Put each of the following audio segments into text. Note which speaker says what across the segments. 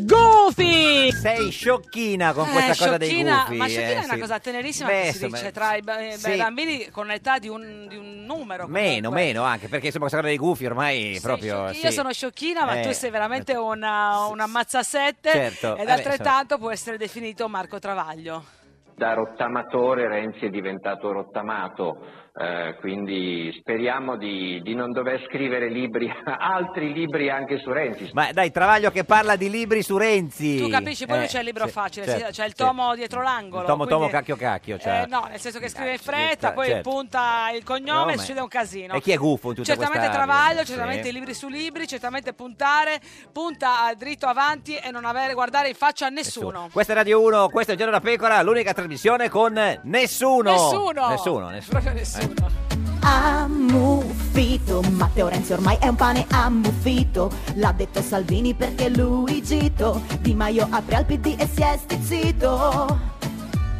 Speaker 1: Goofy!
Speaker 2: Sei sciocchina con
Speaker 1: Eh,
Speaker 2: questa cosa dei
Speaker 1: sciocchina,
Speaker 2: gufi.
Speaker 1: ma sciocchina
Speaker 2: eh,
Speaker 1: è una
Speaker 2: sì.
Speaker 1: cosa tenerissima
Speaker 2: Beh,
Speaker 1: che si
Speaker 2: insomma,
Speaker 1: dice tra i ba- i
Speaker 2: sì.
Speaker 1: bambini con l'età di un, di un numero.
Speaker 2: Meno,
Speaker 1: comunque.
Speaker 2: meno anche, perché insomma questa cosa dei gufi ormai è proprio...
Speaker 1: Io
Speaker 2: sì.
Speaker 1: sono sciocchina, ma
Speaker 2: Eh,
Speaker 1: tu sei veramente una, una mazzasette
Speaker 2: certo.
Speaker 1: ed
Speaker 2: Vabbè,
Speaker 1: altrettanto può essere definito Marco Travaglio.
Speaker 3: Da rottamatore Renzi è diventato rottamato, eh, quindi speriamo di, di non dover scrivere libri, altri libri anche su Renzi.
Speaker 2: Ma dai, Travaglio che parla di libri su Renzi.
Speaker 1: Tu capisci, poi
Speaker 2: Eh,
Speaker 1: non c'è il libro
Speaker 2: sì,
Speaker 1: facile,
Speaker 2: certo,
Speaker 1: sì, c'è il
Speaker 2: sì.
Speaker 1: tomo dietro l'angolo.
Speaker 2: Il tomo, tomo,
Speaker 1: quindi-
Speaker 2: cacchio, cacchio.
Speaker 1: Eh,
Speaker 2: cioè.
Speaker 1: no, nel senso che scrive in
Speaker 2: certo,
Speaker 1: fretta, poi
Speaker 2: certo.
Speaker 1: punta il cognome
Speaker 2: No,
Speaker 1: e
Speaker 2: ma-
Speaker 1: succede un casino.
Speaker 2: E chi è gufo in tutta
Speaker 1: certamente
Speaker 2: questa
Speaker 1: Travaglio,
Speaker 2: arena?
Speaker 1: certamente
Speaker 2: Sì.
Speaker 1: libri su libri, certamente puntare, punta a dritto avanti e non avere, guardare in faccia a nessuno.
Speaker 2: Questa è Radio 1, questo è Il Giorno da Pecora, l'unica trasmissione con nessuno.
Speaker 1: Nessuno!
Speaker 2: Nessuno, nessuno. Eh.
Speaker 1: Proprio nessuno.
Speaker 4: Ammuffito, Matteo Renzi ormai è un pane ammuffito, l'ha detto Salvini perché lui gito, Di Maio apre al PD e si è stizzito.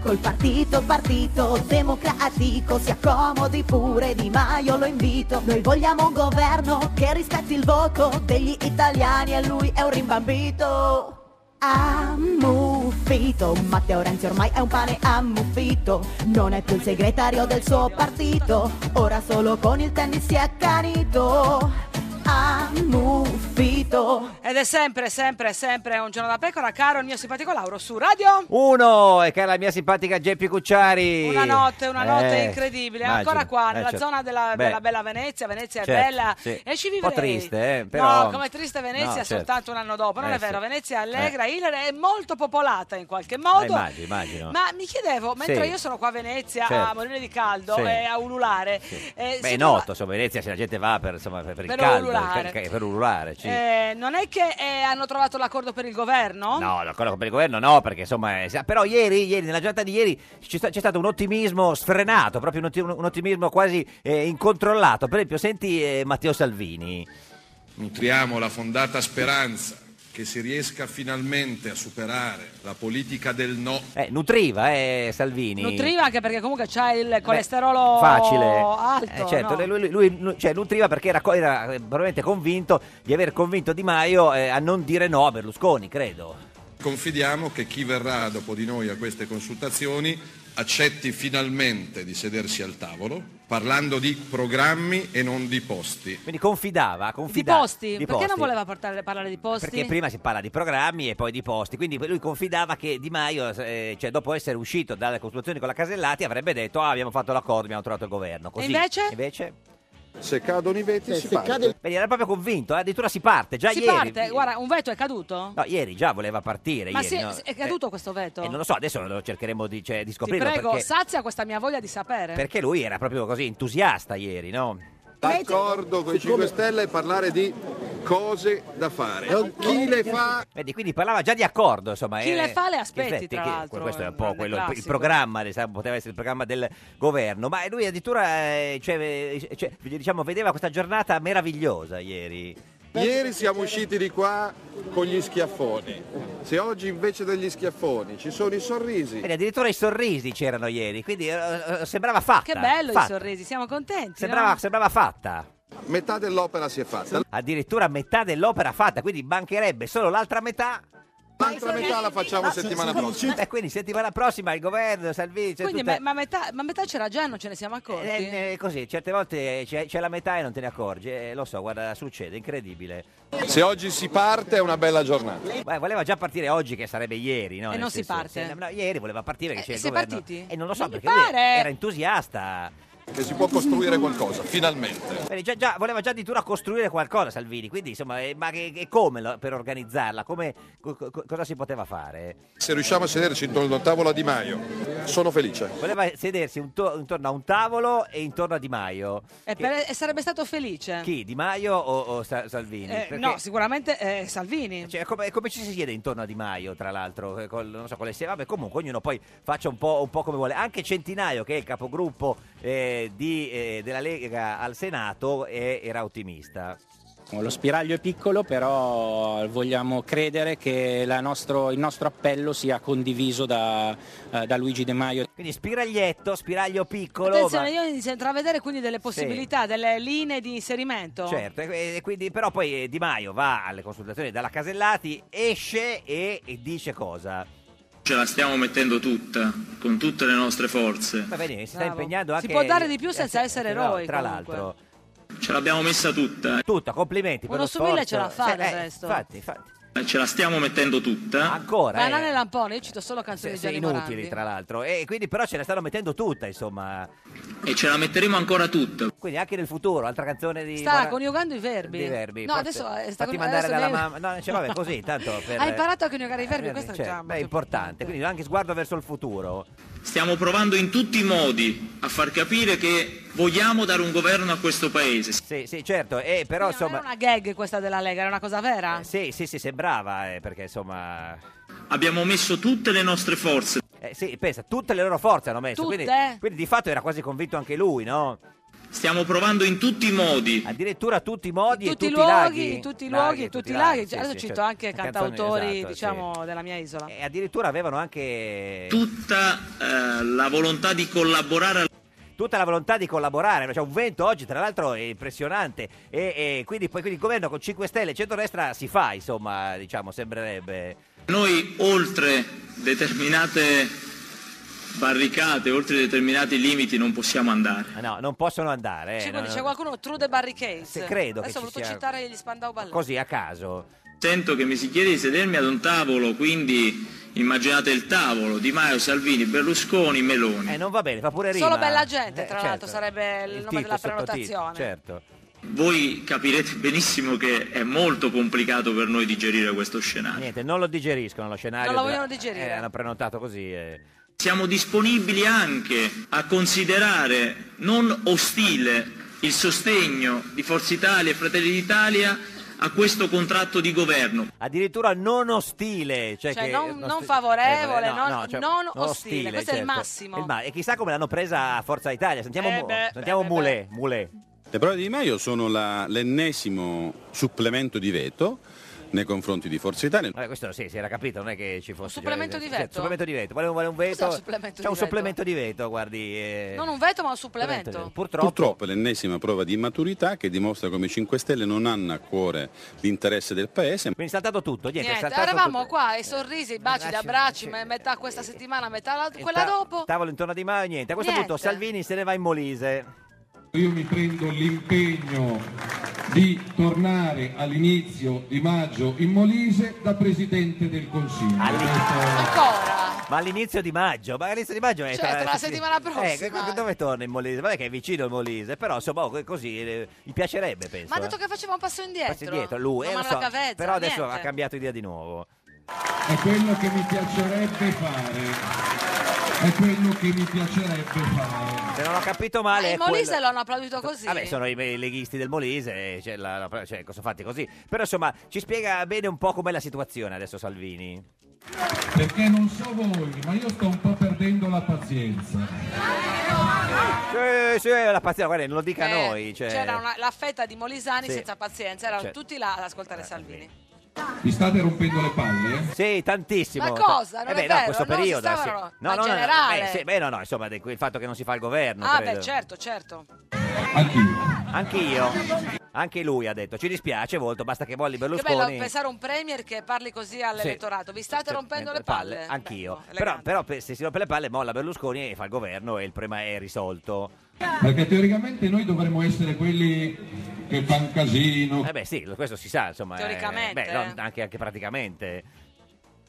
Speaker 4: Col partito, partito democratico, si accomodi pure Di Maio, lo invito. Noi vogliamo un governo che rispetti il voto degli italiani e lui è un rimbambito. Ammuffito, Matteo Renzi ormai è un pane ammuffito, non è più il segretario del suo partito, ora solo con il tennis si è accanito. Ammuffito.
Speaker 1: Ed è sempre, sempre, sempre un giorno da pecora, caro il mio simpatico Lauro su Radio.
Speaker 2: Uno, e cara la mia simpatica Geppi Cucciari.
Speaker 1: Una notte, una notte
Speaker 2: Eh,
Speaker 1: incredibile,
Speaker 2: immagino.
Speaker 1: ancora qua,
Speaker 2: Eh,
Speaker 1: nella
Speaker 2: certo.
Speaker 1: zona della,
Speaker 2: Beh,
Speaker 1: della bella Venezia, Venezia
Speaker 2: Certo,
Speaker 1: è bella
Speaker 2: sì.
Speaker 1: e ci
Speaker 2: Un
Speaker 1: vivrei.
Speaker 2: po' triste, eh, però-
Speaker 1: No, come triste Venezia
Speaker 2: No, certo.
Speaker 1: soltanto un anno dopo, non
Speaker 2: Eh,
Speaker 1: è vero,
Speaker 2: sì.
Speaker 1: Venezia è allegra, ilare è molto popolata in qualche modo.
Speaker 2: eh, immagino, immagino.
Speaker 1: Ma mi chiedevo, mentre
Speaker 2: Sì.
Speaker 1: io sono qua a Venezia a
Speaker 2: Certo.
Speaker 1: morire di caldo
Speaker 2: Sì.
Speaker 1: e a ululare, eh,
Speaker 2: Beh, è
Speaker 1: se tu-
Speaker 2: noto, insomma, Venezia se la gente va per, insomma, per, per il
Speaker 1: Per
Speaker 2: caldo,
Speaker 1: ululare.
Speaker 2: per, per ululare, sì.
Speaker 1: eh, non è che eh, hanno trovato l'accordo per il governo?
Speaker 2: No, l'accordo per il governo no, perché insomma... eh, sa- però ieri, ieri, nella giornata di ieri, ci sta- c'è stato un ottimismo sfrenato, proprio un, otti- un ottimismo quasi eh, incontrollato. Per esempio, senti eh, Matteo Salvini.
Speaker 5: Nutriamo la fondata speranza che si riesca finalmente a superare la politica del no.
Speaker 2: Eh, nutriva, eh, Salvini.
Speaker 1: Nutriva anche perché comunque c'ha il colesterolo
Speaker 2: facile
Speaker 1: Oh, alto.
Speaker 2: Eh, certo,
Speaker 1: no?
Speaker 2: lui, lui- lui- lui- cioè, nutriva perché era, co- era, eh, probabilmente convinto di aver convinto Di Maio eh, a non dire no a Berlusconi credo
Speaker 1: Oh,
Speaker 5: Confidiamo che chi verrà dopo di noi a queste consultazioni accetti finalmente di sedersi al tavolo, parlando di programmi e non di posti.
Speaker 2: quindi confidava
Speaker 1: Di
Speaker 2: confidava
Speaker 1: posti? perché non voleva portare- parlare di posti?
Speaker 2: perché prima si parla di programmi e poi di posti, quindi lui confidava che Di Maio, eh, cioè dopo essere uscito dalle consultazioni con la Casellati, avrebbe detto: Ah, abbiamo fatto l'accordo, abbiamo trovato il governo. Così.
Speaker 1: invece? Eh,
Speaker 5: Se cadono i veti si parte.
Speaker 2: Vedi, era proprio convinto, eh, addirittura si parte. Già
Speaker 1: si
Speaker 2: ieri.
Speaker 1: parte, guarda, un veto è caduto?
Speaker 2: No, ieri già voleva partire.
Speaker 1: Ma
Speaker 2: ieri,
Speaker 1: si-
Speaker 2: no?
Speaker 1: è caduto questo veto?
Speaker 2: Eh, non lo so, adesso lo cercheremo di, cioè, di
Speaker 1: Ti
Speaker 2: scoprirlo.
Speaker 1: prego,
Speaker 2: perché...
Speaker 1: sazia questa mia voglia di sapere.
Speaker 2: Perché lui era proprio così entusiasta ieri, no?
Speaker 5: D'accordo con i 5 Stelle e parlare di cose da fare. Chi le fa?
Speaker 2: Vedi, quindi parlava già di accordo, insomma.
Speaker 1: Chi
Speaker 2: eh,
Speaker 1: le fa le
Speaker 2: che
Speaker 1: aspetti,
Speaker 2: effetti,
Speaker 1: tra
Speaker 2: che-
Speaker 1: l'altro,
Speaker 2: Questo è un
Speaker 1: è
Speaker 2: po'
Speaker 1: un
Speaker 2: quello, il,
Speaker 1: grande
Speaker 2: il
Speaker 1: classico.
Speaker 2: programma, le sa- poteva essere il programma del governo, ma lui addirittura, eh, cioè, eh, cioè, diciamo, vedeva questa giornata meravigliosa ieri.
Speaker 5: Ieri siamo usciti di qua con gli schiaffoni. Se oggi invece degli schiaffoni ci sono i sorrisi,
Speaker 2: Vedi, addirittura i sorrisi c'erano ieri, quindi eh, eh, sembrava fatta.
Speaker 1: Che bello
Speaker 2: fatta.
Speaker 1: i sorrisi, siamo contenti.
Speaker 2: Sembrava,
Speaker 1: no?
Speaker 2: sembrava fatta.
Speaker 5: metà dell'opera si è fatta.
Speaker 2: Addirittura metà dell'opera fatta, quindi mancherebbe solo l'altra metà.
Speaker 5: L'altra metà la facciamo settimana prossima.
Speaker 2: E quindi settimana prossima il governo, Salvini, c'è
Speaker 1: Ah, Quindi,
Speaker 2: tutta-
Speaker 1: me- ma, metà, ma metà c'era già e non ce ne siamo accorti?
Speaker 2: Eh, eh, così, certe volte c'è, c'è la metà e non te ne accorgi, eh, lo so, guarda, succede, incredibile.
Speaker 5: Se oggi si parte è una bella giornata.
Speaker 2: Ma voleva già partire oggi, che sarebbe ieri, no?
Speaker 1: E
Speaker 2: Nel
Speaker 1: non si parte.
Speaker 2: se- no, ieri voleva partire, che
Speaker 1: Eh,
Speaker 2: c'è il
Speaker 1: si è
Speaker 2: governo.
Speaker 1: partiti?
Speaker 2: E non lo so,
Speaker 1: Non mi
Speaker 2: perché lui
Speaker 1: pare.
Speaker 2: era entusiasta.
Speaker 5: Che si può costruire qualcosa, finalmente.
Speaker 2: Quindi già- già- voleva già addirittura costruire qualcosa, Salvini, quindi insomma, eh, ma che, che- come lo- per organizzarla? Come, co- co- cosa si poteva fare?
Speaker 5: Se riusciamo a sederci intorno a tavola di Maio, sono felice.
Speaker 2: Voleva sedersi un to- intorno a un tavolo e intorno a Di Maio.
Speaker 1: E, Eh, per- e sarebbe stato felice?
Speaker 2: Chi? Di Maio o, o Sa- Salvini?
Speaker 1: Eh,
Speaker 2: Perché-
Speaker 1: No, sicuramente eh, Salvini.
Speaker 2: Cioè, come, come ci si siede intorno a Di Maio, tra l'altro, eh, col- non so, con le se- vabbè, comunque ognuno poi faccia un po', un po' come vuole. Anche Centinaio, che è il capogruppo eh, eh, di, eh, della Lega al Senato eh, era ottimista.
Speaker 6: Lo spiraglio è piccolo, però vogliamo credere che la nostro- il nostro appello sia condiviso da, eh, da Luigi De Maio.
Speaker 2: Quindi spiraglietto, spiraglio piccolo.
Speaker 1: Attenzione, io
Speaker 2: ma-
Speaker 1: inizio a intravedere quindi delle possibilità, delle linee di inserimento.
Speaker 2: Certo, e e quindi, però poi eh, Di Maio va alle consultazioni dalla Casellati, esce e, e dice cosa?
Speaker 7: Ce la stiamo mettendo tutta, con tutte le nostre forze.
Speaker 2: Va bene, si sta
Speaker 1: Bravo.
Speaker 2: impegnando anche...
Speaker 1: Si può dare di più senza essere
Speaker 2: no,
Speaker 1: eroi.
Speaker 2: eh, Tra
Speaker 1: comunque.
Speaker 2: l'altro.
Speaker 7: Ce l'abbiamo messa tutta. eh.
Speaker 2: Tutta, complimenti per
Speaker 1: Uno
Speaker 2: lo
Speaker 1: su mille
Speaker 2: sforzo.
Speaker 1: ce la fa,
Speaker 2: Eh,
Speaker 1: del
Speaker 2: eh,
Speaker 1: resto.
Speaker 2: Infatti, infatti.
Speaker 7: eh, Ce la stiamo mettendo tutta.
Speaker 2: Ancora, eh.
Speaker 1: Banana e lampone, io cito solo canzoni
Speaker 2: Se-
Speaker 1: di
Speaker 2: se
Speaker 1: Gianni
Speaker 2: inutili
Speaker 1: Morandi.
Speaker 2: tra l'altro e quindi però ce la stanno mettendo tutta insomma
Speaker 7: E ce la metteremo ancora tutta.
Speaker 2: quindi anche nel futuro altra canzone di
Speaker 1: Sta
Speaker 2: Mora-
Speaker 1: coniugando i verbi.
Speaker 2: di verbi
Speaker 1: No,
Speaker 2: Forse-
Speaker 1: adesso eh, sta
Speaker 2: fatti
Speaker 1: con-
Speaker 2: mandare
Speaker 1: adesso
Speaker 2: dalla
Speaker 1: ne-
Speaker 2: mamma no cioè, vabbè così tanto per
Speaker 1: Ha imparato a coniugare i verbi,
Speaker 2: Eh,
Speaker 1: questo è
Speaker 2: cioè,
Speaker 1: già
Speaker 2: beh,
Speaker 1: molto
Speaker 2: è importante quindi anche sguardo verso il futuro
Speaker 7: Stiamo provando in tutti i modi a far capire che vogliamo dare un governo a questo paese.
Speaker 2: sì sì certo e però
Speaker 1: Quindi non
Speaker 2: insomma Eh,
Speaker 1: era una gag questa della Lega, era una cosa vera.
Speaker 2: sì sì sì sembrava eh, perché insomma
Speaker 7: Abbiamo messo tutte le nostre forze.
Speaker 2: eh, sì pensa tutte le loro forze hanno messo
Speaker 1: Tutte?
Speaker 2: quindi, quindi di fatto era quasi convinto anche lui no
Speaker 7: Stiamo provando in tutti i modi.
Speaker 2: addirittura tutti i modi
Speaker 1: Tutti
Speaker 2: e
Speaker 1: i
Speaker 2: tutti
Speaker 1: luoghi,
Speaker 2: laghi.
Speaker 1: tutti i
Speaker 2: Laghi,
Speaker 1: luoghi, tutti i laghi.
Speaker 2: sì,
Speaker 1: Adesso
Speaker 2: sì,
Speaker 1: cito
Speaker 2: cioè,
Speaker 1: anche
Speaker 2: canzoni,
Speaker 1: cantautori,
Speaker 2: esatto, sì.
Speaker 1: diciamo, della mia isola.
Speaker 2: E addirittura avevano anche eh,
Speaker 7: Tutta eh, la volontà di collaborare.
Speaker 2: tutta la volontà di collaborare. C'è un vento oggi, tra l'altro, è impressionante. E, e quindi, poi, quindi il governo con 5 Stelle e centrodestra si fa, insomma, diciamo, sembrerebbe.
Speaker 7: Noi oltre determinate barricate, oltre determinati limiti non possiamo andare.
Speaker 2: Ah, No, non possono andare. eh,
Speaker 1: Ci
Speaker 2: no,
Speaker 1: dice
Speaker 2: no,
Speaker 1: qualcuno True the Barricades.
Speaker 2: Se credo che
Speaker 1: Adesso ho
Speaker 2: ci
Speaker 1: voluto
Speaker 2: sia-
Speaker 1: citare gli Spandau Ballet.
Speaker 2: Così a caso.
Speaker 7: Sento che mi si chiede di sedermi ad un tavolo, quindi immaginate il tavolo Di Maio, Salvini, Berlusconi, Meloni.
Speaker 2: Eh, non va bene, fa pure rima.
Speaker 1: Solo bella gente, tra
Speaker 2: Eh,
Speaker 1: l'altro,
Speaker 2: certo.
Speaker 1: sarebbe il, nome
Speaker 2: titolo,
Speaker 1: della
Speaker 2: sottotitolo,
Speaker 1: prenotazione.
Speaker 2: Certo.
Speaker 7: Voi capirete benissimo che è molto complicato per noi digerire questo scenario.
Speaker 2: Niente, non lo digeriscono lo scenario.
Speaker 1: Non lo
Speaker 2: della-
Speaker 1: vogliono digerire.
Speaker 2: eh, hanno prenotato così. eh.
Speaker 7: Siamo disponibili anche a considerare non ostile il sostegno di Forza Italia e Fratelli d'Italia a questo contratto di governo.
Speaker 2: Addirittura non ostile, cioè,
Speaker 1: Cioè,
Speaker 2: che-
Speaker 1: non- non
Speaker 2: osti-
Speaker 1: favorevole,
Speaker 2: eh,
Speaker 1: non- non ostile, questo è il massimo.
Speaker 2: certo. Il ma- e chissà come l'hanno presa a Forza Italia. Sentiamo,
Speaker 1: Eh
Speaker 2: Mu-
Speaker 1: beh,
Speaker 2: sentiamo
Speaker 1: beh, beh,
Speaker 2: Moulet, Moulet.
Speaker 8: Le parole di Di Maio sono la- l'ennesimo supplemento di veto nei confronti di Forza Italia.
Speaker 2: Vabbè, questo sì, si era capito, non è che ci fosse.
Speaker 1: supplemento
Speaker 2: cioè,
Speaker 1: di
Speaker 2: sì,
Speaker 1: veto?
Speaker 2: supplemento di veto. Vuole un, vuole un veto.
Speaker 1: Cos'è un supplemento
Speaker 2: C'è un
Speaker 1: di veto?
Speaker 2: supplemento di veto, guardi. eh,
Speaker 1: Non un veto, ma un
Speaker 2: supplemento di
Speaker 1: supplemento.
Speaker 2: veto. Purtroppo.
Speaker 8: Purtroppo è l'ennesima prova di immaturità che dimostra come i 5 Stelle non hanno a cuore l'interesse del Paese.
Speaker 2: Quindi è saltato tutto, niente, è
Speaker 1: Niente,
Speaker 2: saltato
Speaker 1: eravamo
Speaker 2: tutto.
Speaker 1: qua, i sorrisi, i baci, gli
Speaker 2: Abbracci,
Speaker 1: abbracci,
Speaker 2: sì.
Speaker 1: me- metà questa settimana, metà l'altra,
Speaker 2: Il
Speaker 1: quella
Speaker 2: ta-
Speaker 1: dopo.
Speaker 2: Tavolo intorno a Di Maio, niente. A questo
Speaker 1: Niente.
Speaker 2: punto Salvini se ne va in Molise.
Speaker 9: Io mi prendo l'impegno di tornare all'inizio di maggio in Molise da Presidente del Consiglio.
Speaker 2: All'inizio.
Speaker 9: Questo-
Speaker 1: Ancora.
Speaker 2: Ma all'inizio di maggio, ma all'inizio di maggio è
Speaker 1: Certo, la settimana
Speaker 2: Eh,
Speaker 1: prossima.
Speaker 2: co- dove torna in Molise? Vabbè che è vicino il Molise, però insomma oh, così eh, gli piacerebbe, penso.
Speaker 1: Ma ha detto
Speaker 2: eh.
Speaker 1: che faceva un passo indietro.
Speaker 2: Passi dietro
Speaker 1: Una
Speaker 2: lui, eh, lo
Speaker 1: mano
Speaker 2: so,
Speaker 1: alla cavezza,
Speaker 2: però adesso
Speaker 1: niente.
Speaker 2: ha cambiato idea di nuovo.
Speaker 9: È quello che mi piacerebbe fare. È quello che mi piacerebbe fare.
Speaker 2: Se non ho capito
Speaker 1: Ma
Speaker 2: male
Speaker 1: il
Speaker 2: è
Speaker 1: Ah, Molise
Speaker 2: quello-
Speaker 1: lo hanno applaudito così.
Speaker 2: Vabbè, sono i i leghisti del Molise, eh, cioè, la- la- cioè, cosa fatti così. Però insomma, ci spiega bene un po' com'è la situazione adesso Salvini.
Speaker 9: Perché non so voi, ma io sto un po' perdendo la pazienza. Ah!
Speaker 2: Eh, Sì, sì, la pazienza, guarda, non lo dica a
Speaker 1: Eh,
Speaker 2: noi. Cioè...
Speaker 1: C'era una- la fetta di Molisani
Speaker 2: Sì.
Speaker 1: senza pazienza, erano
Speaker 2: Cioè- Eh,
Speaker 1: tutti là ad ascoltare Salvini.
Speaker 9: Vi state rompendo le palle?
Speaker 2: Sì, tantissimo.
Speaker 1: Ma cosa? Non
Speaker 2: eh beh,
Speaker 1: è
Speaker 2: no,
Speaker 1: vero,
Speaker 2: questo
Speaker 1: non si
Speaker 2: periodo.
Speaker 1: stavano-
Speaker 2: sì.
Speaker 1: ma in generale.
Speaker 2: eh, sì, beh, no, no, insomma, de- il fatto che non si fa il governo.
Speaker 1: Ah,
Speaker 2: credo.
Speaker 1: beh, certo, certo.
Speaker 9: Anch'io.
Speaker 2: Anch'io. Anche lui ha detto, ci dispiace molto, basta che volli
Speaker 1: Che
Speaker 2: Berlusconi.
Speaker 1: bello pensare a un premier che parli così all'elettorato. Vi state
Speaker 2: Sì,
Speaker 1: rompendo
Speaker 2: eh,
Speaker 1: le palle.
Speaker 2: Anch'io.
Speaker 1: Bello,
Speaker 2: però
Speaker 1: elegante.
Speaker 2: però pe- se si rompe le palle, molla Berlusconi e fa il governo e il problema è risolto.
Speaker 9: Perché teoricamente noi dovremmo essere quelli che fan casino,
Speaker 2: Eh beh, sì, lo- questo si sa, insomma. eh,
Speaker 1: Teoricamente,
Speaker 2: beh, no,
Speaker 1: eh.
Speaker 2: anche, anche praticamente.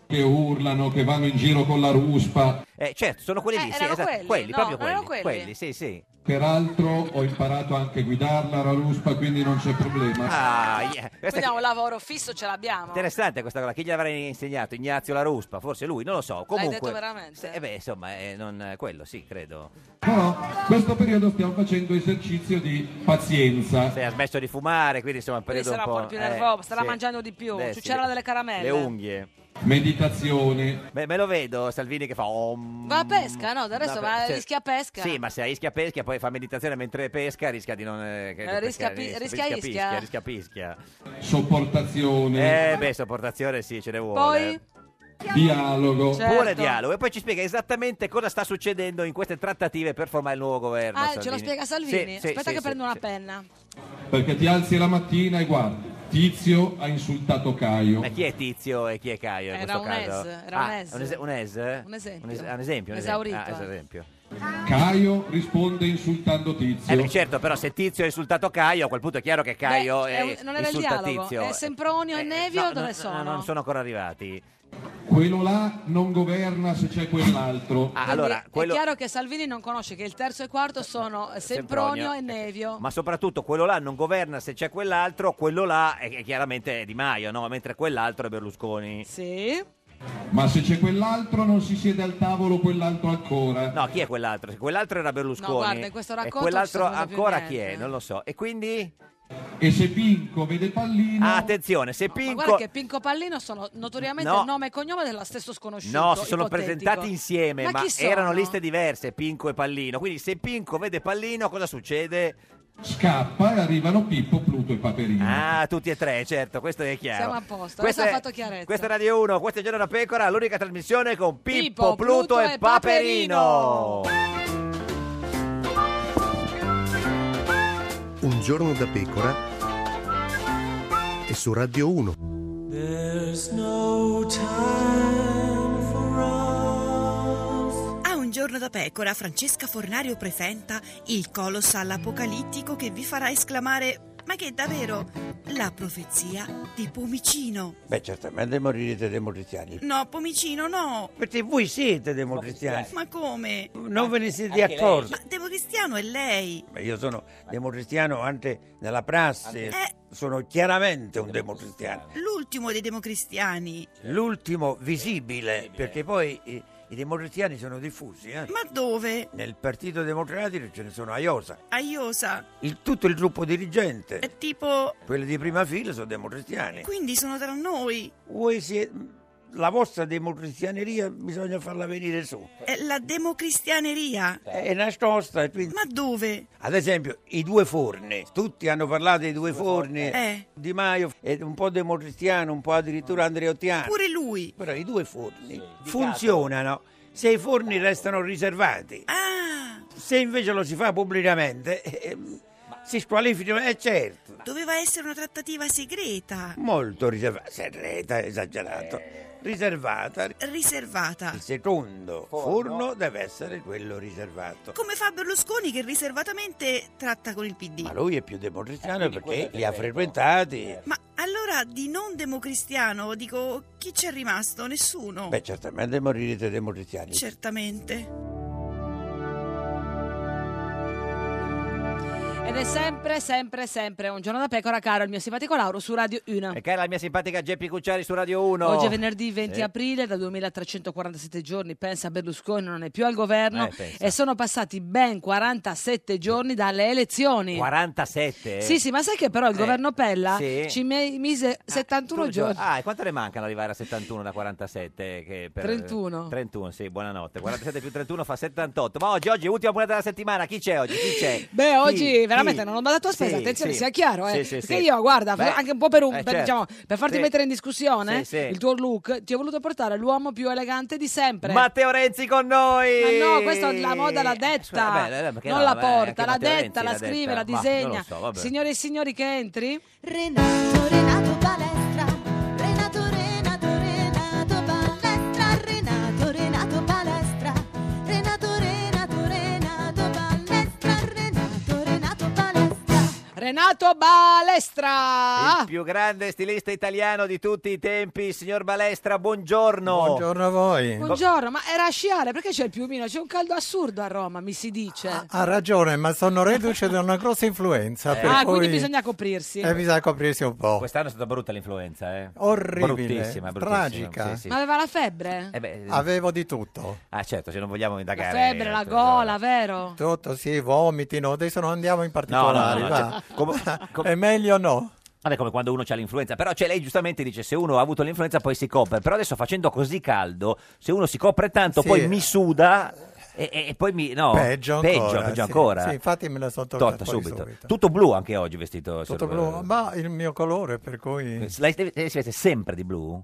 Speaker 9: che urlano, che vanno in giro con la ruspa.
Speaker 2: Eh, certo, sono quelli
Speaker 1: Eh,
Speaker 2: lì, sì,
Speaker 1: erano
Speaker 2: esatto,
Speaker 1: quelli, no,
Speaker 2: proprio
Speaker 1: non erano
Speaker 2: quelli.
Speaker 1: quelli?
Speaker 2: sì, sì.
Speaker 9: Peraltro ho imparato anche a guidarla la ruspa, quindi non c'è problema.
Speaker 2: Ah, yeah.
Speaker 1: Quindi
Speaker 2: Questa è
Speaker 1: un lavoro fisso ce l'abbiamo.
Speaker 2: interessante questa cosa. Chi gli avrà insegnato? Ignazio La Ruspa, forse lui, non lo so. Comunque,
Speaker 1: detto veramente?
Speaker 2: se- eh beh, insomma, eh, non- quello sì, credo.
Speaker 9: Però questo periodo stiamo facendo esercizio di pazienza.
Speaker 2: Se ha smesso di fumare, quindi insomma, un
Speaker 1: Quindi
Speaker 2: periodo
Speaker 1: sarà
Speaker 2: un po'. eh,
Speaker 1: un po' più nervoso, starà
Speaker 2: sì.
Speaker 1: mangiando di più,
Speaker 2: Eh,
Speaker 1: ciuccerà delle caramelle.
Speaker 2: Le unghie.
Speaker 9: meditazione,
Speaker 2: Beh, me lo vedo Salvini che fa om.
Speaker 1: Va a pesca, no? Del resto
Speaker 2: Vabbè,
Speaker 1: va,
Speaker 2: cioè-
Speaker 1: rischia pesca.
Speaker 2: Sì, ma se rischia pesca poi fa meditazione mentre pesca rischia di non... eh, che-
Speaker 1: Eh, rischia
Speaker 2: pescare,
Speaker 1: pi- rischia
Speaker 2: rischia,
Speaker 1: ischia.
Speaker 2: pischia, rischia pischia.
Speaker 9: sopportazione,
Speaker 2: Eh beh, sopportazione sì, ce ne vuole.
Speaker 1: Poi Certo.
Speaker 9: dialogo,
Speaker 2: Pure Certo. dialogo. E poi ci spiega esattamente cosa sta succedendo in queste trattative per formare il nuovo governo.
Speaker 1: Ah, ce
Speaker 2: Salvini.
Speaker 1: lo spiega Salvini.
Speaker 2: Sì, sì,
Speaker 1: Aspetta
Speaker 2: sì,
Speaker 1: che
Speaker 2: sì,
Speaker 1: prendo una
Speaker 2: sì.
Speaker 1: penna.
Speaker 9: perché ti alzi la mattina e guardi, Tizio ha insultato Caio,
Speaker 2: Ma chi è Tizio e chi è Caio in
Speaker 1: Era
Speaker 2: questo
Speaker 1: un
Speaker 2: caso?
Speaker 1: es, era un
Speaker 2: Ah,
Speaker 1: es.
Speaker 2: Un, es- un es? eh?
Speaker 1: Un esempio.
Speaker 2: Un, es- un esempio. un esempio.
Speaker 1: Esaurito,
Speaker 2: Ah,
Speaker 1: eh.
Speaker 2: esempio.
Speaker 9: Caio risponde insultando
Speaker 2: Eh,
Speaker 9: Tizio,
Speaker 2: beh, certo, però se Tizio ha insultato Caio, a quel punto è chiaro che Caio
Speaker 1: Beh,
Speaker 2: eh,
Speaker 1: è un- non era il
Speaker 2: insulta
Speaker 1: dialogo. Eh,
Speaker 2: Tizio.
Speaker 1: È Sempronio e Nevio
Speaker 2: no,
Speaker 1: dove
Speaker 2: no,
Speaker 1: sono?
Speaker 2: no, non sono ancora arrivati.
Speaker 9: quello là non governa se c'è quell'altro,
Speaker 2: Ah,
Speaker 1: Quindi
Speaker 2: allora, quello-
Speaker 1: È chiaro che Salvini non conosce che il terzo e quarto sono eh, Sempronio
Speaker 2: Sempronio.
Speaker 1: e Nevio.
Speaker 2: Ma soprattutto quello là non governa se c'è quell'altro, quello là è, è chiaramente Di Maio, no? mentre quell'altro è Berlusconi.
Speaker 1: Sì.
Speaker 9: ma se c'è quell'altro non si siede al tavolo quell'altro ancora,
Speaker 2: No, chi è quell'altro? Se quell'altro era Berlusconi.
Speaker 1: No, guarda, in questo racconto
Speaker 2: e quell'altro
Speaker 1: non si sapeva più
Speaker 2: ancora chi
Speaker 1: niente.
Speaker 2: è? Non lo so. E quindi?
Speaker 9: e se Pinco vede Pallino,
Speaker 2: Ah, attenzione, se
Speaker 1: Ma
Speaker 2: Pinco.
Speaker 1: guarda che Pinco Pallino sono notoriamente
Speaker 2: No.
Speaker 1: nome e cognome dello stesso sconosciuto.
Speaker 2: No, si sono
Speaker 1: ipotetico.
Speaker 2: presentati insieme, ma,
Speaker 1: chi sono?
Speaker 2: erano liste diverse, Pinco e Pallino. Quindi se Pinco vede Pallino, cosa succede?
Speaker 9: scappa e arrivano Pippo, Pluto e Paperino.
Speaker 2: Ah, tutti e tre, certo, questo è chiaro.
Speaker 1: Siamo a posto, adesso
Speaker 2: Questa
Speaker 1: ha
Speaker 2: è-
Speaker 1: fatto chiarezza.
Speaker 2: Questa è Radio 1, questa è Giorno da Pecora, l'unica trasmissione con Pippo,
Speaker 1: Pippo,
Speaker 2: Pluto,
Speaker 1: Pluto
Speaker 2: e
Speaker 1: e
Speaker 2: Paperino.
Speaker 10: Un giorno da pecora e su Radio 1.
Speaker 11: A un giorno da pecora, Francesca Fornario presenta il colossal apocalittico che vi farà esclamare: Ma che davvero? La profezia di Pomicino.
Speaker 12: Beh, certamente morirete democristiani.
Speaker 11: No, Pomicino, no!
Speaker 12: Perché voi siete democristiani.
Speaker 11: Ma come?
Speaker 12: Non ve ne siete accorti.
Speaker 11: Ma democristiano è lei!
Speaker 12: Ma Io sono democristiano anche nella prassi. Eh. Sono chiaramente un democristiano.
Speaker 11: L'ultimo dei democristiani.
Speaker 12: L'ultimo visibile, perché poi i, i democristiani sono diffusi. eh.
Speaker 11: Ma dove?
Speaker 12: Nel Partito Democratico ce ne sono a Iosa.
Speaker 11: A Iosa.
Speaker 12: Il- tutto il gruppo dirigente,
Speaker 11: È tipo.
Speaker 12: quelli di prima fila, sono democristiani.
Speaker 11: Quindi sono tra noi.
Speaker 12: Voi siete- la vostra democristianeria bisogna farla venire su.
Speaker 11: È la democristianeria.
Speaker 12: È nascosta e quindi...
Speaker 11: Ma dove?
Speaker 12: Ad esempio, i due forni. Tutti hanno parlato dei due forni.
Speaker 11: Eh. Ah.
Speaker 12: Di Maio è un po' democristiano, un po' addirittura andreottiano.
Speaker 11: Pure lui.
Speaker 12: Però i due forni funzionano se i forni restano riservati.
Speaker 11: Ah!
Speaker 12: Se invece lo si fa pubblicamente, ehm, si squalificano, è certo.
Speaker 11: Doveva essere una trattativa segreta.
Speaker 12: Molto riservata, serreta, esagerato.
Speaker 11: Eh.
Speaker 12: Riservata.
Speaker 11: Riservata.
Speaker 12: Il secondo forno deve essere quello riservato.
Speaker 11: Come fa Berlusconi che riservatamente tratta con il PD.
Speaker 12: Ma lui è più
Speaker 11: Ah,
Speaker 12: democristiano perché li ha frequentati.
Speaker 11: Ma allora di non democristiano, dico, chi c'è rimasto? Nessuno.
Speaker 12: Beh, certamente morirete democristiani.
Speaker 11: Certamente.
Speaker 1: Ed è sempre, sempre, sempre un giorno da pecora, caro il mio simpatico Lauro su Radio 1.
Speaker 2: E cara la mia simpatica Geppi Cucciari su Radio 1.
Speaker 1: Oggi è venerdì 20
Speaker 2: Sì.
Speaker 1: aprile, da 2347 giorni, pensa Berlusconi non è più al governo
Speaker 2: Eh, pensa.
Speaker 1: e sono passati ben 47 giorni dalle elezioni.
Speaker 2: 47?
Speaker 1: Sì, sì, ma sai che però il
Speaker 2: Eh,
Speaker 1: governo Pella
Speaker 2: sì. Ah,
Speaker 1: ci me- mise 71
Speaker 2: Tu gio-
Speaker 1: giorni.
Speaker 2: Ah, e quanto ne mancano ad arrivare a 71 da 47? Che per-
Speaker 1: 31.
Speaker 2: 31, sì, buonanotte. 47 più 31 fa 78. Ma oggi, oggi è l'ultima puntata della settimana. Chi c'è oggi? Chi c'è?
Speaker 1: Beh,
Speaker 2: Chi?
Speaker 1: oggi
Speaker 2: Chi?
Speaker 1: veramente non ho mandato a spesa,
Speaker 2: Sì,
Speaker 1: attenzione,
Speaker 2: sì.
Speaker 1: sia chiaro, eh,
Speaker 2: Sì, sì,
Speaker 1: perché
Speaker 2: sì.
Speaker 1: io, guarda,
Speaker 2: Beh,
Speaker 1: anche un po' per, un-
Speaker 2: eh,
Speaker 1: per,
Speaker 2: certo.
Speaker 1: diciamo, per farti
Speaker 2: Sì.
Speaker 1: mettere in discussione
Speaker 2: Sì, sì.
Speaker 1: il tuo look, ti ho voluto portare l'uomo più elegante di sempre.
Speaker 2: Matteo Renzi con noi!
Speaker 1: Ma no, questa la moda l'ha detta,
Speaker 2: Scusa, beh, eh, perché
Speaker 1: non
Speaker 2: no,
Speaker 1: la
Speaker 2: beh,
Speaker 1: porta,
Speaker 2: anche
Speaker 1: l'ha
Speaker 2: Matteo Renzi
Speaker 1: detta, la
Speaker 2: l'ha
Speaker 1: scrive,
Speaker 2: detta.
Speaker 1: la
Speaker 2: Ma non lo
Speaker 1: disegna.
Speaker 2: so, vabbè.
Speaker 1: Signore e signori che entri,
Speaker 4: Renato, Renato Palestra, Renato, Renato, Renato Palestra, Renato, Renato Palestra, Renato, Renato, Renato Palestra, Renato, Renato Palestra.
Speaker 1: Renato Balestra.
Speaker 2: Il più grande stilista italiano di tutti i tempi, signor Balestra, buongiorno.
Speaker 13: Buongiorno a voi.
Speaker 1: Buongiorno, ma era a sciare, perché c'è il piumino? C'è un caldo assurdo a Roma, mi si dice.
Speaker 2: Ah,
Speaker 13: Ha ragione, ma sono reduce da una grossa
Speaker 2: eh.
Speaker 13: influenza. per
Speaker 1: ah,
Speaker 13: cui-
Speaker 1: quindi bisogna coprirsi.
Speaker 13: eh, bisogna coprirsi un po'.
Speaker 2: Quest'anno è stata brutta l'influenza, eh?
Speaker 13: Orribile,
Speaker 2: Bruttissima, bruttissima.
Speaker 13: tragica.
Speaker 2: Sì, sì.
Speaker 1: Ma aveva la febbre?
Speaker 2: Eh beh,
Speaker 13: Avevo di tutto.
Speaker 2: Ah, certo, se non vogliamo
Speaker 1: la
Speaker 2: indagare.
Speaker 1: febbre, la
Speaker 2: altre
Speaker 1: gola, vero?
Speaker 13: Tutto, sì, vomiti, no. Adesso non andiamo in particolari.
Speaker 2: no, certo. no,
Speaker 13: va.
Speaker 2: cioè, come-
Speaker 13: È meglio no.
Speaker 2: Vabbè, come quando uno ha l'influenza, però cioè, lei giustamente dice se uno ha avuto l'influenza poi si copre, però adesso facendo così caldo, se uno si copre tanto
Speaker 13: Sì.
Speaker 2: poi mi suda e, e- e poi mi... No,
Speaker 13: peggio ancora.
Speaker 2: peggio
Speaker 13: sì.
Speaker 2: ancora.
Speaker 13: Sì, infatti me la sono tolta
Speaker 2: Torta
Speaker 13: poi
Speaker 2: subito. Tutto blu anche oggi vestito.
Speaker 13: Tutto
Speaker 2: signor-
Speaker 13: blu, ma il mio colore, per cui
Speaker 2: Lei, deve- lei si veste sempre di blu?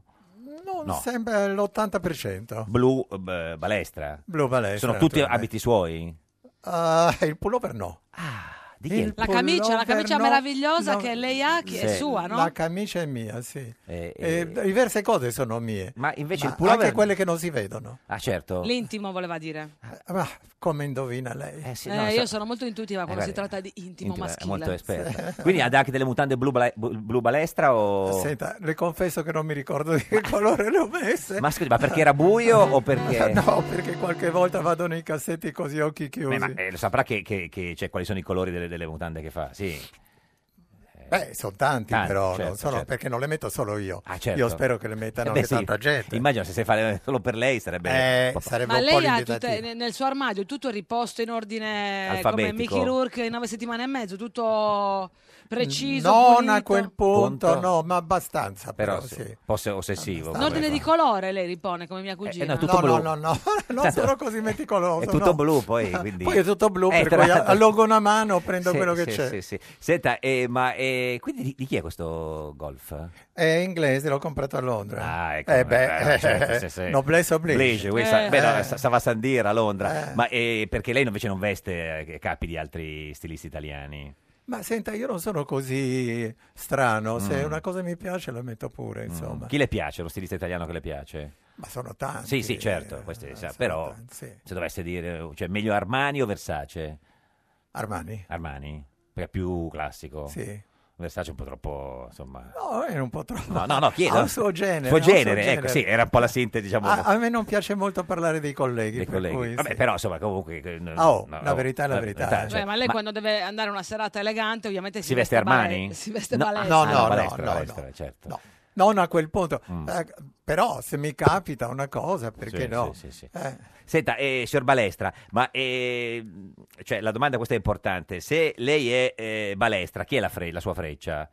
Speaker 13: non
Speaker 2: no.
Speaker 13: sembra l'80%.
Speaker 2: Blu eh, b- balestra?
Speaker 13: Blu balestra,
Speaker 2: Sono tutti
Speaker 13: naturalmente.
Speaker 2: abiti suoi?
Speaker 13: Ah, il pullover no.
Speaker 2: Ah, di chi è?
Speaker 13: Il
Speaker 1: La camicia, la
Speaker 13: pullover
Speaker 1: camicia
Speaker 13: no.
Speaker 1: meravigliosa
Speaker 13: No.
Speaker 1: che lei ha, che è
Speaker 13: Sì.
Speaker 1: sua, no?
Speaker 13: La camicia è mia, sì.
Speaker 2: Eh,
Speaker 13: Eh,
Speaker 2: eh,
Speaker 13: diverse cose sono mie.
Speaker 2: Ma invece il
Speaker 13: anche
Speaker 2: pullover...
Speaker 13: quelle che non si vedono.
Speaker 2: Ah certo.
Speaker 1: L'intimo voleva dire.
Speaker 13: Ma come indovina lei?
Speaker 1: Eh, io sono molto intuitiva quando si
Speaker 2: guarda,
Speaker 1: tratta di intimo
Speaker 2: Intima- Eh, è
Speaker 1: maschile.
Speaker 2: molto esperta. Quindi ha anche delle mutande blu, bala- bu- blu balestra o...
Speaker 13: Senta, le confesso che non mi ricordo di che colore le ho messe.
Speaker 2: Ma scusi, ma perché era buio o perché...
Speaker 13: No, perché qualche volta vado nei cassetti con gli occhi
Speaker 2: Beh,
Speaker 13: chiusi.
Speaker 2: ma eh, lo saprà che, che- che- cioè, quali sono i colori delle, delle mutande che fa, sì. Eh,
Speaker 13: Beh, sono tanti,
Speaker 2: Tanti,
Speaker 13: però,
Speaker 2: certo,
Speaker 13: non sono-
Speaker 2: certo.
Speaker 13: perché non le metto solo io.
Speaker 2: Ah, certo.
Speaker 13: Io spero che le mettano
Speaker 2: Eh,
Speaker 13: anche
Speaker 2: beh, sì.
Speaker 13: tanta gente.
Speaker 2: Immagino se si fa solo per lei sarebbe...
Speaker 13: Eh,
Speaker 2: po- po-
Speaker 13: sarebbe
Speaker 1: Ma lei ha tutte- ne- nel suo armadio tutto riposto in ordine come
Speaker 2: Alfabetico.
Speaker 1: Mickey Rourke in nove settimane e mezzo, tutto preciso,
Speaker 13: Non
Speaker 1: pulito.
Speaker 13: a quel punto,
Speaker 2: Punto.
Speaker 13: no, ma abbastanza, però,
Speaker 2: però
Speaker 13: sì.
Speaker 2: un po' se- ossessivo.
Speaker 1: In ordine di colore lei ripone come mia cugina.
Speaker 2: Eh, no,
Speaker 13: no,
Speaker 2: tutto blu.
Speaker 13: no, no, no, non
Speaker 2: Tanto-
Speaker 13: sono così meticoloso.
Speaker 2: È tutto
Speaker 13: no.
Speaker 2: blu poi, quindi...
Speaker 13: Poi è tutto blu,
Speaker 2: Eh,
Speaker 13: per
Speaker 2: tra
Speaker 13: cui
Speaker 2: l'altro-
Speaker 13: allogo una mano, prendo
Speaker 2: Sì,
Speaker 13: quello che
Speaker 2: sì,
Speaker 13: c'è.
Speaker 2: sì, sì. Senta, eh, ma eh, quindi di, di chi è questo golf?
Speaker 13: È inglese, l'ho comprato a Londra.
Speaker 2: Ah, ecco.
Speaker 13: Eh beh,
Speaker 2: eh, certo, sì, sì.
Speaker 13: noblesse oblige.
Speaker 2: oui, sa-
Speaker 13: Eh.
Speaker 2: beh, no,
Speaker 13: Eh.
Speaker 2: sa- stava a Sandira a Londra,
Speaker 13: Eh.
Speaker 2: ma eh, perché lei invece non veste eh, capi di altri stilisti italiani?
Speaker 13: Ma senta, io non sono così strano, se
Speaker 2: Mm.
Speaker 13: una cosa mi piace la metto pure, insomma.
Speaker 2: Chi le piace, lo stilista italiano che le piace?
Speaker 13: Ma sono tanti. eh,
Speaker 2: Sì, sì, certo, queste- sa- però se dovesse dire, cioè meglio Armani o Versace?
Speaker 13: Armani.
Speaker 2: Armani? Perché è più classico.
Speaker 13: Sì.
Speaker 2: Versace è un po' troppo, insomma...
Speaker 13: No, è un po' troppo.
Speaker 2: No, no, no, chiedo.
Speaker 13: Ha un suo genere.
Speaker 2: Suo
Speaker 13: ha un suo
Speaker 2: genere, ecco, sì, era un po' la sintesi, diciamo,
Speaker 13: A, a me non piace molto parlare dei colleghi.
Speaker 2: dei
Speaker 13: per
Speaker 2: colleghi.
Speaker 13: cui,
Speaker 2: Vabbè,
Speaker 13: sì.
Speaker 2: però, insomma, comunque... eh, no,
Speaker 13: Ah, oh,
Speaker 2: no,
Speaker 13: la
Speaker 2: oh,
Speaker 13: verità è la verità, eh.
Speaker 2: cioè,
Speaker 1: Beh, ma lei
Speaker 2: ma-
Speaker 1: quando deve andare a una serata elegante ovviamente si,
Speaker 2: Si veste Armani?
Speaker 1: bale- si veste
Speaker 2: No,
Speaker 1: balestra.
Speaker 13: No,
Speaker 2: Ah,
Speaker 13: no, no,
Speaker 2: balestra,
Speaker 13: no,
Speaker 2: balestra,
Speaker 13: no.
Speaker 2: certo.
Speaker 13: Non a quel punto.
Speaker 2: Mm.
Speaker 13: Eh, però se mi capita una cosa, perché
Speaker 2: Sì,
Speaker 13: no?
Speaker 2: sì, sì, sì.
Speaker 13: Eh,
Speaker 2: Senta, eh, signor Balestra, ma eh, cioè, la domanda questa è importante. Se lei è eh, Balestra, chi è la, fre- la sua freccia?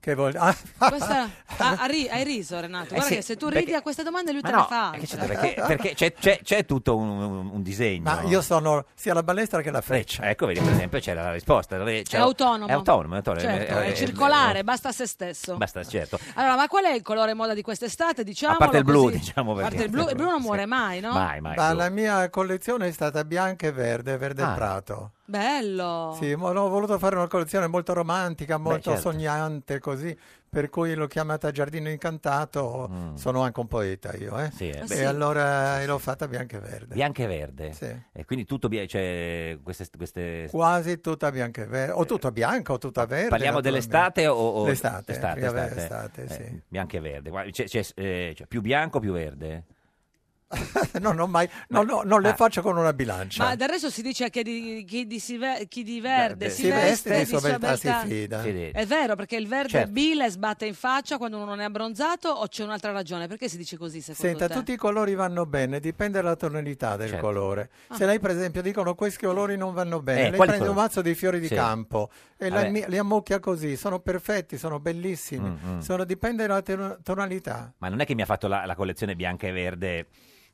Speaker 13: che vol- ah,
Speaker 1: Questa- ah, ha ri- hai riso Renato, guarda
Speaker 2: Eh sì,
Speaker 1: che se tu
Speaker 2: perché-
Speaker 1: ridi a queste domande lui
Speaker 2: Ma
Speaker 1: te
Speaker 2: no,
Speaker 1: ne fa Cioè,
Speaker 2: è che c'è-
Speaker 1: altre.
Speaker 2: perché, perché c'è, c'è- c'è tutto un, un- un disegno.
Speaker 13: ma io sono sia la balestra che la freccia.
Speaker 2: Ecco, vedi, per esempio, c'era la risposta. Lei- c'era-
Speaker 1: autonomo.
Speaker 2: È autonomo, è autonomo.
Speaker 1: Certo,
Speaker 2: Eh,
Speaker 1: è
Speaker 2: eh,
Speaker 1: circolare, basta a se stesso.
Speaker 2: Basta, certo.
Speaker 1: Allora, ma qual è il colore moda di quest'estate? Diciamo
Speaker 2: A parte il blu, diciamo,
Speaker 1: A parte
Speaker 2: perché-
Speaker 1: il blu, il blu non muore mai, no?
Speaker 2: Mai, mai.
Speaker 13: Ma
Speaker 2: blu.
Speaker 13: la mia collezione è stata bianca e verde, verde
Speaker 2: Ah.
Speaker 13: e prato.
Speaker 1: Bello.
Speaker 13: Sì, ma ho voluto fare una collezione molto romantica, molto
Speaker 2: certo.
Speaker 13: sognante, così, per cui l'ho chiamata Giardino Incantato. Sono anche un poeta io, eh.
Speaker 2: Sì, eh,
Speaker 1: Ah,
Speaker 13: e
Speaker 2: beh. Mm. Sì.
Speaker 13: allora l'ho fatta bianca e verde.
Speaker 2: Bianca e verde.
Speaker 13: Sì.
Speaker 2: E quindi tutto... bia- cioè, queste, queste-
Speaker 13: Quasi tutta bianca e verde, o tutta bianca o tutta verde.
Speaker 2: Parliamo
Speaker 13: naturalmente.
Speaker 2: dell'estate o, o-
Speaker 13: l'estate?
Speaker 2: estate,
Speaker 13: primavera,
Speaker 2: estate.
Speaker 13: estate, sì.
Speaker 2: Eh, bianco e verde. Guarda, c'è- c'è, eh, cioè, più bianco o più verde?
Speaker 13: No, no, mai, no, no, non
Speaker 2: ah.
Speaker 13: le faccio con una bilancia.
Speaker 1: Ma del resto si dice che di, chi, di si ve- chi di verde si,
Speaker 13: si veste, di
Speaker 1: sua
Speaker 13: sobrietà
Speaker 1: beltà.
Speaker 13: ah, si fida. Sì, sì.
Speaker 1: È vero, perché il verde
Speaker 13: Certo.
Speaker 1: bile sbatte in faccia quando uno non è abbronzato o c'è un'altra ragione? Perché si dice così secondo
Speaker 13: Senta,
Speaker 1: te?
Speaker 13: tutti i colori vanno bene, dipende dalla tonalità del
Speaker 2: Certo.
Speaker 13: colore.
Speaker 1: Ah.
Speaker 13: Se lei, per esempio, dicono questi colori non vanno bene,
Speaker 2: Eh,
Speaker 13: lei
Speaker 2: quali
Speaker 13: prende un
Speaker 2: colori?
Speaker 13: mazzo di fiori di
Speaker 2: Sì.
Speaker 13: campo e la
Speaker 2: Vabbè.
Speaker 13: mi- li ammucchia così, sono perfetti, sono bellissimi,
Speaker 2: Mm, mm.
Speaker 13: Sono- dipende dalla ten- tonalità.
Speaker 2: Ma non è che mi ha fatto la, la collezione bianca e verde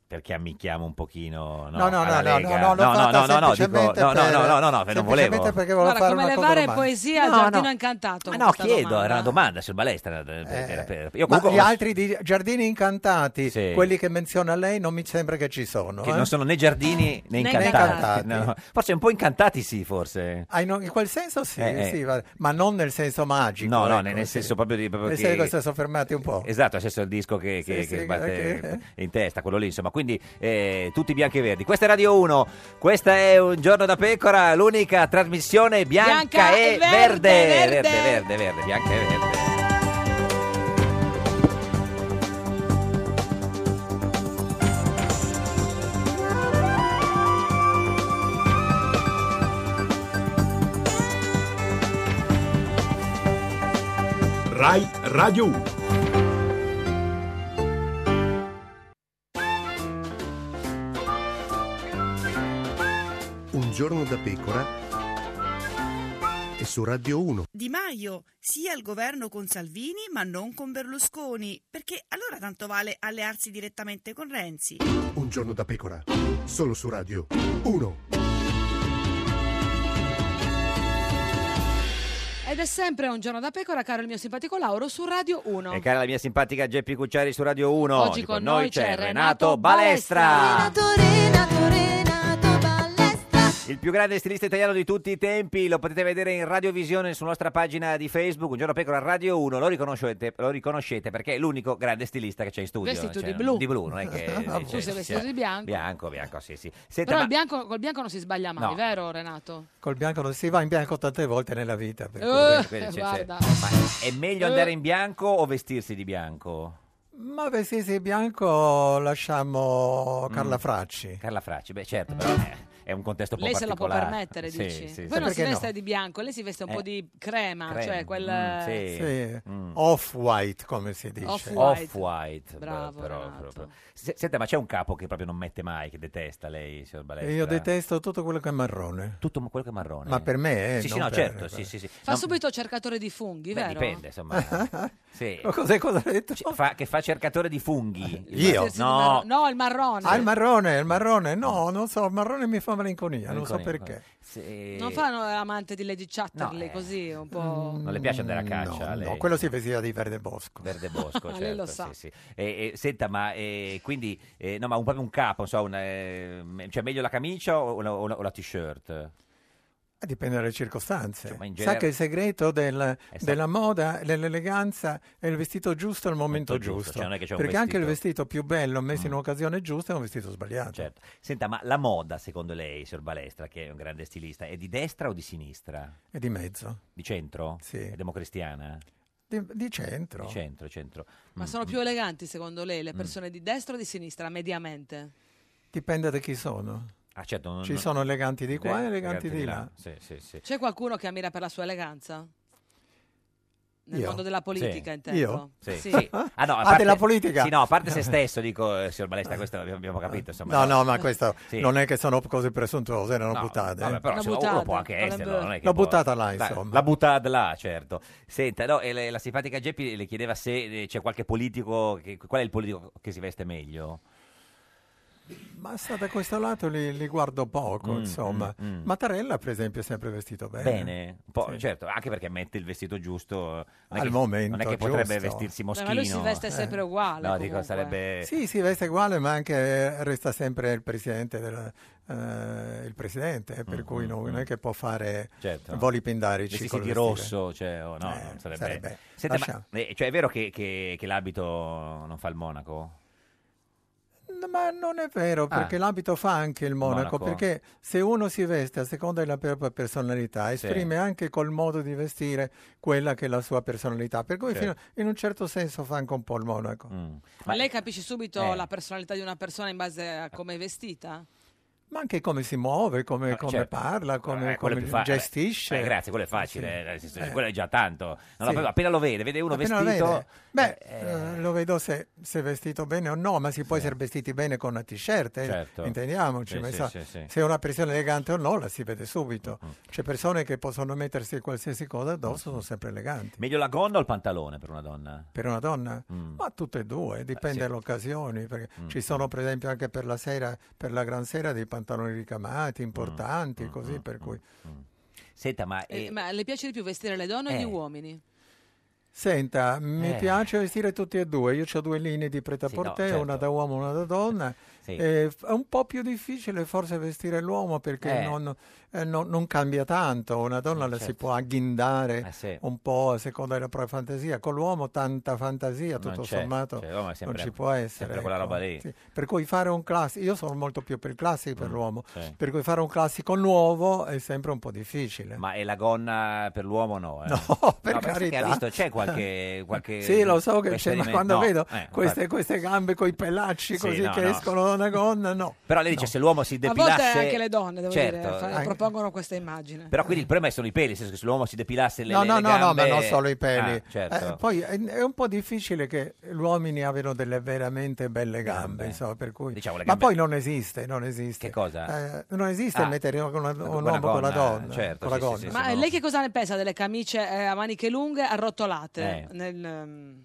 Speaker 2: perché ammicchiamo un pochino no,
Speaker 13: No, no,
Speaker 2: alla
Speaker 13: no, no,
Speaker 2: Lega.
Speaker 13: no, no, l'ho
Speaker 2: no, no,
Speaker 13: fatta
Speaker 2: no, no, dico,
Speaker 13: semplicemente
Speaker 2: no, no,
Speaker 13: per-
Speaker 2: no, no, no, no, non
Speaker 13: semplicemente
Speaker 2: volevo.
Speaker 13: perché volevo
Speaker 1: Guarda,
Speaker 13: fare
Speaker 1: come
Speaker 13: una cosa
Speaker 1: levare
Speaker 13: romantica.
Speaker 1: poesia al
Speaker 13: No,
Speaker 1: giardino
Speaker 13: no.
Speaker 1: incantato.
Speaker 2: Ma
Speaker 1: con
Speaker 2: Ah, no,
Speaker 1: questa
Speaker 2: chiedo,
Speaker 1: domanda.
Speaker 2: era una domanda sul balestra. era per- io
Speaker 13: Eh, Ma
Speaker 2: comunque
Speaker 13: gli
Speaker 2: conosco-
Speaker 13: altri di giardini incantati,
Speaker 2: Sì.
Speaker 13: quelli che menziona lei, non mi sembra che ci sono.
Speaker 2: che
Speaker 13: eh.
Speaker 2: non sono né giardini né
Speaker 13: Né
Speaker 2: incantati.
Speaker 13: incantati.
Speaker 2: No, no. Forse un po' incantati sì, forse.
Speaker 13: Ah, in, in quel senso sì,
Speaker 2: Eh, eh.
Speaker 13: sì, va- ma non nel senso magico.
Speaker 2: No, no,
Speaker 13: ecco,
Speaker 2: nel nel
Speaker 13: sì.
Speaker 2: senso proprio di... Proprio
Speaker 13: Nel
Speaker 2: che-
Speaker 13: senso che si sono fermati un po'.
Speaker 2: Esatto, nel senso il disco che, che,
Speaker 13: Sì,
Speaker 2: che
Speaker 13: sì,
Speaker 2: sbatte
Speaker 13: che-
Speaker 2: in testa, quello lì, insomma. Quindi eh, tutti bianchi e verdi. Questa è Radio 1, questa è Un giorno da pecora, l'unica trasmissione bianca,
Speaker 1: Bianca
Speaker 2: e,
Speaker 1: e verde,
Speaker 2: verde,
Speaker 1: verde.
Speaker 2: verde, verde, verde, bianca e verde.
Speaker 14: Rai Radio 1.
Speaker 10: Un giorno da pecora e su Radio 1.
Speaker 11: Di Maio sia al governo con Salvini ma non con Berlusconi, perché allora tanto vale allearsi direttamente con Renzi.
Speaker 10: Un giorno da pecora, solo su Radio 1.
Speaker 1: Ed è sempre un giorno da pecora, caro il mio simpatico Lauro, su Radio 1.
Speaker 2: E cara la mia simpatica Geppi Cucciari su Radio 1.
Speaker 1: Oggi con noi c'è Renato
Speaker 2: Balestra. Il più grande stilista italiano di tutti i tempi, lo potete vedere in radiovisione sulla nostra pagina di Facebook, Un giorno da pecora Radio 1, lo riconoscete, lo riconoscete perché è l'unico grande stilista che c'è in studio.
Speaker 1: Vestito
Speaker 2: Cioè,
Speaker 1: di blu.
Speaker 2: Di blu, non è che...
Speaker 1: Tu sei
Speaker 2: cioè, ci
Speaker 1: vestito
Speaker 2: sia-
Speaker 1: di bianco.
Speaker 2: Bianco, bianco, sì, sì. Senta,
Speaker 1: Però
Speaker 2: ma-
Speaker 1: il bianco, col bianco non si sbaglia mai,
Speaker 2: No.
Speaker 1: vero Renato?
Speaker 13: Col bianco non si va in bianco tante volte nella vita. per
Speaker 1: Eh,
Speaker 13: cui-
Speaker 2: Quello c'è- c'è-
Speaker 1: guarda.
Speaker 2: ma è meglio
Speaker 1: Eh.
Speaker 2: andare in bianco o vestirsi di bianco?
Speaker 13: Ma vestirsi di bianco lasciamo Carla
Speaker 2: Mm.
Speaker 13: Fracci.
Speaker 2: Carla Fracci, beh certo, però eh, è un contesto un po'
Speaker 1: Lei se la può
Speaker 2: particolare.
Speaker 1: permettere,
Speaker 2: Sì,
Speaker 1: dici.
Speaker 2: sì,
Speaker 1: Poi
Speaker 2: sì.
Speaker 1: non si
Speaker 13: Perché no?
Speaker 1: veste di bianco, lei si veste un
Speaker 2: Eh,
Speaker 1: po' di crema,
Speaker 2: crema,
Speaker 1: cioè quel...
Speaker 2: mm, sì.
Speaker 13: Sì,
Speaker 2: Mm.
Speaker 13: Off-white, come si dice.
Speaker 2: Off white,
Speaker 1: Bravo,
Speaker 2: Senta, ma c'è un capo che proprio non mette mai, che detesta lei, signor Balestra?
Speaker 13: Io detesto tutto quello che è marrone.
Speaker 2: Tutto quello che è marrone.
Speaker 13: Ma per me, eh,
Speaker 2: Sì, sì,
Speaker 13: non
Speaker 2: no,
Speaker 13: per-
Speaker 2: certo, sì, sì, sì.
Speaker 1: Fa
Speaker 2: No,
Speaker 1: subito cercatore di funghi,
Speaker 2: beh,
Speaker 1: vero?
Speaker 2: dipende, insomma. sì.
Speaker 13: Ma cosa- cosa ha detto?
Speaker 2: C- fa- che fa cercatore di funghi.
Speaker 13: Io?
Speaker 2: Ma- No.
Speaker 1: No, il marrone.
Speaker 13: Ah, il marrone, il marrone, no, non so, il marrone mi fa malinconia, non so
Speaker 2: Mm. Malinconia,
Speaker 13: perché.
Speaker 2: Sì.
Speaker 1: Non fanno amante di Lady Chatterley,
Speaker 2: eh.
Speaker 1: così un po'...
Speaker 2: Non le piace andare a caccia? a
Speaker 13: No,
Speaker 2: lei?
Speaker 13: no, quello si vestiva di verde bosco.
Speaker 2: Verde Bosco,
Speaker 1: Ah,
Speaker 2: certo,
Speaker 1: lei lo sa.
Speaker 2: sì, sì. E, e, senta, ma eh, quindi, eh, no, ma un, proprio un capo, non so, un, eh, me- cioè meglio la camicia o la, o la- o la t-shirt?
Speaker 13: Eh, Dipende dalle circostanze.
Speaker 2: Insomma, in
Speaker 13: Sa
Speaker 2: genere-
Speaker 13: che il segreto del-
Speaker 2: sa-
Speaker 13: della moda, dell'eleganza è il vestito giusto al momento
Speaker 2: Momento giusto,
Speaker 13: giusto.
Speaker 2: cioè non è che c'è un
Speaker 13: Perché anche il
Speaker 2: vestito- Mm.
Speaker 13: vestito più bello messo in un'occasione giusta è un vestito sbagliato.
Speaker 2: Certo. Senta, ma la moda, secondo lei, signor Balestra, che è un grande stilista, è di destra o di sinistra?
Speaker 13: È di mezzo,
Speaker 2: Di centro?
Speaker 13: Sì.
Speaker 2: È democristiana?
Speaker 13: di, di centro.
Speaker 2: Di centro, centro.
Speaker 1: Ma
Speaker 2: Mm.
Speaker 1: sono più eleganti secondo lei le persone di destra o di sinistra, mediamente?
Speaker 13: Dipende da chi sono.
Speaker 2: Ah, certo, non-
Speaker 13: Ci
Speaker 2: non-
Speaker 13: sono eleganti di qua
Speaker 2: Eh,
Speaker 13: e eleganti di là.
Speaker 2: Sì, sì, sì.
Speaker 1: C'è qualcuno che ammira per la sua eleganza? Nel
Speaker 2: Io?
Speaker 1: mondo della politica,
Speaker 2: Sì.
Speaker 1: intendo.
Speaker 13: Io?
Speaker 2: Sì.
Speaker 1: Sì.
Speaker 2: Ah, no, a
Speaker 13: Ah,
Speaker 2: parte-
Speaker 13: della politica?
Speaker 2: Sì, no, a parte se stesso, dico, eh, signor Balestra, questo abbiamo capito. Insomma, eh,
Speaker 13: No, no, ma questo
Speaker 2: Sì.
Speaker 13: non è che sono cose presuntuose, erano
Speaker 2: No,
Speaker 13: buttate.
Speaker 2: vabbè, però
Speaker 13: Una
Speaker 2: se no, uno
Speaker 13: buttata,
Speaker 2: può anche
Speaker 13: con la
Speaker 2: esserlo,
Speaker 13: bur-
Speaker 2: non è che
Speaker 13: L'ho
Speaker 2: può-
Speaker 13: buttata là,
Speaker 2: Dai,
Speaker 13: insomma.
Speaker 2: L'ha buttata là, certo. Senta, no, e le- la simpatica Geppi le chiedeva se eh, c'è qualche politico, che- qual è il politico che si veste meglio?
Speaker 13: Ma sta da questo lato li, li guardo poco,
Speaker 2: Mm,
Speaker 13: insomma.
Speaker 2: mm, mm.
Speaker 13: Mattarella, per esempio, è sempre vestito bene.
Speaker 2: Bene, un po',
Speaker 13: Sì.
Speaker 2: certo, anche perché mette il vestito giusto. eh, Non è
Speaker 13: Al
Speaker 2: che,
Speaker 13: momento
Speaker 2: Non è che potrebbe
Speaker 13: giusto.
Speaker 2: vestirsi
Speaker 1: Beh,
Speaker 2: moschino.
Speaker 1: ma lui si veste
Speaker 13: Eh.
Speaker 1: sempre uguale.
Speaker 2: No, dico,
Speaker 1: comunque.
Speaker 2: sarebbe...
Speaker 13: Sì, si veste uguale, ma anche eh, resta sempre il presidente, del- eh, il presidente per cui non, non è che può fare
Speaker 2: Mm, Certo.
Speaker 13: voli pindarici.
Speaker 2: Vestiti
Speaker 13: col
Speaker 2: di
Speaker 13: vestire.
Speaker 2: rosso, cioè, o no,
Speaker 13: Eh,
Speaker 2: non sarebbe...
Speaker 13: sarebbe-
Speaker 2: Senta, ma-
Speaker 13: lascia-
Speaker 2: eh, cioè, è vero che, che- che l'abito non fa il monaco?
Speaker 13: No, Ma non è vero,
Speaker 2: Ah.
Speaker 13: perché l'abito fa anche il monaco,
Speaker 2: Monaco.
Speaker 13: perché se uno si veste a seconda della propria personalità,
Speaker 2: Sì.
Speaker 13: esprime anche col modo di vestire quella che è la sua personalità, per cui
Speaker 2: Certo.
Speaker 13: fino- in un certo senso fa anche un po' il monaco.
Speaker 2: Mm.
Speaker 1: Ma lei capisce subito
Speaker 13: Eh.
Speaker 1: la personalità di una persona in base a come è vestita?
Speaker 13: Ma anche come si muove, come, come
Speaker 2: certo.
Speaker 13: parla, come,
Speaker 2: Eh, quello è
Speaker 13: come
Speaker 2: più fa-
Speaker 13: gestisce.
Speaker 2: Eh, grazie, quello è
Speaker 13: Sì.
Speaker 2: facile, eh, nel senso,
Speaker 13: Eh.
Speaker 2: quello è già tanto. Non lo-
Speaker 13: Sì.
Speaker 2: appena lo vede, vede uno
Speaker 13: Appena lo
Speaker 2: vestito...
Speaker 13: vede. Beh, eh, lo vedo se, se è vestito bene o no, ma si può essere vestiti bene con una t-shirt, eh,
Speaker 2: Certo.
Speaker 13: intendiamoci.
Speaker 2: Sì,
Speaker 13: ma
Speaker 2: sì,
Speaker 13: sa-
Speaker 2: sì, Mm, sì.
Speaker 13: Se è una persona elegante o no, la si vede subito. C'è persone che possono mettersi qualsiasi cosa
Speaker 2: Mm,
Speaker 13: addosso, sono sempre eleganti.
Speaker 2: Meglio la gonna o il pantalone per una donna?
Speaker 13: Per una donna?
Speaker 2: Mm.
Speaker 13: Ma tutte e due, dipende
Speaker 2: sì.
Speaker 13: dalle occasioni, perché
Speaker 2: Mm.
Speaker 13: ci sono per esempio anche per la sera, per la gran sera, dei pantaloni
Speaker 2: Mm,
Speaker 13: ricamati, importanti, così, per cui...
Speaker 2: Senta, ma...
Speaker 1: Eh,
Speaker 2: eh,
Speaker 1: ma le piace di più vestire le donne o
Speaker 13: Eh.
Speaker 1: gli uomini?
Speaker 13: Senta, mi
Speaker 2: Eh.
Speaker 13: piace vestire tutti e due. Io ho due linee di
Speaker 2: Sì, no,
Speaker 13: prêt-à-porter,
Speaker 2: certo.
Speaker 13: una da uomo e una da donna.
Speaker 2: Sì.
Speaker 13: Eh, f- è un po' più difficile forse vestire l'uomo perché
Speaker 2: Eh.
Speaker 13: non, eh, no- non cambia tanto. Una donna la si
Speaker 2: certo.
Speaker 13: può agghindare
Speaker 2: Eh, sì.
Speaker 13: un po' a seconda della propria fantasia. Con l'uomo tanta fantasia,
Speaker 2: Non
Speaker 13: tutto
Speaker 2: c'è,
Speaker 13: sommato,
Speaker 2: cioè, l'uomo è sempre-
Speaker 13: non ci può essere. ecco.
Speaker 2: sempre quella roba lì.
Speaker 13: Sì. Per cui fare un classico, io sono molto più per il classico per
Speaker 2: Mm,
Speaker 13: l'uomo,
Speaker 2: sì.
Speaker 13: per cui fare un classico nuovo è sempre un po' difficile.
Speaker 2: Ma è la gonna per l'uomo o no? eh?
Speaker 13: No, per
Speaker 2: perché
Speaker 13: carità.
Speaker 2: ha visto, c'è qualche... qualche
Speaker 13: Sì, lo so che c'è, ma
Speaker 2: esperimento?
Speaker 13: quando
Speaker 2: No,
Speaker 13: vedo
Speaker 2: eh,
Speaker 13: queste,
Speaker 2: infatti.
Speaker 13: queste gambe con i pelacci
Speaker 2: Sì,
Speaker 13: così
Speaker 2: no,
Speaker 13: che
Speaker 2: no.
Speaker 13: escono da una gonna, no.
Speaker 2: Però lei dice se l'uomo si
Speaker 1: A
Speaker 2: depilasse...
Speaker 1: volte anche le donne, devo
Speaker 2: Certo,
Speaker 1: dire, fa-
Speaker 2: anche-
Speaker 1: propongono questa immagine.
Speaker 2: Però quindi il problema è sono i peli, nel senso che se l'uomo si depilasse le,
Speaker 13: No,
Speaker 2: le-
Speaker 13: no,
Speaker 2: le
Speaker 13: no, no,
Speaker 2: gambe-
Speaker 13: ma non solo i peli.
Speaker 2: Ah, certo.
Speaker 13: Eh, poi è, è un po' difficile che gli uomini abbiano delle veramente belle gambe, insomma, per cui...
Speaker 2: Diciamo, le
Speaker 13: Ma
Speaker 2: gambe-
Speaker 13: poi non esiste, non esiste.
Speaker 2: Che cosa?
Speaker 13: Eh, non esiste
Speaker 2: Ah,
Speaker 13: mettere un, un uomo
Speaker 2: una
Speaker 13: con la
Speaker 2: gonna,
Speaker 13: donna.
Speaker 2: certo,
Speaker 13: con la
Speaker 2: sì, sì,
Speaker 13: gonna.
Speaker 2: sì,
Speaker 1: Ma eh, lei che cosa ne pensa delle camicie eh, a maniche lunghe arrotolate?
Speaker 2: Eh.
Speaker 1: Nel, ehm,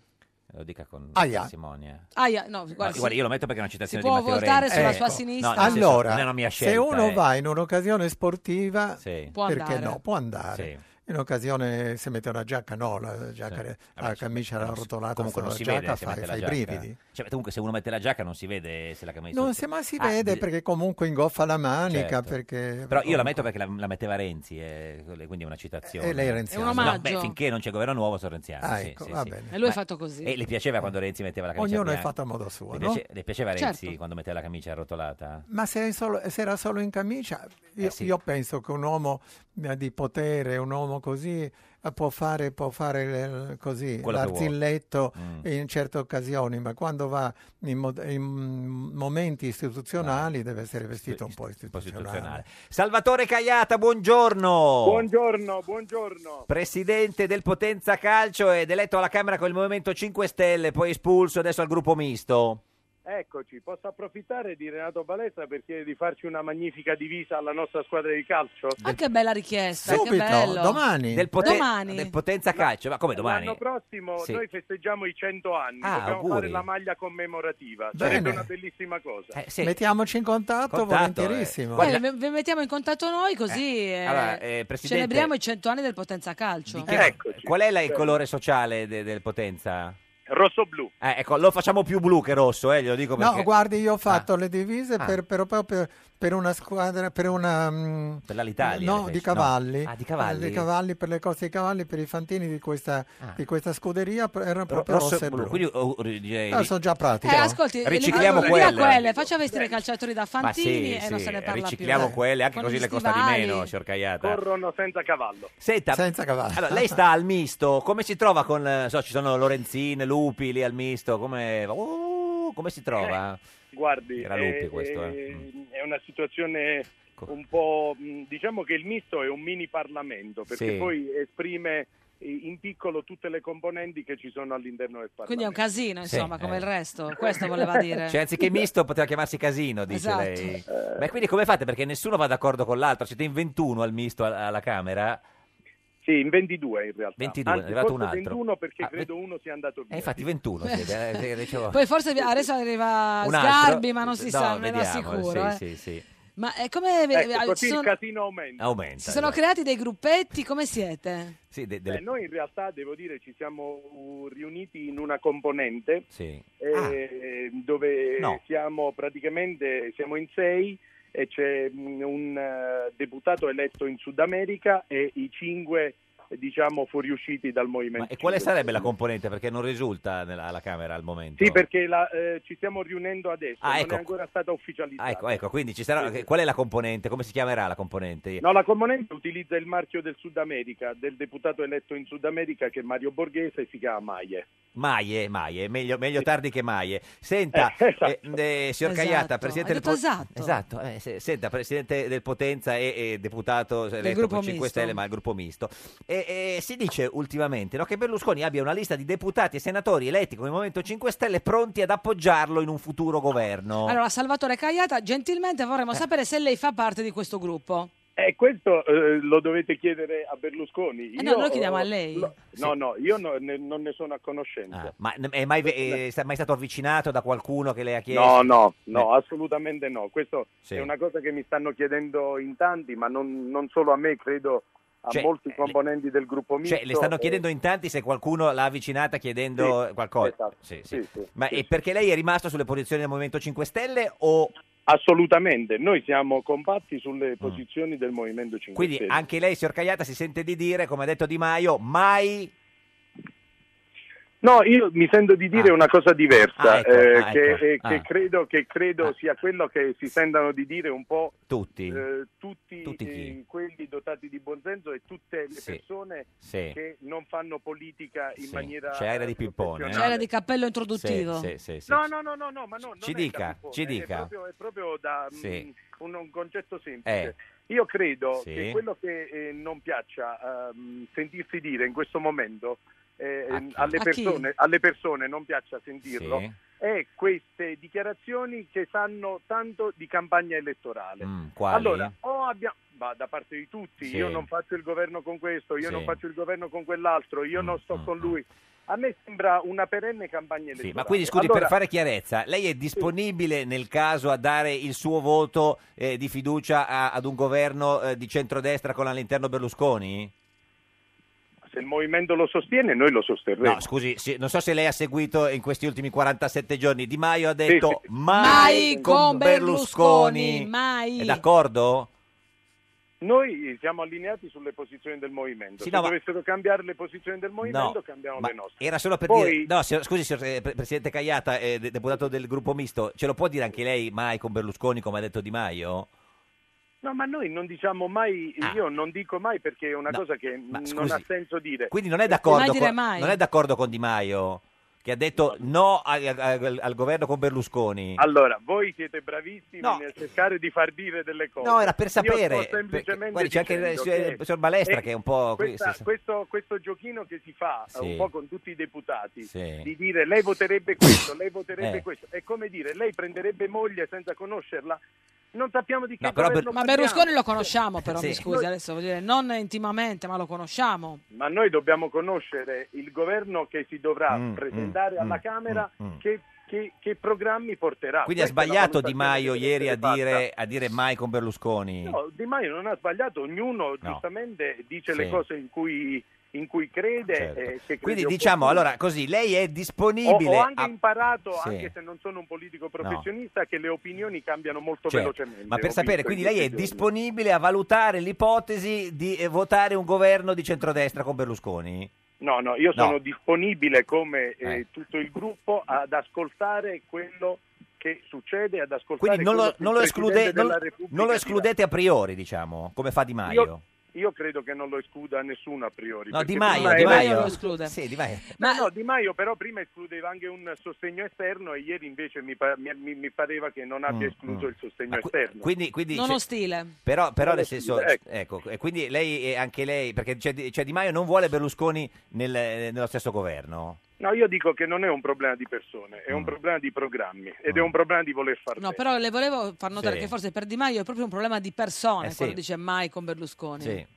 Speaker 2: Lo dica con
Speaker 13: Aia.
Speaker 2: testimonia.
Speaker 1: Aia, no, guarda,
Speaker 2: Ma,
Speaker 1: si-
Speaker 2: guarda, io lo metto perché è una citazione
Speaker 1: si può
Speaker 2: di Matteo
Speaker 1: voltare
Speaker 2: Renzi.
Speaker 1: sulla
Speaker 2: Eh,
Speaker 1: sua
Speaker 2: ecco.
Speaker 1: sinistra.
Speaker 2: No, nel senso,
Speaker 13: allora,
Speaker 2: non è una mia
Speaker 13: se
Speaker 2: scelta,
Speaker 13: uno
Speaker 2: eh.
Speaker 13: va in un'occasione sportiva,
Speaker 2: Sì.
Speaker 1: Può
Speaker 13: perché
Speaker 1: andare.
Speaker 13: no? Può andare.
Speaker 2: Sì.
Speaker 13: In un'occasione se mette una giacca, no, la, giacca, la camicia arrotolata
Speaker 2: Comunque non
Speaker 13: sulla
Speaker 2: si
Speaker 13: giacca
Speaker 2: vede se
Speaker 13: fa,
Speaker 2: mette
Speaker 13: fa
Speaker 2: la
Speaker 13: Cioè, i
Speaker 2: giacca.
Speaker 13: brividi.
Speaker 2: Cioè, comunque se uno mette la giacca non si vede se la camicia
Speaker 13: Non
Speaker 2: sotto.
Speaker 13: si, ma si
Speaker 2: Ah,
Speaker 13: vede
Speaker 2: di-
Speaker 13: perché comunque ingoffa la manica
Speaker 2: certo.
Speaker 13: perché...
Speaker 2: Però io la metto perché la, la metteva Renzi, eh, quindi è una citazione.
Speaker 13: E Eh, lei è renziana.
Speaker 1: È un
Speaker 2: No,
Speaker 1: omaggio.
Speaker 2: beh, finché non c'è governo nuovo sono renziano.
Speaker 13: Ah,
Speaker 2: sì,
Speaker 13: ecco,
Speaker 2: sì,
Speaker 13: va
Speaker 2: sì.
Speaker 13: bene.
Speaker 1: E lui è
Speaker 2: Ma-
Speaker 1: fatto così.
Speaker 2: E le piaceva quando Renzi metteva la camicia
Speaker 13: Ognuno è
Speaker 2: bianca?
Speaker 13: fatto a modo suo,
Speaker 2: Le,
Speaker 13: no?
Speaker 2: piace- le piaceva
Speaker 13: Certo.
Speaker 2: Renzi quando metteva la camicia arrotolata?
Speaker 13: Ma se, è solo- se era solo in camicia,
Speaker 2: Eh
Speaker 13: io, io penso che un uomo eh, di potere, un uomo così, eh, può fare, può fare le- così,
Speaker 2: Quello che vuole.
Speaker 13: l'arzilletto
Speaker 2: Mm.
Speaker 13: in certe occasioni, ma quando va in, mo- in momenti istituzionali deve essere vestito un po' istituzionale.
Speaker 2: Costituzionale. Salvatore Cagliata, buongiorno.
Speaker 15: Buongiorno, buongiorno.
Speaker 2: Presidente del Potenza Calcio ed eletto alla Camera con il Movimento 5 Stelle, poi espulso adesso al gruppo misto.
Speaker 15: Eccoci, posso approfittare di Renato Balestra per chiedere di farci una magnifica divisa alla nostra squadra di calcio?
Speaker 1: Ah, che bella richiesta, che bello.
Speaker 2: Del,
Speaker 1: Domani.
Speaker 2: del Potenza Calcio, ma come domani?
Speaker 15: L'anno prossimo
Speaker 2: Sì.
Speaker 15: noi festeggiamo i 100 anni,
Speaker 2: Ah,
Speaker 15: dobbiamo
Speaker 2: auguri.
Speaker 15: fare la maglia commemorativa,
Speaker 13: Bene.
Speaker 15: sarebbe una bellissima cosa.
Speaker 13: Mettiamoci in contatto,
Speaker 2: Eh Contatto,
Speaker 13: volentierissimo.
Speaker 2: eh. Guarda-
Speaker 1: Eh, vi mettiamo in contatto noi così eh,
Speaker 2: allora, eh, Presidente-
Speaker 1: celebriamo i 100 anni del Potenza Calcio. Eh,
Speaker 2: Che- Qual è la- il colore sociale de- del Potenza?
Speaker 15: Rosso-blu.
Speaker 2: Eh, ecco, lo facciamo più blu che rosso, eh, glielo dico perché...
Speaker 13: No, guardi, io ho fatto le divise
Speaker 2: Ah.
Speaker 13: per, però proprio per, una squadra, per una... mm,
Speaker 2: Per l'Alitalia, le
Speaker 13: No,
Speaker 2: fece,
Speaker 13: di
Speaker 2: no?
Speaker 13: cavalli.
Speaker 2: Ah, di cavalli.
Speaker 13: Eh, di cavalli, per le corse di cavalli, per i fantini di questa,
Speaker 2: Ah.
Speaker 13: di questa scuderia, pr- erano
Speaker 2: Ro-
Speaker 13: proprio rosse e blu.
Speaker 2: Quindi, oh, ri- direi-
Speaker 13: Ah, sono già pratico.
Speaker 1: Eh, ascolti,
Speaker 2: Ricicliamo
Speaker 1: li- via
Speaker 2: quelle.
Speaker 1: faccia vestire i calciatori da
Speaker 2: Ma
Speaker 1: Fantini
Speaker 2: sì,
Speaker 1: e non
Speaker 2: sì,
Speaker 1: se ne parla
Speaker 2: ricicliamo
Speaker 1: più. eh.
Speaker 2: quelle, anche
Speaker 1: Con
Speaker 2: così
Speaker 1: gli
Speaker 2: le costa di
Speaker 1: stivali.
Speaker 2: meno, signor Caiata.
Speaker 15: Corrono senza cavallo.
Speaker 2: Senta,
Speaker 13: Senza cavallo.
Speaker 2: Allora, lei sta al misto, come si trova con... eh, So, ci sono Lorenzine, Lupi lì al misto, come... oh, come si trova?
Speaker 15: Guardi,
Speaker 2: Era
Speaker 15: è,
Speaker 2: Lupi questo,
Speaker 15: è-
Speaker 2: eh.
Speaker 15: è una situazione un po'... mh, diciamo che il misto è un mini Parlamento, perché
Speaker 2: Sì.
Speaker 15: poi esprime eh, in piccolo tutte le componenti che ci sono all'interno del Parlamento.
Speaker 1: Quindi è un casino,
Speaker 2: Sì,
Speaker 1: insomma, come
Speaker 2: eh.
Speaker 1: il resto. Questo voleva dire.
Speaker 2: Cioè, anziché misto poteva chiamarsi casino, dice
Speaker 1: Esatto.
Speaker 2: lei.
Speaker 15: Eh.
Speaker 2: Ma quindi come fate? Perché nessuno va d'accordo con l'altro. Siete in 21 al misto a- alla Camera.
Speaker 15: Sì, in 22 in realtà.
Speaker 2: 22,
Speaker 15: Anzi,
Speaker 2: è arrivato un
Speaker 15: forse
Speaker 2: altro.
Speaker 15: 21 perché
Speaker 2: Ah,
Speaker 15: credo uno sia andato
Speaker 2: E
Speaker 15: via.
Speaker 2: Ah, eh, infatti 21 siete. eh, se- dicevo-
Speaker 1: Poi forse vi- adesso arriva
Speaker 2: Un altro.
Speaker 1: Sgarbi, ma non si
Speaker 2: No,
Speaker 1: sa, me lo
Speaker 2: vediamo,
Speaker 1: assicuro. eh.
Speaker 2: Sì, sì, sì.
Speaker 1: Ma è come
Speaker 15: Ecco,
Speaker 1: eh,
Speaker 15: così
Speaker 1: sono-
Speaker 15: il casino aumenta.
Speaker 2: Aumenta.
Speaker 1: si sono
Speaker 2: esatto.
Speaker 1: creati dei gruppetti, come siete?
Speaker 2: Sì, de-
Speaker 15: Beh,
Speaker 2: delle-
Speaker 15: Eh, noi in realtà, devo dire, ci siamo uh, riuniti in una componente
Speaker 2: sì.
Speaker 15: eh, dove
Speaker 2: Ah. No.
Speaker 15: siamo praticamente siamo in sei e c'è mh, un eh, deputato eletto in Sud America e i cinque eh, diciamo fuoriusciti dal
Speaker 2: Ma
Speaker 15: movimento.
Speaker 2: e quale
Speaker 15: Cinque
Speaker 2: sarebbe la
Speaker 15: Stelle.
Speaker 2: componente? Perché non risulta nella- alla Camera al momento.
Speaker 15: Sì, perché la, eh, ci stiamo riunendo adesso,
Speaker 2: Ah,
Speaker 15: non
Speaker 2: ecco.
Speaker 15: è ancora stata ufficializzata.
Speaker 2: Ah, ecco, ecco, quindi ci sarà... qual è la componente? Come si chiamerà la componente?
Speaker 15: No, la componente utilizza il marchio del Sud America, del deputato eletto in Sud America che è Mario Borghese e si chiama Maie.
Speaker 2: Maie, Maie, meglio, meglio tardi che Maie. Senta, eh, eh,
Speaker 15: Esatto.
Speaker 2: signor Cagliata, presidente
Speaker 15: Hai
Speaker 2: del,
Speaker 15: detto
Speaker 1: esatto.
Speaker 2: Esatto, eh, se- senta, presidente del Potenza e, e deputato eletto
Speaker 1: gruppo
Speaker 2: con 5
Speaker 1: misto.
Speaker 2: Stelle, ma il gruppo misto. E, e si dice ultimamente no, che Berlusconi abbia una lista di deputati e senatori eletti con il Movimento 5 Stelle pronti ad appoggiarlo in un futuro governo.
Speaker 1: Allora, Salvatore Cagliata, gentilmente vorremmo
Speaker 2: Eh.
Speaker 1: sapere se lei fa parte di questo gruppo.
Speaker 15: E questo eh, lo dovete chiedere a Berlusconi.
Speaker 1: Eh no, noi chiediamo a lei.
Speaker 15: lo- no, no, io no- ne- non ne sono a conoscenza.
Speaker 2: ma n- è mai, ve- è mai stato avvicinato da qualcuno che le ha chiesto?
Speaker 15: No, no, no,
Speaker 2: Eh,
Speaker 15: assolutamente no. Questo
Speaker 2: Sì.
Speaker 15: è una cosa che mi stanno chiedendo in tanti, ma non, non solo a me, credo a
Speaker 2: Cioè,
Speaker 15: molti componenti del gruppo misto.
Speaker 2: Cioè, le stanno
Speaker 15: Eh,
Speaker 2: chiedendo in tanti se qualcuno l'ha avvicinata chiedendo
Speaker 15: Sì,
Speaker 2: qualcosa.
Speaker 15: esatto.
Speaker 2: Sì, sì.
Speaker 15: sì, sì.
Speaker 2: Ma è perché lei è rimasto sulle posizioni del Movimento 5 Stelle o
Speaker 15: Assolutamente, noi siamo compatti sulle posizioni del Movimento 5
Speaker 2: Mm. quindi
Speaker 15: Stelle.
Speaker 2: anche lei, signor Cagliata, si sente di dire, come ha detto Di Maio, mai
Speaker 15: No, io mi sento di dire una cosa diversa,
Speaker 2: Ah, ecco,
Speaker 15: eh,
Speaker 2: ah,
Speaker 15: che,
Speaker 2: ecco,
Speaker 15: eh, che
Speaker 2: ah.
Speaker 15: credo, che credo sia quello che si sentano di dire un po'
Speaker 2: Tutti.
Speaker 15: eh, tutti,
Speaker 2: Tutti chi?
Speaker 15: eh, quelli dotati di buonsenso e tutte le
Speaker 2: Sì.
Speaker 15: persone
Speaker 2: Sì.
Speaker 15: che non fanno politica in
Speaker 2: Sì.
Speaker 15: maniera...
Speaker 2: C'è aria di pippone. eh?
Speaker 1: C'era di cappello introduttivo.
Speaker 2: Sì, sì, sì, sì.
Speaker 15: No, no, no, no, no, ma no, non
Speaker 2: Ci
Speaker 15: è
Speaker 2: dica,
Speaker 15: da pippone,
Speaker 2: ci
Speaker 15: è
Speaker 2: dica.
Speaker 15: eh, proprio- È proprio, da mh,
Speaker 2: Sì.
Speaker 15: un, un concetto semplice.
Speaker 2: Eh.
Speaker 15: Io credo
Speaker 2: Sì.
Speaker 15: che quello che eh, non piaccia ehm, sentirsi dire in questo momento eh,
Speaker 2: A
Speaker 15: ehm,
Speaker 2: chi?
Speaker 15: alle,
Speaker 2: A chi?
Speaker 15: persone, alle persone non piaccia sentirlo
Speaker 2: Sì.
Speaker 15: è queste dichiarazioni che sanno tanto di campagna elettorale.
Speaker 2: Mm, quali?
Speaker 15: Allora, o abbiamo ma da parte di tutti,
Speaker 2: Sì.
Speaker 15: io non faccio il governo con questo, io
Speaker 2: Sì. Mm,
Speaker 15: non faccio il governo con quell'altro, io non sto con lui. A me sembra una perenne campagna elettorale.
Speaker 2: Sì, ma quindi scusi,
Speaker 15: Allora,
Speaker 2: per fare chiarezza, lei è disponibile nel caso a dare il suo voto eh, di fiducia a- ad un governo eh, di centrodestra con all'interno Berlusconi?
Speaker 15: se il movimento lo sostiene, noi lo sosterremo.
Speaker 2: No, scusi, sì, non so se lei ha seguito in questi ultimi 47 giorni. Di Maio ha detto
Speaker 15: sì.
Speaker 2: mai,
Speaker 15: Mai
Speaker 2: con
Speaker 15: con
Speaker 2: Berlusconi.
Speaker 15: Berlusconi, mai.
Speaker 2: È d'accordo?
Speaker 15: Noi siamo allineati sulle posizioni del movimento.
Speaker 2: Sì,
Speaker 15: se
Speaker 2: no, ma-
Speaker 15: dovessero cambiare le posizioni del movimento, cambiamo
Speaker 2: ma
Speaker 15: le nostre.
Speaker 2: Era solo per
Speaker 15: Poi-
Speaker 2: dire. No, signor- scusi, signor eh, pre- Presidente Cagliata, eh, de- deputato del gruppo misto, ce lo può dire anche lei mai con Berlusconi, come ha detto Di Maio?
Speaker 15: No, ma noi non diciamo mai, io non dico mai perché è una cosa che non
Speaker 2: Ah. scusi,
Speaker 15: ha senso dire.
Speaker 2: Quindi non è d'accordo,
Speaker 15: Mai Eh, dire
Speaker 2: con,
Speaker 15: mai.
Speaker 2: non è d'accordo con Di Maio, che ha detto no al, al- al governo con Berlusconi.
Speaker 15: Allora, voi siete bravissimi nel cercare di far dire delle cose.
Speaker 2: No, era per
Speaker 15: Io
Speaker 2: sapere,
Speaker 15: sto semplicemente
Speaker 2: perché, guardi, c'è anche il
Speaker 15: dicendo
Speaker 2: signor-
Speaker 15: che-
Speaker 2: il signor Balestra
Speaker 15: eh,
Speaker 2: che è un po' qui,
Speaker 15: questa-
Speaker 2: sì, sì.
Speaker 15: questo, questo giochino che si fa eh,
Speaker 2: Sì.
Speaker 15: un po' con tutti i deputati
Speaker 2: Sì.
Speaker 15: di dire lei voterebbe questo, lei voterebbe
Speaker 2: Eh.
Speaker 15: questo, è come dire lei prenderebbe moglie senza conoscerla. Non sappiamo di che
Speaker 2: No, però Eh,
Speaker 15: governo
Speaker 1: Ma
Speaker 15: parliamo.
Speaker 1: Berlusconi lo conosciamo però,
Speaker 15: Sì.
Speaker 1: mi scusi, adesso voglio dire, non intimamente, ma lo conosciamo.
Speaker 15: Ma noi dobbiamo conoscere il governo che si dovrà
Speaker 2: Mm,
Speaker 15: presentare alla Camera Che, che- che programmi porterà.
Speaker 2: Quindi ha
Speaker 15: Questa è la
Speaker 2: sbagliato Di
Speaker 15: valutazione
Speaker 2: Maio
Speaker 15: che
Speaker 2: ieri
Speaker 15: deve
Speaker 2: a
Speaker 15: essere fatta.
Speaker 2: dire, a dire mai con Berlusconi.
Speaker 15: No, Di Maio non ha sbagliato, ognuno giustamente dice
Speaker 2: Sì.
Speaker 15: le cose in cui, in cui crede.
Speaker 2: Certo.
Speaker 15: eh, che crede
Speaker 2: Quindi
Speaker 15: opportuno.
Speaker 2: diciamo, allora, così, lei è
Speaker 15: Ho,
Speaker 2: disponibile
Speaker 15: ho anche
Speaker 2: a-
Speaker 15: imparato,
Speaker 2: Sì.
Speaker 15: anche se non sono un politico professionista, che le opinioni cambiano molto
Speaker 2: Certo.
Speaker 15: velocemente.
Speaker 2: Ma per
Speaker 15: Ho
Speaker 2: sapere,
Speaker 15: visto in
Speaker 2: quindi lei
Speaker 15: questi
Speaker 2: è
Speaker 15: giorni.
Speaker 2: disponibile a valutare l'ipotesi di eh, votare un governo di centrodestra con Berlusconi?
Speaker 15: No, no, io
Speaker 2: No.
Speaker 15: sono disponibile come eh,
Speaker 2: Eh.
Speaker 15: tutto il gruppo ad ascoltare quello che succede, ad ascoltare
Speaker 2: Quindi non
Speaker 15: quello
Speaker 2: lo,
Speaker 15: che
Speaker 2: non lo
Speaker 15: il
Speaker 2: esclude-
Speaker 15: Presidente
Speaker 2: non-
Speaker 15: della Repubblica
Speaker 2: non lo
Speaker 15: dirà.
Speaker 2: escludete a priori, diciamo, come fa Di Maio.
Speaker 15: Io, io credo che non lo escluda nessuno a priori.
Speaker 2: No,
Speaker 15: perché
Speaker 2: Di Maio,
Speaker 15: prima
Speaker 2: Di
Speaker 15: era-
Speaker 2: Maio lo esclude. Sì, Di Maio.
Speaker 15: No, no, Di Maio però prima escludeva anche un sostegno esterno e ieri invece mi, pa- mi- mi- mi pareva che non abbia
Speaker 2: Mm,
Speaker 15: escluso
Speaker 2: mm.
Speaker 15: il sostegno esterno.
Speaker 2: Quindi, quindi
Speaker 1: Non
Speaker 2: cioè,
Speaker 1: ostile.
Speaker 2: Però, però
Speaker 15: Non eh,
Speaker 2: nel
Speaker 15: ostile,
Speaker 2: senso, ecco. e quindi lei e anche lei, perché c'è, Di- c'è Di Maio non vuole Berlusconi nel- nello stesso governo.
Speaker 15: No, io dico che non è un problema di persone,
Speaker 2: Mm.
Speaker 15: è un problema di programmi ed è un problema di voler far
Speaker 1: No,
Speaker 15: bene.
Speaker 1: però le volevo far notare
Speaker 15: Sì.
Speaker 1: che forse per Di Maio è proprio un problema di persone,
Speaker 15: Eh, sì.
Speaker 1: quello dice mai con Berlusconi.
Speaker 15: Eh,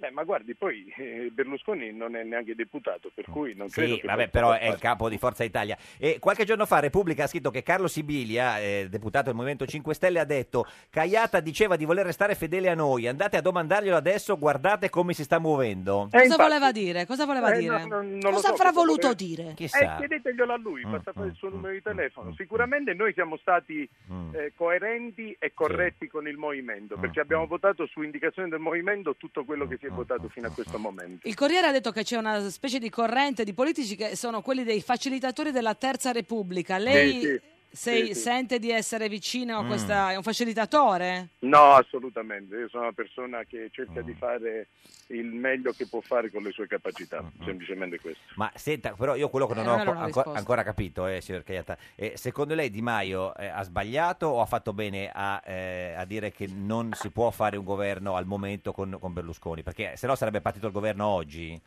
Speaker 15: Beh, ma guardi, poi eh, Berlusconi non è neanche deputato, per cui non credo
Speaker 2: Sì,
Speaker 15: che
Speaker 2: vabbè,
Speaker 15: possa
Speaker 2: però
Speaker 15: far
Speaker 2: è il capo di Forza Italia. E qualche giorno fa Repubblica ha scritto che Carlo Sibilia, eh, deputato del Movimento 5 Stelle, ha detto Caiata diceva di voler restare fedele a noi, andate a domandarglielo adesso, guardate come si sta muovendo.
Speaker 1: Cosa voleva dire? Cosa voleva
Speaker 15: Eh, no,
Speaker 1: dire?
Speaker 15: no, non lo
Speaker 1: cosa
Speaker 15: so
Speaker 1: avrà
Speaker 15: cosa
Speaker 1: voluto
Speaker 15: voleva-
Speaker 1: dire?
Speaker 15: Eh, chiedeteglielo a lui,
Speaker 2: Mm,
Speaker 15: basta fare il suo numero di telefono. Sicuramente noi siamo stati
Speaker 2: Mm.
Speaker 15: eh, coerenti e corretti con il movimento, perché
Speaker 2: mm.
Speaker 15: abbiamo votato su indicazione del movimento tutto quello che si è votato fino
Speaker 2: mm,
Speaker 15: a questo momento.
Speaker 1: Il Corriere ha detto che c'è una specie di corrente di politici che sono quelli dei facilitatori della Terza Repubblica. Lei
Speaker 15: Sì, sì.
Speaker 1: sei-
Speaker 15: Sì, sì.
Speaker 1: sente di essere vicino a
Speaker 15: Mm.
Speaker 1: questa... è un facilitatore?
Speaker 15: No, assolutamente. Io sono una persona che cerca
Speaker 2: Mm.
Speaker 15: di fare il meglio che può fare con le sue capacità,
Speaker 2: Mm,
Speaker 15: semplicemente questo.
Speaker 2: Ma senta, però io quello che non
Speaker 15: Eh,
Speaker 2: ho
Speaker 15: non è
Speaker 2: anco-
Speaker 15: una
Speaker 2: ancora,
Speaker 15: risposta.
Speaker 2: ancora capito, eh, signor Caiata, eh, secondo lei Di Maio eh, ha sbagliato o ha fatto bene a, eh, a dire che non si può fare un governo al momento con, con Berlusconi? Perché se no sarebbe partito il governo oggi.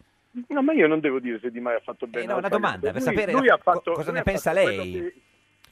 Speaker 15: No, ma io non devo dire se Di Maio ha fatto bene.
Speaker 2: Eh, no,
Speaker 15: o
Speaker 2: una
Speaker 15: sbagliato.
Speaker 2: domanda, per
Speaker 15: Lui-
Speaker 2: sapere
Speaker 15: lui ha
Speaker 2: co-
Speaker 15: fatto-
Speaker 2: cosa
Speaker 15: lui
Speaker 2: ne
Speaker 15: ha
Speaker 2: pensa
Speaker 15: fatto
Speaker 2: lei.
Speaker 15: quello che-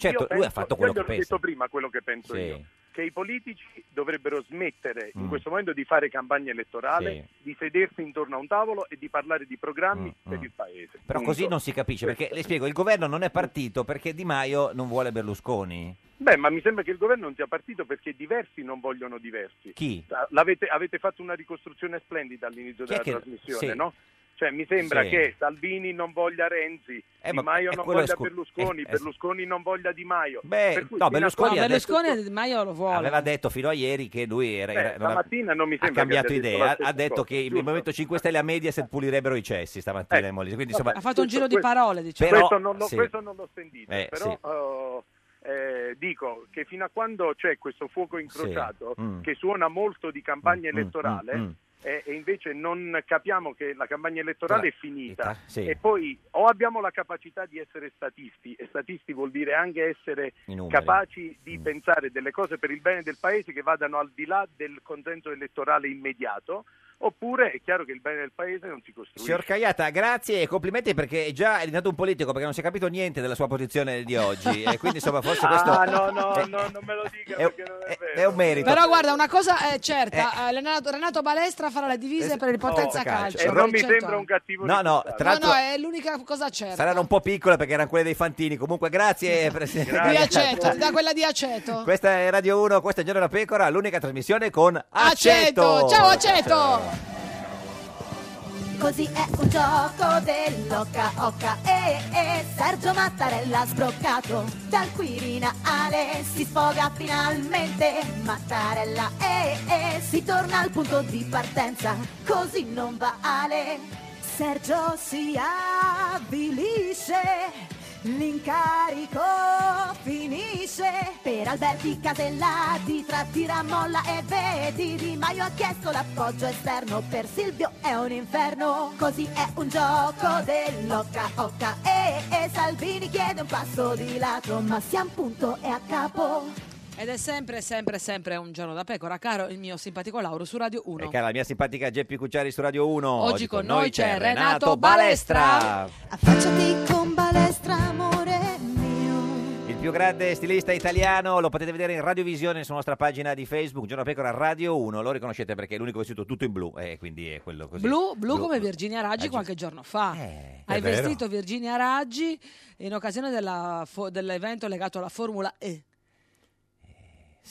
Speaker 2: Certo,
Speaker 15: io
Speaker 2: lui ha fatto
Speaker 15: io
Speaker 2: quello che
Speaker 15: gli ho
Speaker 2: pensa.
Speaker 15: detto prima quello che penso
Speaker 2: Sì.
Speaker 15: io, che i politici dovrebbero smettere
Speaker 2: Mm.
Speaker 15: in questo momento di fare campagna elettorale, di sedersi intorno a un tavolo e di parlare di programmi per il paese.
Speaker 2: Mm,
Speaker 15: Mm.
Speaker 2: Però
Speaker 15: Punto.
Speaker 2: così non si capisce, perché le spiego, il governo non è partito perché Di Maio non vuole Berlusconi.
Speaker 15: Beh, ma mi sembra che il governo non sia partito perché diversi non vogliono diversi.
Speaker 2: Chi?
Speaker 15: L'avete, avete fatto una ricostruzione splendida all'inizio
Speaker 2: Chi è
Speaker 15: della
Speaker 2: che-
Speaker 15: trasmissione,
Speaker 2: sì.
Speaker 15: no? Cioè, mi sembra
Speaker 2: Sì.
Speaker 15: che Salvini non voglia Renzi,
Speaker 2: Eh, ma-
Speaker 15: Di Maio
Speaker 2: eh,
Speaker 15: non
Speaker 2: quello è
Speaker 15: voglia
Speaker 2: scu-
Speaker 15: Berlusconi,
Speaker 2: eh, eh,
Speaker 15: Berlusconi non voglia Di Maio.
Speaker 2: Beh,
Speaker 15: Per cui fino
Speaker 2: no,
Speaker 15: a
Speaker 2: Berlusconi
Speaker 15: quando-
Speaker 2: ha detto-
Speaker 1: Berlusconi Di Maio lo vuole.
Speaker 2: Aveva detto fino a ieri che lui era,
Speaker 15: Beh,
Speaker 2: era- non ha,
Speaker 15: stamattina non mi
Speaker 2: ha
Speaker 15: sembra che
Speaker 2: cambiato
Speaker 15: abbia detto
Speaker 2: idea.
Speaker 15: la
Speaker 2: Ha,
Speaker 15: stessa
Speaker 2: detto
Speaker 15: cosa,
Speaker 2: che il
Speaker 15: giusto? Ecco.
Speaker 2: Movimento 5 Stelle a Mediaset pulirebbero i cessi stamattina. in Molise. Quindi, insomma,
Speaker 1: ha fatto un giro di
Speaker 15: questo-
Speaker 1: parole, diciamo.
Speaker 2: Però-
Speaker 15: questo, non l'ho,
Speaker 2: sì.
Speaker 15: questo non l'ho sentito,
Speaker 2: Eh,
Speaker 15: però
Speaker 2: sì.
Speaker 15: oh, eh, dico che fino a quando c'è questo fuoco incrociato
Speaker 16: Mm.
Speaker 15: che suona molto di campagna elettorale
Speaker 16: mm, mm.
Speaker 15: eh, e invece non capiamo che la campagna elettorale è finita
Speaker 16: eh, sì.
Speaker 15: e poi o abbiamo la capacità di essere statisti e statisti vuol dire anche essere
Speaker 16: I numeri. Mm.
Speaker 15: capaci di pensare delle cose per il bene del paese che vadano al di là del consenso elettorale immediato oppure è chiaro che il bene del paese non si costruisce
Speaker 2: Signor Cagliata, grazie e complimenti perché già è diventato un politico perché non si è capito niente della sua posizione di oggi. e quindi, insomma, forse questo
Speaker 15: Ah, no, no,
Speaker 2: è,
Speaker 15: no, non me lo dica
Speaker 2: è-
Speaker 15: perché non
Speaker 2: è- è un merito.
Speaker 1: Però guarda, una cosa è certa, eh, Renato, Renato Balestra farà le divise per il Potenza Calcio.
Speaker 2: E
Speaker 1: per 100 anni.
Speaker 15: cattivo
Speaker 2: No, no, Oh, tra
Speaker 1: No,
Speaker 2: l'altro
Speaker 1: no, è l'unica cosa certa.
Speaker 2: saranno un po' piccole perché erano quelle dei Fantini. Comunque, grazie Presidente.
Speaker 1: Di aceto, da quella di aceto.
Speaker 2: Questa è Radio 1, questa è Giorno da Pecora, l'unica trasmissione con Aceto.
Speaker 1: Aceto, ciao aceto.
Speaker 4: Così è un gioco dell'occa occa e e Sergio Mattarella sbroccato dal Quirinale si sfoga finalmente Mattarella e e si torna al punto di partenza così non vale Sergio si avvilisce L'incarico finisce per Alberti Casellati tra tira molla e vedi Di Maio ha chiesto l'appoggio esterno per Silvio è un inferno così è un gioco dell'occa occa e, e Salvini chiede un passo di lato ma siamo punto e a capo
Speaker 1: Ed è sempre, sempre, sempre un giorno da pecora, caro il mio simpatico Lauro su Radio 1.
Speaker 2: E cara, la mia simpatica Geppi Cucciari su Radio 1.
Speaker 1: Oggi con noi c'è Renato
Speaker 4: Affacciati con balestra amore
Speaker 2: Il più grande stilista italiano, lo potete vedere in radiovisione sulla nostra pagina di Facebook, Giorno da Pecora Radio 1, lo riconoscete perché è l'unico vestito tutto in blu, e quindi è quello così.
Speaker 1: Blu, blu come Virginia Raggi qualche giorno fa. Hai
Speaker 2: Eh, è vero.
Speaker 1: vestito Virginia Raggi in occasione della fo- dell'evento legato alla Formula E.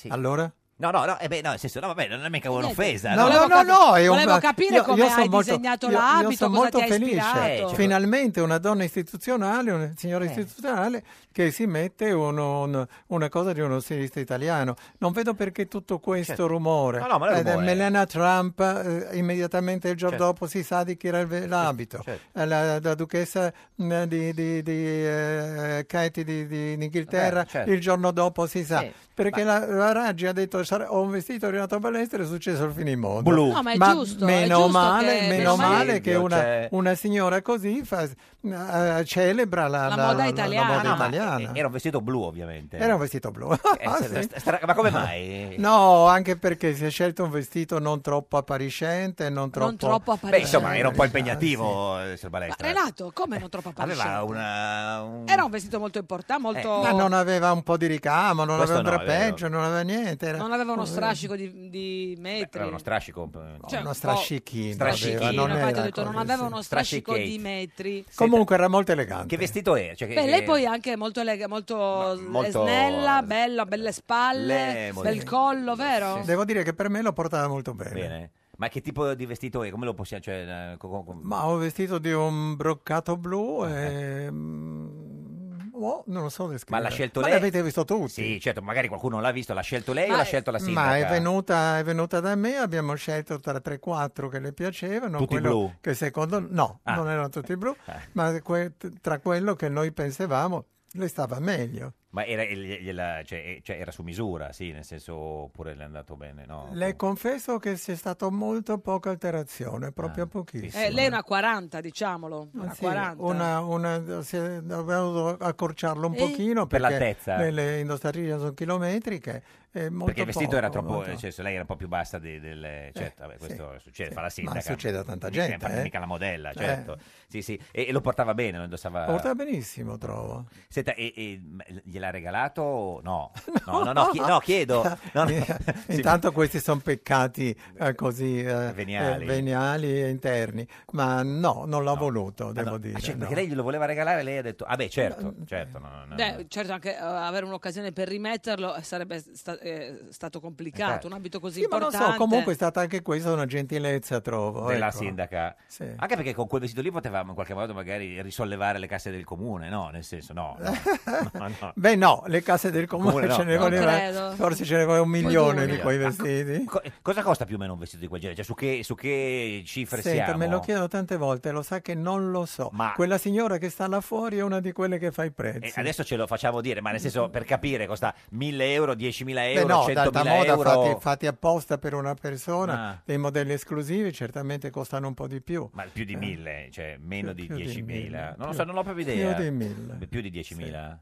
Speaker 2: Allora? No, no, no, eh beh, no, nel senso, no, vabbè, non è mica un'offesa.
Speaker 13: No, no,
Speaker 1: Volevo
Speaker 13: no,
Speaker 1: cap-
Speaker 13: no, è un-
Speaker 1: volevo capire
Speaker 13: io-
Speaker 1: come
Speaker 13: io son
Speaker 1: hai
Speaker 13: molto-
Speaker 1: disegnato
Speaker 13: io- io
Speaker 1: l'abito,
Speaker 13: son
Speaker 1: cosa
Speaker 13: molto
Speaker 1: ti ha
Speaker 13: felice. Eh,
Speaker 1: ispirato. Eh.
Speaker 13: Finalmente una donna istituzionale, una signora istituzionale che si mette uno- un- una cosa di uno stilista italiano. Non vedo perché tutto questo
Speaker 2: Certo.
Speaker 13: rumore.
Speaker 2: No, no, ma non
Speaker 13: Eh, da
Speaker 2: rumore.
Speaker 13: Melania Trump, eh, immediatamente il giorno
Speaker 2: Certo.
Speaker 13: dopo si sa di chi era il ve- l'abito.
Speaker 2: certo.
Speaker 13: Eh, La, la duchessa mh, di, di- di, eh, Katie di, di- in Inghilterra,
Speaker 2: Vabbè, certo.
Speaker 13: il giorno dopo si sa.
Speaker 2: Sì,
Speaker 13: perché la, la Raggi ha detto "Sar- ho un vestito di Renato Balestra e è successo il finimondo.
Speaker 2: Blu. No, ma
Speaker 1: è giusto, è
Speaker 13: Meno
Speaker 1: giusto
Speaker 13: male,
Speaker 1: che-
Speaker 13: meno
Speaker 1: che-
Speaker 13: male
Speaker 2: Silvio,
Speaker 13: che una,
Speaker 2: cioè-
Speaker 13: una signora così fa- eh, celebra la,
Speaker 1: La
Speaker 13: la-
Speaker 1: moda
Speaker 13: la-
Speaker 1: italiana.
Speaker 13: la moda
Speaker 1: No, ma-
Speaker 13: italiana.
Speaker 2: Eh, Era un vestito blu, ovviamente.
Speaker 13: Era un vestito blu.
Speaker 2: Eh, stra-
Speaker 13: Sì.
Speaker 2: stra- ma come mai?
Speaker 13: No, anche perché si è scelto un vestito non troppo appariscente, non troppo,
Speaker 1: troppo
Speaker 2: Beh,
Speaker 13: Eh,
Speaker 2: insomma, era un po' impegnativo, eh, signor Balestra.
Speaker 1: Renato, come non troppo appariscente?
Speaker 2: Aveva una... Eh, un-
Speaker 1: Era un vestito molto importante, molto...
Speaker 13: Eh, Ma non aveva un po' di ricamo, non
Speaker 2: Questo
Speaker 13: aveva un
Speaker 2: no, è vero.
Speaker 13: drappeggio, non aveva niente. era- Oh, eh,
Speaker 1: non aveva uno strascico di, di metri.
Speaker 2: Era uno strascico. eh,
Speaker 1: Cioè,
Speaker 13: uno
Speaker 1: un po'
Speaker 13: strascichino
Speaker 2: Strascichino.
Speaker 13: aveva, non
Speaker 1: infatti ho
Speaker 13: era
Speaker 1: detto, non
Speaker 13: così,
Speaker 1: aveva
Speaker 13: sì.
Speaker 1: uno strascico di metri.
Speaker 13: Comunque era molto elegante.
Speaker 2: Che vestito era? Cioè, che-
Speaker 1: Beh, lei
Speaker 2: che-
Speaker 1: poi è anche molto, elega- molto,
Speaker 2: molto-
Speaker 1: snella, bella, belle spalle,
Speaker 2: Le- molto-
Speaker 1: bel collo, vero?
Speaker 13: Devo dire che per me lo portava molto bene.
Speaker 2: Bene. Ma che tipo di vestito è? Come lo possiamo... Cioè, eh, co- co- co-
Speaker 13: Ma ho vestito di un broccato blu e... mm, oh, non lo so descrivere.
Speaker 2: Eh. Ma l'ha scelto
Speaker 13: Ma
Speaker 2: lei?
Speaker 13: l'avete visto tutti?
Speaker 2: Sì, certo, magari qualcuno l'ha visto, l'ha scelto lei
Speaker 13: Ma
Speaker 2: o l'ha
Speaker 13: è-
Speaker 2: scelto la sindaca?
Speaker 13: Ma è venuta, è venuta da me, abbiamo scelto tra 3-4 che le piacevano.
Speaker 2: Tutti
Speaker 13: quello
Speaker 2: blu?
Speaker 13: Che secondo... No,
Speaker 2: Ah.
Speaker 13: non erano tutti blu, ma que- tra quello che noi pensavamo le stava meglio.
Speaker 2: Ma era, e- gliela- cioè, e- cioè, era su misura, sì, nel senso, oppure le è andato bene, no?
Speaker 13: Le confesso che c'è stata molto poca alterazione,
Speaker 2: Ah,
Speaker 13: proprio pochissimo.
Speaker 1: Eh, lei è una 40, diciamolo. Una
Speaker 13: Sì,
Speaker 1: 40.
Speaker 13: una- una- si è- dobbiamo accorciarlo un
Speaker 1: Eh?
Speaker 13: pochino
Speaker 2: Per
Speaker 13: perché
Speaker 2: l'altezza.
Speaker 13: le- le indostariglie sono chilometriche. e molto
Speaker 2: Perché il vestito
Speaker 13: poco,
Speaker 2: era troppo, eh, cioè,
Speaker 13: molto- Eh,
Speaker 2: nel senso, lei era un po' più bassa de- del... Certo, vabbè, questo succede, fa la sindaca.
Speaker 13: succede a tanta
Speaker 2: Mica-
Speaker 13: gente, eh.
Speaker 2: Mica la modella,
Speaker 13: Eh.
Speaker 2: certo. Sì, sì, e, e lo portava bene, lo indossava...
Speaker 13: Porta benissimo, trovo.
Speaker 2: Senta, e, e- ma gli- l'ha regalato? o No, no, no, no, chi- no, chiedo. No, no. Sì,
Speaker 13: Ah. Intanto questi sono peccati eh, così eh,
Speaker 2: Veniali.
Speaker 13: eh, veniali e interni, ma no, non l'ho voluto, devo dire.
Speaker 2: ah,
Speaker 13: no.
Speaker 2: cioè,
Speaker 13: Eh,
Speaker 2: Perché lei glielo voleva regalare, lei ha detto, ah beh, certo, certo. no, no, no.
Speaker 1: Beh, certo, anche eh, avere un'occasione per rimetterlo eh, sarebbe sta- eh, stato complicato.
Speaker 2: Infatti.
Speaker 1: Un abito così
Speaker 13: Sì, ma non
Speaker 1: importante.
Speaker 13: so, comunque è stata anche questa una gentilezza, trovo.
Speaker 2: della
Speaker 13: ecco.
Speaker 2: sindaca.
Speaker 13: Sì.
Speaker 2: Anche perché con quel vestito lì potevamo in qualche modo magari risollevare le casse del comune, no? Nel senso, no. no, no, no.
Speaker 13: Beh no, le casse del comune
Speaker 2: Comune no,
Speaker 13: ce ne
Speaker 2: no, no.
Speaker 13: voleva,
Speaker 2: Credo.
Speaker 13: forse ce ne voleva un milione di quei vestiti.
Speaker 2: "Ah, Co- cosa costa più o meno un vestito di quel genere? Cioè, su che, su che cifre
Speaker 13: Senta,
Speaker 2: siamo?
Speaker 13: me lo chiedo tante volte, lo sa che non lo so.
Speaker 2: Ma-
Speaker 13: Quella signora che sta là fuori è una di quelle che fa i prezzi.
Speaker 2: Eh, adesso ce lo facciamo dire, ma nel senso per capire costa 1000 euro, 10.000
Speaker 13: Beh,
Speaker 2: euro,
Speaker 13: no, da,
Speaker 2: 100.000
Speaker 13: da moda
Speaker 2: euro.
Speaker 13: fatti, fatti apposta per una persona,
Speaker 2: Ah.
Speaker 13: dei modelli esclusivi certamente costano un po' di più.
Speaker 2: Ma più di 1000, cioè meno
Speaker 13: Eh. più di
Speaker 2: di 10.000.
Speaker 13: 1000,
Speaker 2: non lo
Speaker 13: più-
Speaker 2: so, non ho proprio idea.
Speaker 13: più di 1000.
Speaker 2: Beh, Più di 10.000.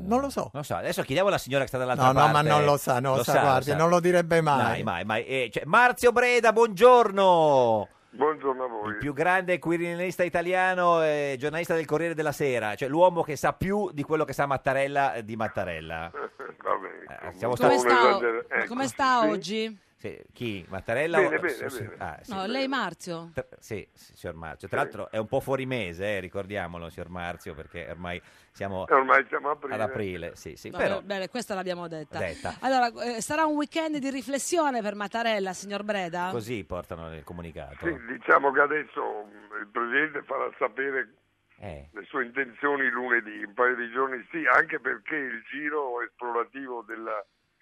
Speaker 13: Non lo so.
Speaker 2: Non so, adesso chiediamo alla signora che sta dall'altra
Speaker 13: No, no,
Speaker 2: parte.
Speaker 13: ma non lo sa, non lo sa, guardi, non lo direbbe mai.
Speaker 2: Mai, mai, mai. Eh, cioè, Marzio Breda, buongiorno.
Speaker 16: Buongiorno a voi.
Speaker 2: Il più grande quirinalista italiano e giornalista del Corriere della Sera, cioè l'uomo che sa più di quello che sa Mattarella eh, di Mattarella.
Speaker 16: Vabbè,
Speaker 2: Eh, siamo
Speaker 1: Come
Speaker 2: stati-
Speaker 1: sta,
Speaker 2: Non esagero-
Speaker 1: ma
Speaker 2: ecco,
Speaker 1: come sta
Speaker 2: sì.
Speaker 1: oggi?
Speaker 2: Sì, chi? Mattarella?
Speaker 16: Bene,
Speaker 2: o-
Speaker 16: bene,
Speaker 2: sì, sì.
Speaker 16: bene.
Speaker 2: Ah, sì.
Speaker 1: No, lei Marzio.
Speaker 2: Tra- Sì, sì, signor Marzio. Tra l'altro è un po' fuori mese, eh, ricordiamolo, signor Marzio, perché ormai siamo,
Speaker 16: Eh, Ormai siamo a aprile.
Speaker 2: ad aprile. Sì, sì,
Speaker 1: No,
Speaker 2: però,
Speaker 1: Bene, questa l'abbiamo detta.
Speaker 2: Detta.
Speaker 1: Allora, eh, sarà un weekend di riflessione per Mattarella, signor Breda?
Speaker 2: così portano il comunicato.
Speaker 16: Sì, diciamo che adesso mh, il Presidente farà sapere
Speaker 2: Eh.
Speaker 16: le sue intenzioni lunedì, un paio di giorni sì, anche perché il giro esplorativo della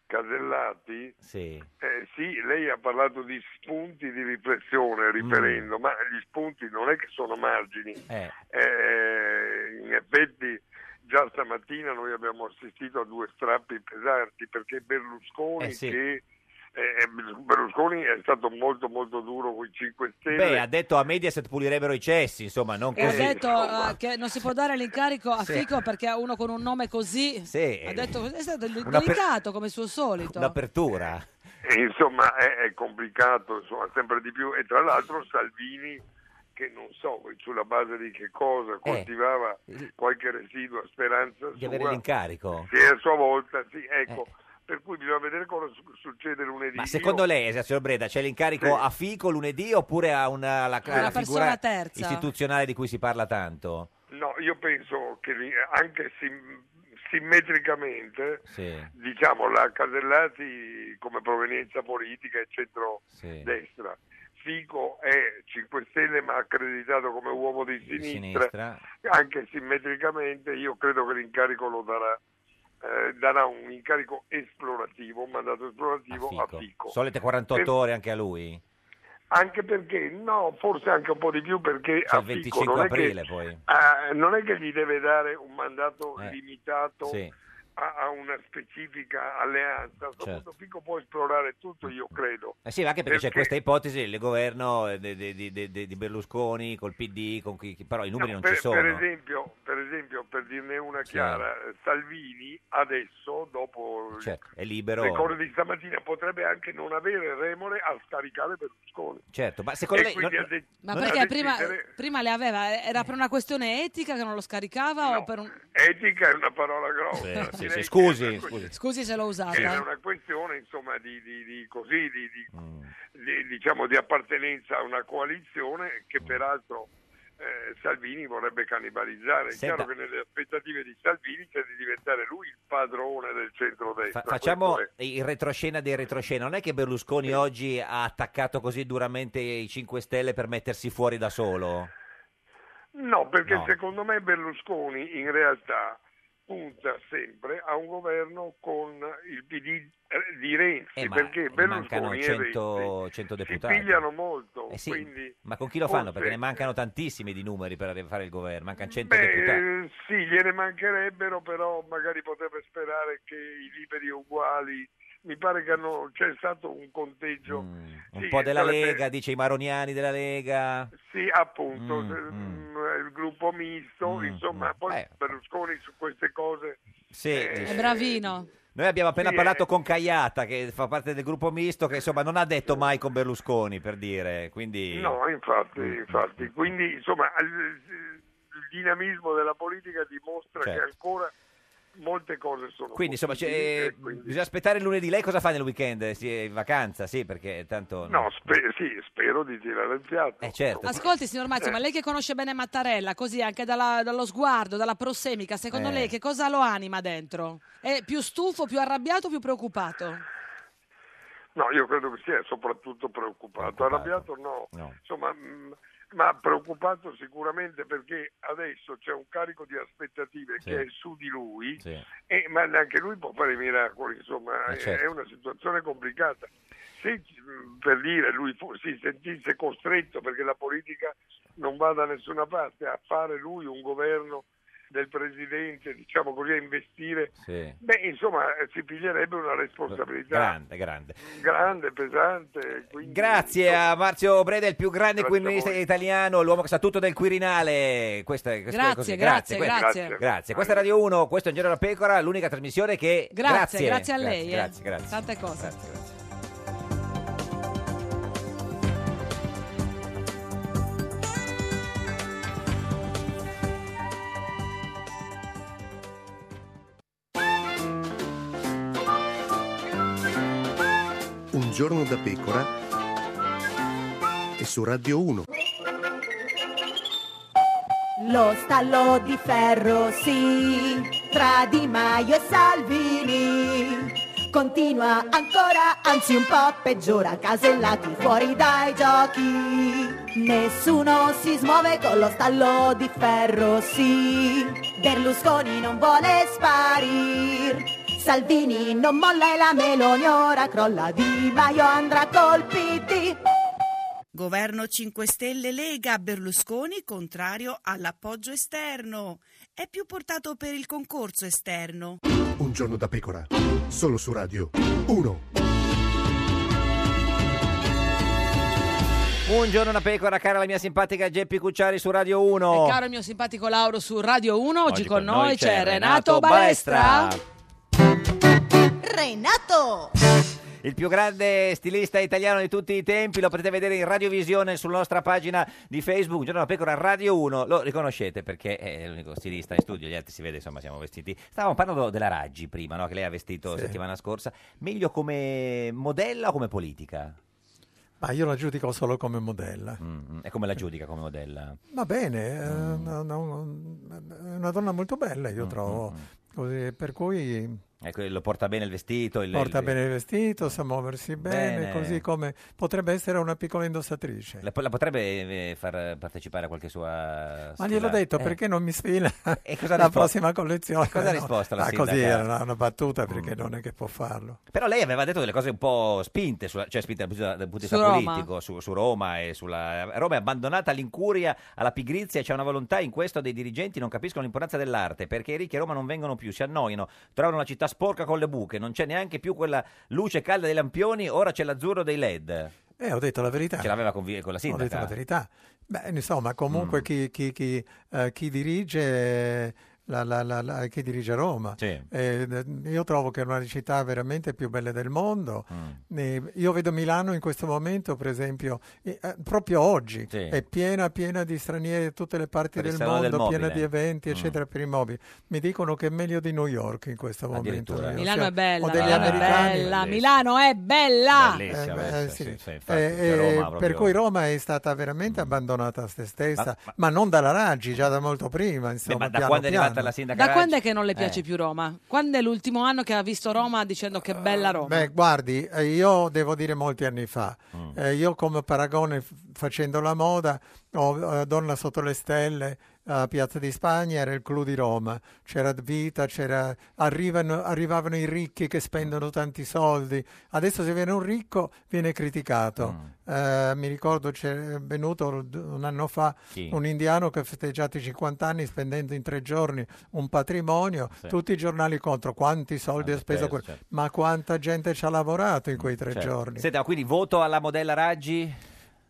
Speaker 16: Casellati,
Speaker 2: Sì.
Speaker 16: eh, sì, lei ha parlato di spunti di riflessione,
Speaker 2: Mm.
Speaker 16: riferendo, ma gli spunti non è che sono margini,
Speaker 2: Eh.
Speaker 16: Eh, in effetti già stamattina noi abbiamo assistito a due strappi pesanti perché Berlusconi
Speaker 2: Eh sì.
Speaker 16: che eh, Berlusconi è stato molto molto duro con i 5 Stelle
Speaker 2: Beh, ha detto a Mediaset pulirebbero i cessi, insomma, non
Speaker 1: E ha
Speaker 2: così.
Speaker 1: detto eh, che non si può dare l'incarico a
Speaker 2: Sì.
Speaker 1: Fico perché uno con un nome così
Speaker 2: Sì.
Speaker 1: ha detto così, è stato del-
Speaker 2: Una per-
Speaker 1: delicato come il suo solito.
Speaker 2: Un'apertura.
Speaker 16: E, insomma è, è complicato insomma, sempre di più e tra l'altro Salvini che non so sulla base di che cosa coltivava qualche residua speranza
Speaker 2: Eh, Di avere
Speaker 16: sua,
Speaker 2: l'incarico. Eh.
Speaker 16: sì, a sua volta sì, ecco per cui bisogna vedere cosa su- succede lunedì
Speaker 2: Ma secondo
Speaker 16: Io-
Speaker 2: lei, eh, signor Breda, c'è l'incarico a Fico lunedì oppure a una, alla-
Speaker 16: Una
Speaker 2: alla
Speaker 16: persona
Speaker 2: figura
Speaker 16: terza.
Speaker 2: istituzionale di cui si parla tanto?
Speaker 16: No, io penso che li- anche sim- simmetricamente,
Speaker 2: Sì.
Speaker 16: diciamo, la Casellati come provenienza politica è centro-destra. Fico è 5 Stelle ma accreditato come uomo di sinistra.
Speaker 2: sinistra.
Speaker 16: Anche simmetricamente io credo che l'incarico lo darà, eh, darà un incarico esplorativo, un mandato esplorativo a Fico.
Speaker 2: Solite 48
Speaker 16: Per-
Speaker 2: ore anche a lui?
Speaker 16: Anche perché, no, forse anche un po' di più perché
Speaker 2: Cioè
Speaker 16: a
Speaker 2: il
Speaker 16: Fico
Speaker 2: 25
Speaker 16: non è che-
Speaker 2: aprile poi.
Speaker 16: Ah, non è che gli deve dare un mandato
Speaker 2: Eh,
Speaker 16: limitato
Speaker 2: sì.
Speaker 16: a, a una specifica alleanza. A questo
Speaker 2: Certo.
Speaker 16: punto Fico può esplorare tutto, io credo.
Speaker 2: Eh sì, ma anche perché, c'è questa ipotesi del governo eh, di, di- di- di- di Berlusconi col PD, con chi, chi- però i numeri
Speaker 16: No,
Speaker 2: non
Speaker 16: per,
Speaker 2: ci sono.
Speaker 16: Per esempio, per esempio, per dirne una
Speaker 2: Sì.
Speaker 16: chiara, eh, Salvini adesso, dopo il-
Speaker 2: Certo, è
Speaker 16: le cose
Speaker 2: libero.
Speaker 16: di stamattina, potrebbe anche non avere remore a scaricare Berlusconi.
Speaker 2: Certo, ma secondo
Speaker 16: E
Speaker 2: lei...
Speaker 16: quindi
Speaker 2: non-
Speaker 16: ha detto-
Speaker 1: Ma
Speaker 16: non ha
Speaker 1: perché
Speaker 16: detto
Speaker 1: prima,
Speaker 16: intere-
Speaker 1: prima le aveva, eh, era per una questione etica che non lo scaricava o per un...
Speaker 16: Etica è una parola grossa.
Speaker 2: Sì, sì,
Speaker 16: direi
Speaker 2: sì,
Speaker 16: che
Speaker 2: scusi, scusi.
Speaker 1: Scusi se l'ho
Speaker 16: Che era
Speaker 1: usata.
Speaker 16: una questione insomma di, di- di- così di, di-
Speaker 2: Mm.
Speaker 16: di- diciamo di appartenenza a una coalizione
Speaker 2: Mm.
Speaker 16: che peraltro eh, Salvini vorrebbe cannibalizzare. È
Speaker 2: Senta.
Speaker 16: chiaro che nelle aspettative di Salvini c'è di diventare lui il padrone del centrodestra.
Speaker 2: Fa- facciamo
Speaker 16: Questo
Speaker 2: il retroscena dei retroscena. Non è che Berlusconi oggi ha attaccato così duramente i 5 Stelle per mettersi fuori da solo?
Speaker 16: è- No, perché
Speaker 2: No.
Speaker 16: secondo me Berlusconi in realtà punta sempre a un governo con il PD di Renzi,
Speaker 2: Eh, ma
Speaker 16: perché
Speaker 2: mancano
Speaker 16: Berlusconi e Renzi
Speaker 2: 100, 100
Speaker 16: si
Speaker 2: deputati.
Speaker 16: pigliano molto,
Speaker 2: Eh sì,
Speaker 16: quindi
Speaker 2: ma con chi lo fanno?
Speaker 16: forse-
Speaker 2: Perché ne mancano tantissimi di numeri per arrivare- fare il governo. Mancano 100 deputati.
Speaker 16: Beh, eh, sì, gliene mancherebbero, però magari potrebbe sperare che i liberi uguali. Mi pare che hanno- c'è stato un conteggio.
Speaker 2: Un
Speaker 16: sì,
Speaker 2: po' della
Speaker 16: sarebbe-
Speaker 2: Lega, dice i maroniani della Lega.
Speaker 16: Sì, appunto,
Speaker 2: Mm,
Speaker 16: se- mh, il gruppo misto, insomma, poi Berlusconi su queste cose.
Speaker 2: Sì,
Speaker 1: È
Speaker 2: dice.
Speaker 1: bravino.
Speaker 2: Noi abbiamo appena
Speaker 16: Eh, Sì,
Speaker 2: parlato
Speaker 16: eh.
Speaker 2: con Cagliata, che fa parte del gruppo misto, che insomma non ha detto mai con Berlusconi, per dire. Quindi...
Speaker 16: No, infatti,
Speaker 2: Mm.
Speaker 16: infatti. Quindi, insomma, il, il dinamismo della politica dimostra
Speaker 2: Certo.
Speaker 16: che ancora molte cose sono
Speaker 2: Quindi insomma c'è- eh,
Speaker 16: possibili e
Speaker 2: bisogna aspettare il lunedì. Lei cosa fa nel weekend? Si è in vacanza? Sì, perché tanto...
Speaker 16: No, spe- sì, spero di tirare il fiato.
Speaker 2: Eh certo.
Speaker 1: Ascolti, signor Mazzi,
Speaker 2: Eh.
Speaker 1: ma lei che conosce bene Mattarella, così anche dalla- dallo sguardo, dalla prossemica, secondo
Speaker 2: Eh.
Speaker 1: lei che cosa lo anima dentro? È più stufo, più arrabbiato, più preoccupato?
Speaker 16: No, io credo che sia soprattutto preoccupato. Arrabbiato no.
Speaker 2: No.
Speaker 16: Insomma, mh, ma preoccupato sicuramente perché adesso c'è un carico di aspettative
Speaker 17: Sì.
Speaker 16: che è su di lui,
Speaker 17: Sì.
Speaker 16: e- ma neanche lui può fare i miracoli, insomma,
Speaker 17: Eh,
Speaker 16: è-
Speaker 17: certo.
Speaker 16: è una situazione complicata. Se mh, per dire lui fu- si sentisse costretto perché la politica non va da nessuna parte a fare lui un governo del presidente, diciamo così, a investire,
Speaker 2: Sì.
Speaker 16: beh, insomma, eh, si piglierebbe una responsabilità
Speaker 2: Grande, grande.
Speaker 16: grande, pesante. Quindi...
Speaker 2: Grazie a Marzio Breda, il più grande
Speaker 16: Grazie a
Speaker 2: quirinista italiano, l'uomo che sa tutto del Quirinale. Questo è- questo è
Speaker 1: Grazie,
Speaker 2: così.
Speaker 1: grazie,
Speaker 2: questo-
Speaker 1: grazie.
Speaker 2: grazie. Questa è Radio 1, questo è Un Giorno da Pecora, l'unica trasmissione che...
Speaker 1: Grazie, grazie, a lei. eh.
Speaker 2: Grazie, grazie.
Speaker 1: Tante cose.
Speaker 10: Un giorno da pecora e su Radio 1.
Speaker 4: Lo stallo di ferro, sì, tra Di Maio e Salvini. Continua ancora, anzi un po' peggiora, casellati fuori dai giochi. Nessuno si smuove con lo stallo di ferro, sì. Berlusconi non vuole sparir. Salvini non molla e la Meloni ora crolla, Di Maio andrà col PD.
Speaker 11: Governo 5 Stelle Lega Berlusconi contrario all'appoggio esterno. È più portato per il concorso esterno.
Speaker 10: Un giorno da pecora. Solo su Radio 1.
Speaker 2: Un giorno da Pecora, cara la mia simpatica Geppi Cucciari su Radio 1.
Speaker 1: E caro il mio simpatico Lauro su Radio 1, oggi, con noi, c'è Renato
Speaker 2: Renato
Speaker 1: Balestra.
Speaker 4: Renato!
Speaker 2: Il più grande stilista italiano di tutti i tempi, lo potete vedere in radiovisione sulla nostra pagina di Facebook, Giorno da Pecora Radio 1, lo riconoscete perché è l'unico stilista in studio, gli altri si vede, insomma siamo vestiti. Stavamo parlando della Raggi prima, no? che lei ha vestito
Speaker 13: Sì.
Speaker 2: settimana scorsa, meglio come modella o come politica?
Speaker 13: Ma io la giudico solo come modella.
Speaker 2: Mm, E come la giudica come modella?
Speaker 13: Va bene, eh,
Speaker 2: Mm.
Speaker 13: no, no, è una donna molto bella, io
Speaker 2: mm.
Speaker 13: trovo. Così, per cui
Speaker 2: Ecco, lo porta bene il vestito? il-
Speaker 13: porta
Speaker 2: il-
Speaker 13: bene il vestito, sa muoversi bene,
Speaker 2: Bene.
Speaker 13: così come potrebbe essere una piccola indossatrice.
Speaker 2: La, la potrebbe eh, far partecipare a qualche sua...
Speaker 13: Ma gliel'ho
Speaker 2: sfilata?
Speaker 13: detto
Speaker 2: Eh.
Speaker 13: perché non mi sfila
Speaker 2: E cosa ha
Speaker 13: la
Speaker 2: risposto?
Speaker 13: prossima collezione.
Speaker 2: E cosa ha risposto la Mm.
Speaker 13: Ma così
Speaker 2: sindaca?
Speaker 13: era una, una battuta perché non è che può farlo.
Speaker 2: Però lei aveva detto delle cose un po' spinte, sulla- cioè spinte dal punto dal punto di
Speaker 13: Su
Speaker 2: vista
Speaker 13: Roma.
Speaker 2: politico, su, su Roma e sulla... Roma è abbandonata all'incuria, alla pigrizia, c'è una volontà in questo dei dirigenti, non capiscono l'importanza dell'arte, perché i ricchi a Roma non vengono più, si annoiano, trovano la città sporca con le buche, non c'è neanche più quella luce calda dei lampioni, ora c'è l'azzurro dei led.
Speaker 13: Eh, ho detto la verità.
Speaker 2: Ce l'aveva con, vi- con la
Speaker 13: Ho
Speaker 2: sindaca.
Speaker 13: detto la verità. Beh, insomma, comunque chi, chi- chi, eh, chi dirige... la- la- la- la- chi dirige Roma? Eh, d- io trovo che è una delle città veramente più belle del mondo. Eh, io vedo Milano in questo momento, per esempio, eh, eh, proprio oggi
Speaker 12: Sì.
Speaker 13: è piena, piena di stranieri da tutte le parti
Speaker 12: Per il
Speaker 13: del
Speaker 12: Salone del
Speaker 13: mondo, piena di
Speaker 12: Mobile.
Speaker 13: eventi, eccetera, per i mobili. Mi dicono che è meglio di New York in questo momento.
Speaker 2: Addirittura.
Speaker 13: Io,
Speaker 1: Milano
Speaker 13: cioè,
Speaker 1: è Ah, bella,
Speaker 13: Ho degli
Speaker 1: Milano è
Speaker 13: americani.
Speaker 1: bella, Milano è bella.
Speaker 2: Bellissima,
Speaker 13: Eh,
Speaker 2: questa,
Speaker 13: eh,
Speaker 2: sì,
Speaker 13: sì.
Speaker 2: sì, infatti,
Speaker 13: Eh,
Speaker 2: cioè, Roma
Speaker 13: eh,
Speaker 2: proprio- Mm.
Speaker 13: per cui Roma è stata veramente abbandonata a se stessa,
Speaker 2: Ma-
Speaker 13: ma, non dalla Raggi, già da molto prima. Insomma,
Speaker 2: ma da
Speaker 13: piano
Speaker 2: quando è arrivata
Speaker 13: piano.
Speaker 2: la sindaca
Speaker 1: Eh, Da quando è che non le piace più Roma? Quando è l'ultimo anno che ha visto Roma dicendo che bella Roma?
Speaker 13: Beh, guardi, eh, io devo dire molti anni fa,
Speaker 12: Mm.
Speaker 13: eh, io come paragone f- facendo la moda, ho eh, Donna sotto le stelle a Piazza di Spagna era il clou di Roma, c'era vita, c'era... arrivano- arrivavano i ricchi che spendono tanti soldi, adesso se viene un ricco viene criticato.
Speaker 12: Mm.
Speaker 13: Eh, mi ricordo c'è venuto d- un anno fa
Speaker 12: Chi?
Speaker 13: un indiano che ha festeggiato i 50 anni spendendo in tre giorni un patrimonio,
Speaker 12: Sì. Ah,
Speaker 13: tutti i giornali contro quanti soldi ha speso,
Speaker 2: speso,
Speaker 13: quel-
Speaker 2: certo.
Speaker 13: ma quanta gente ci ha lavorato in quei tre
Speaker 2: Certo.
Speaker 13: giorni?
Speaker 2: Senta, ma quindi voto alla modella Raggi?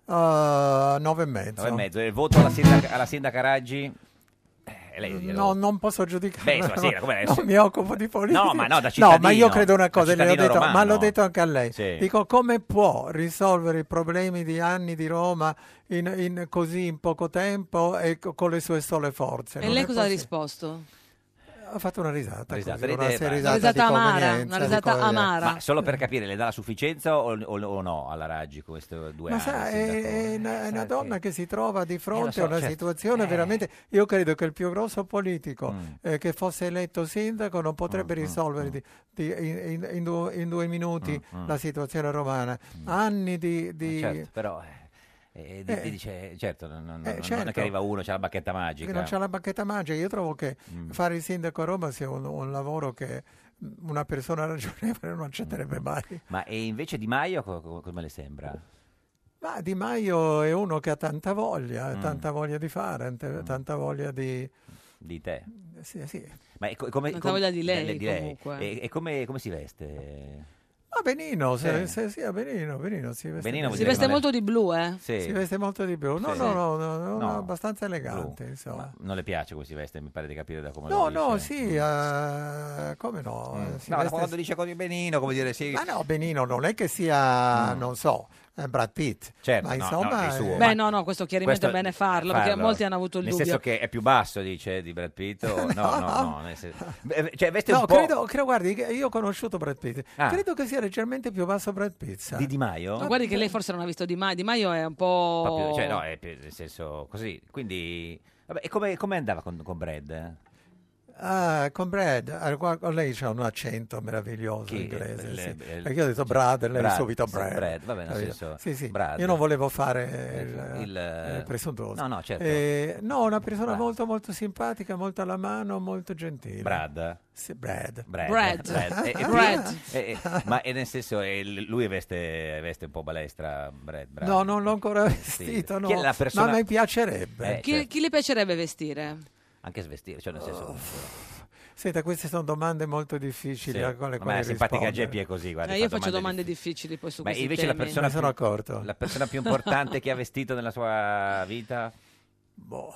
Speaker 13: Ah, nove e mezzo.
Speaker 2: Nove e mezzo. E voto alla sindaca, alla sindaca Raggi? Eh, lei glielo-
Speaker 13: No, non posso giudicare.
Speaker 2: Beh, insomma, sì, come-
Speaker 13: non mi occupo di politica.
Speaker 2: No, ma no, da cittadino,
Speaker 13: ma io credo una
Speaker 2: da
Speaker 13: cosa, gliel'ho
Speaker 2: cittadino
Speaker 13: detto, ma
Speaker 2: romano.
Speaker 13: l'ho detto anche a lei.
Speaker 2: Sì.
Speaker 13: Dico, come può risolvere i problemi di anni di Roma in, in- così in poco tempo e co- con le sue sole forze?
Speaker 1: e
Speaker 13: Non
Speaker 1: lei
Speaker 13: è
Speaker 1: cosa ha
Speaker 13: possi-
Speaker 1: risposto?
Speaker 13: Ho fatto una risata.
Speaker 2: Una risata, eh.
Speaker 13: così, una
Speaker 2: rideva.
Speaker 13: risata di convenienza, di coglienza.
Speaker 2: Ma solo per capire, le dà la sufficienza o, o- o no alla Raggi queste due
Speaker 13: Ma
Speaker 2: anni?
Speaker 13: sa, è,
Speaker 2: sindaco?
Speaker 13: è una, è una
Speaker 2: Eh,
Speaker 13: donna che si trova di fronte
Speaker 2: so,
Speaker 13: a una
Speaker 2: certo.
Speaker 13: situazione
Speaker 2: Eh. Mm.
Speaker 13: veramente. Io credo che il più grosso politico eh, che fosse eletto sindaco non potrebbe risolvere di- di- in, in- in due, in due minuti
Speaker 2: Mm, mm.
Speaker 13: la situazione romana. Anni di. di-
Speaker 2: Certo, però... eh, eh, di-
Speaker 13: Eh.
Speaker 2: di- dice, certo, non,
Speaker 13: Eh,
Speaker 2: non- non- non è
Speaker 13: certo.
Speaker 2: che arriva uno, c'ha la bacchetta
Speaker 13: che
Speaker 2: magica.
Speaker 13: non c'è la bacchetta magica. Io trovo che
Speaker 2: Mm.
Speaker 13: fare il sindaco a Roma sia un, un lavoro che mm, una persona ragionevole non
Speaker 2: Mm,
Speaker 13: accetterebbe mai.
Speaker 2: Ma e invece Di Maio co- co- come le sembra?
Speaker 13: Ma Di Maio è uno che ha tanta voglia,
Speaker 2: Mm.
Speaker 13: tanta voglia di fare, ant- tanta voglia di...
Speaker 2: Di te?
Speaker 13: Sì, sì.
Speaker 2: Ma è co- come,
Speaker 13: Tanta
Speaker 2: com-
Speaker 13: voglia di lei, comunque.
Speaker 2: E, e come, come si veste?
Speaker 13: Ma Ah, benino, se,
Speaker 2: Sì.
Speaker 13: se sia benino, benino, si veste,
Speaker 2: Benino vuol
Speaker 1: Si veste molto di blu, eh?
Speaker 2: Sì.
Speaker 13: Si veste molto di più. No,
Speaker 2: Sì.
Speaker 13: no, no, no, no,
Speaker 2: No.
Speaker 13: abbastanza elegante, insomma.
Speaker 2: Ma non le piace come si veste, mi pare di capire da come
Speaker 13: No,
Speaker 2: lo dice.
Speaker 13: no, sì, eh, come no? eh, si
Speaker 2: Mm. No,
Speaker 13: veste-
Speaker 2: quando dice così benino, come dire sì.
Speaker 13: Ma no, benino, non è che sia, non so, eh, Brad Pitt.
Speaker 2: Mm. Certo,
Speaker 13: ma
Speaker 2: no,
Speaker 13: insomma...
Speaker 2: no, di suo,
Speaker 13: eh,
Speaker 1: Beh, no, no, questo chiaramente
Speaker 2: Questo-
Speaker 1: è bene farlo, perché molti hanno avuto il
Speaker 2: nel
Speaker 1: dubbio.
Speaker 2: senso che è più basso, dice di Brad Pitt. O... No, no, no. nel senso- Beh, Cioè, veste
Speaker 13: No,
Speaker 2: un po'
Speaker 13: credo, credo- guardi, che io ho conosciuto Brad Pitt.
Speaker 2: Ah.
Speaker 13: Credo che sia leggermente più basso Brad Pitt. sa.
Speaker 2: di Di Maio.
Speaker 1: Ma guardi che lei forse non ha visto Di Maio. Di Maio è un po'...
Speaker 2: Proprio- cioè, no, è più- nel senso così. Quindi, vabbè, e come, come andava con, con Brad?
Speaker 13: Ah, con Brad, ah, qua- con lei c'ha un accento meraviglioso
Speaker 2: Chi?
Speaker 13: inglese.
Speaker 2: Le-
Speaker 13: sì.
Speaker 2: le-
Speaker 13: Perché io ho detto
Speaker 2: sì.
Speaker 13: Brad e lei
Speaker 2: Brad,
Speaker 13: subito
Speaker 2: sì,
Speaker 13: Brad.
Speaker 2: Brad, vabbè, nel
Speaker 13: Capito?
Speaker 2: senso,
Speaker 13: Sì, sì.
Speaker 2: Brad.
Speaker 13: Io non volevo fare
Speaker 2: Il-
Speaker 13: il,
Speaker 2: il-
Speaker 13: il presuntuoso.
Speaker 2: No, no, certo.
Speaker 13: Eh, no, una persona
Speaker 2: Brad.
Speaker 13: molto molto simpatica, molto alla mano, molto gentile.
Speaker 2: Brad.
Speaker 13: Sì, Brad.
Speaker 2: Brad.
Speaker 13: Brad.
Speaker 2: Brad. Eh, E- e-
Speaker 13: Brad.
Speaker 2: e- e- eh, ma e nel senso, e l- lui veste, veste un po' balestra, Brad. Brad.
Speaker 13: No, non l'ho ancora
Speaker 2: Sì.
Speaker 13: vestito, no.
Speaker 2: Chi è la persona-
Speaker 13: Ma mi piacerebbe.
Speaker 2: Eh,
Speaker 1: Chi,
Speaker 2: certo,
Speaker 1: chi le piacerebbe vestire?
Speaker 2: Anche svestire, cioè nel senso...
Speaker 13: Oh, Senta, queste sono domande molto difficili
Speaker 2: Sì.
Speaker 13: a quale-
Speaker 2: Ma
Speaker 13: quali
Speaker 2: la simpatica
Speaker 13: rispondere.
Speaker 2: Geppi è così, guarda.
Speaker 1: Eh, io faccio domande difficili poi su
Speaker 2: Ma
Speaker 1: questi
Speaker 2: invece la
Speaker 1: temi.
Speaker 2: persona,
Speaker 13: Me ne sono
Speaker 2: più-
Speaker 13: accorto.
Speaker 2: la persona più importante che ha vestito nella sua vita?
Speaker 13: Boh,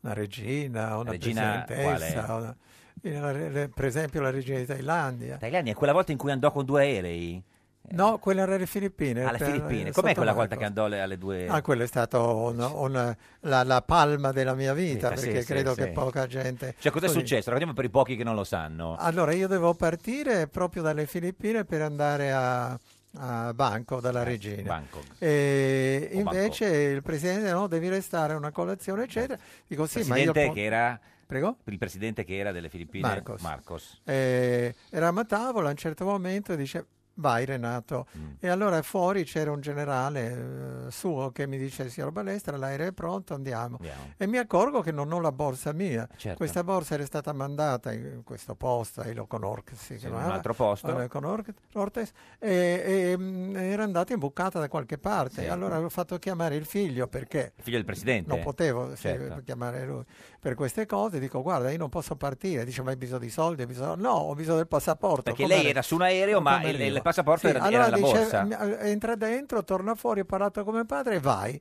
Speaker 13: una regina, una
Speaker 2: Regina
Speaker 13: presidentessa,
Speaker 2: quale?
Speaker 13: una- eh, la re- le- per esempio la regina di Thailandia.
Speaker 2: Thailandia è quella volta in cui andò con due aerei
Speaker 13: No, quella era alle Filippine.
Speaker 2: Eh, alle
Speaker 13: per-
Speaker 2: Filippine.
Speaker 13: sotto
Speaker 2: Com'è quella volta
Speaker 13: Marcos.
Speaker 2: che andò alle- alle due...
Speaker 13: Ah, quello è stato un- un- la, la palma della mia vita,
Speaker 2: Eh, Sì,
Speaker 13: perché
Speaker 2: sì,
Speaker 13: credo
Speaker 2: sì.
Speaker 13: che poca gente...
Speaker 2: Cioè, cos'è
Speaker 13: così. Ah,
Speaker 2: successo? Raccontiamo per i pochi che non lo sanno.
Speaker 13: Allora, io devo partire proprio dalle Filippine per andare a, a Bangkok, dalla regina.
Speaker 2: Eh, Bangkok.
Speaker 13: E
Speaker 2: O
Speaker 13: invece il presidente no, devi restare a una colazione, eccetera. Dico sì, ma io...
Speaker 2: Eh. presidente
Speaker 13: po-
Speaker 2: che era...
Speaker 13: Prego?
Speaker 2: Il presidente che era delle Filippine?
Speaker 13: Marcos.
Speaker 2: Marcos.
Speaker 13: Eh, eravamo a tavola a un certo momento e dice vai Renato
Speaker 2: Mm.
Speaker 13: e allora fuori c'era un generale eh, suo che mi dice signor Balestra l'aereo è pronto andiamo
Speaker 2: Andiamo.
Speaker 13: e mi accorgo che non ho la borsa mia
Speaker 2: Certo.
Speaker 13: questa borsa era stata mandata in questo posto ai Loconorc si
Speaker 2: Sì,
Speaker 13: chiamava
Speaker 2: un altro posto.
Speaker 13: Ai Loconorc- Nortes, e, e, mm, era andata imbucata da qualche parte
Speaker 2: Sì.
Speaker 13: allora avevo fatto chiamare il figlio perché
Speaker 2: Il figlio del presidente?
Speaker 13: non potevo sì,
Speaker 2: Certo.
Speaker 13: chiamare lui per queste cose. Dico, guarda, io non posso partire. Dice, ma hai bisogno di soldi? Hai bisogno... No, ho bisogno del passaporto.
Speaker 2: Perché
Speaker 13: Come
Speaker 2: lei
Speaker 13: arri-
Speaker 2: era su un aereo, ma
Speaker 13: come
Speaker 2: il-
Speaker 13: arrivo?
Speaker 2: il passaporto era- era
Speaker 13: allora
Speaker 2: nella
Speaker 13: dice,
Speaker 2: borsa.
Speaker 13: "Mi- eh, Entra dentro, torna fuori, ho parlato come padre e vai.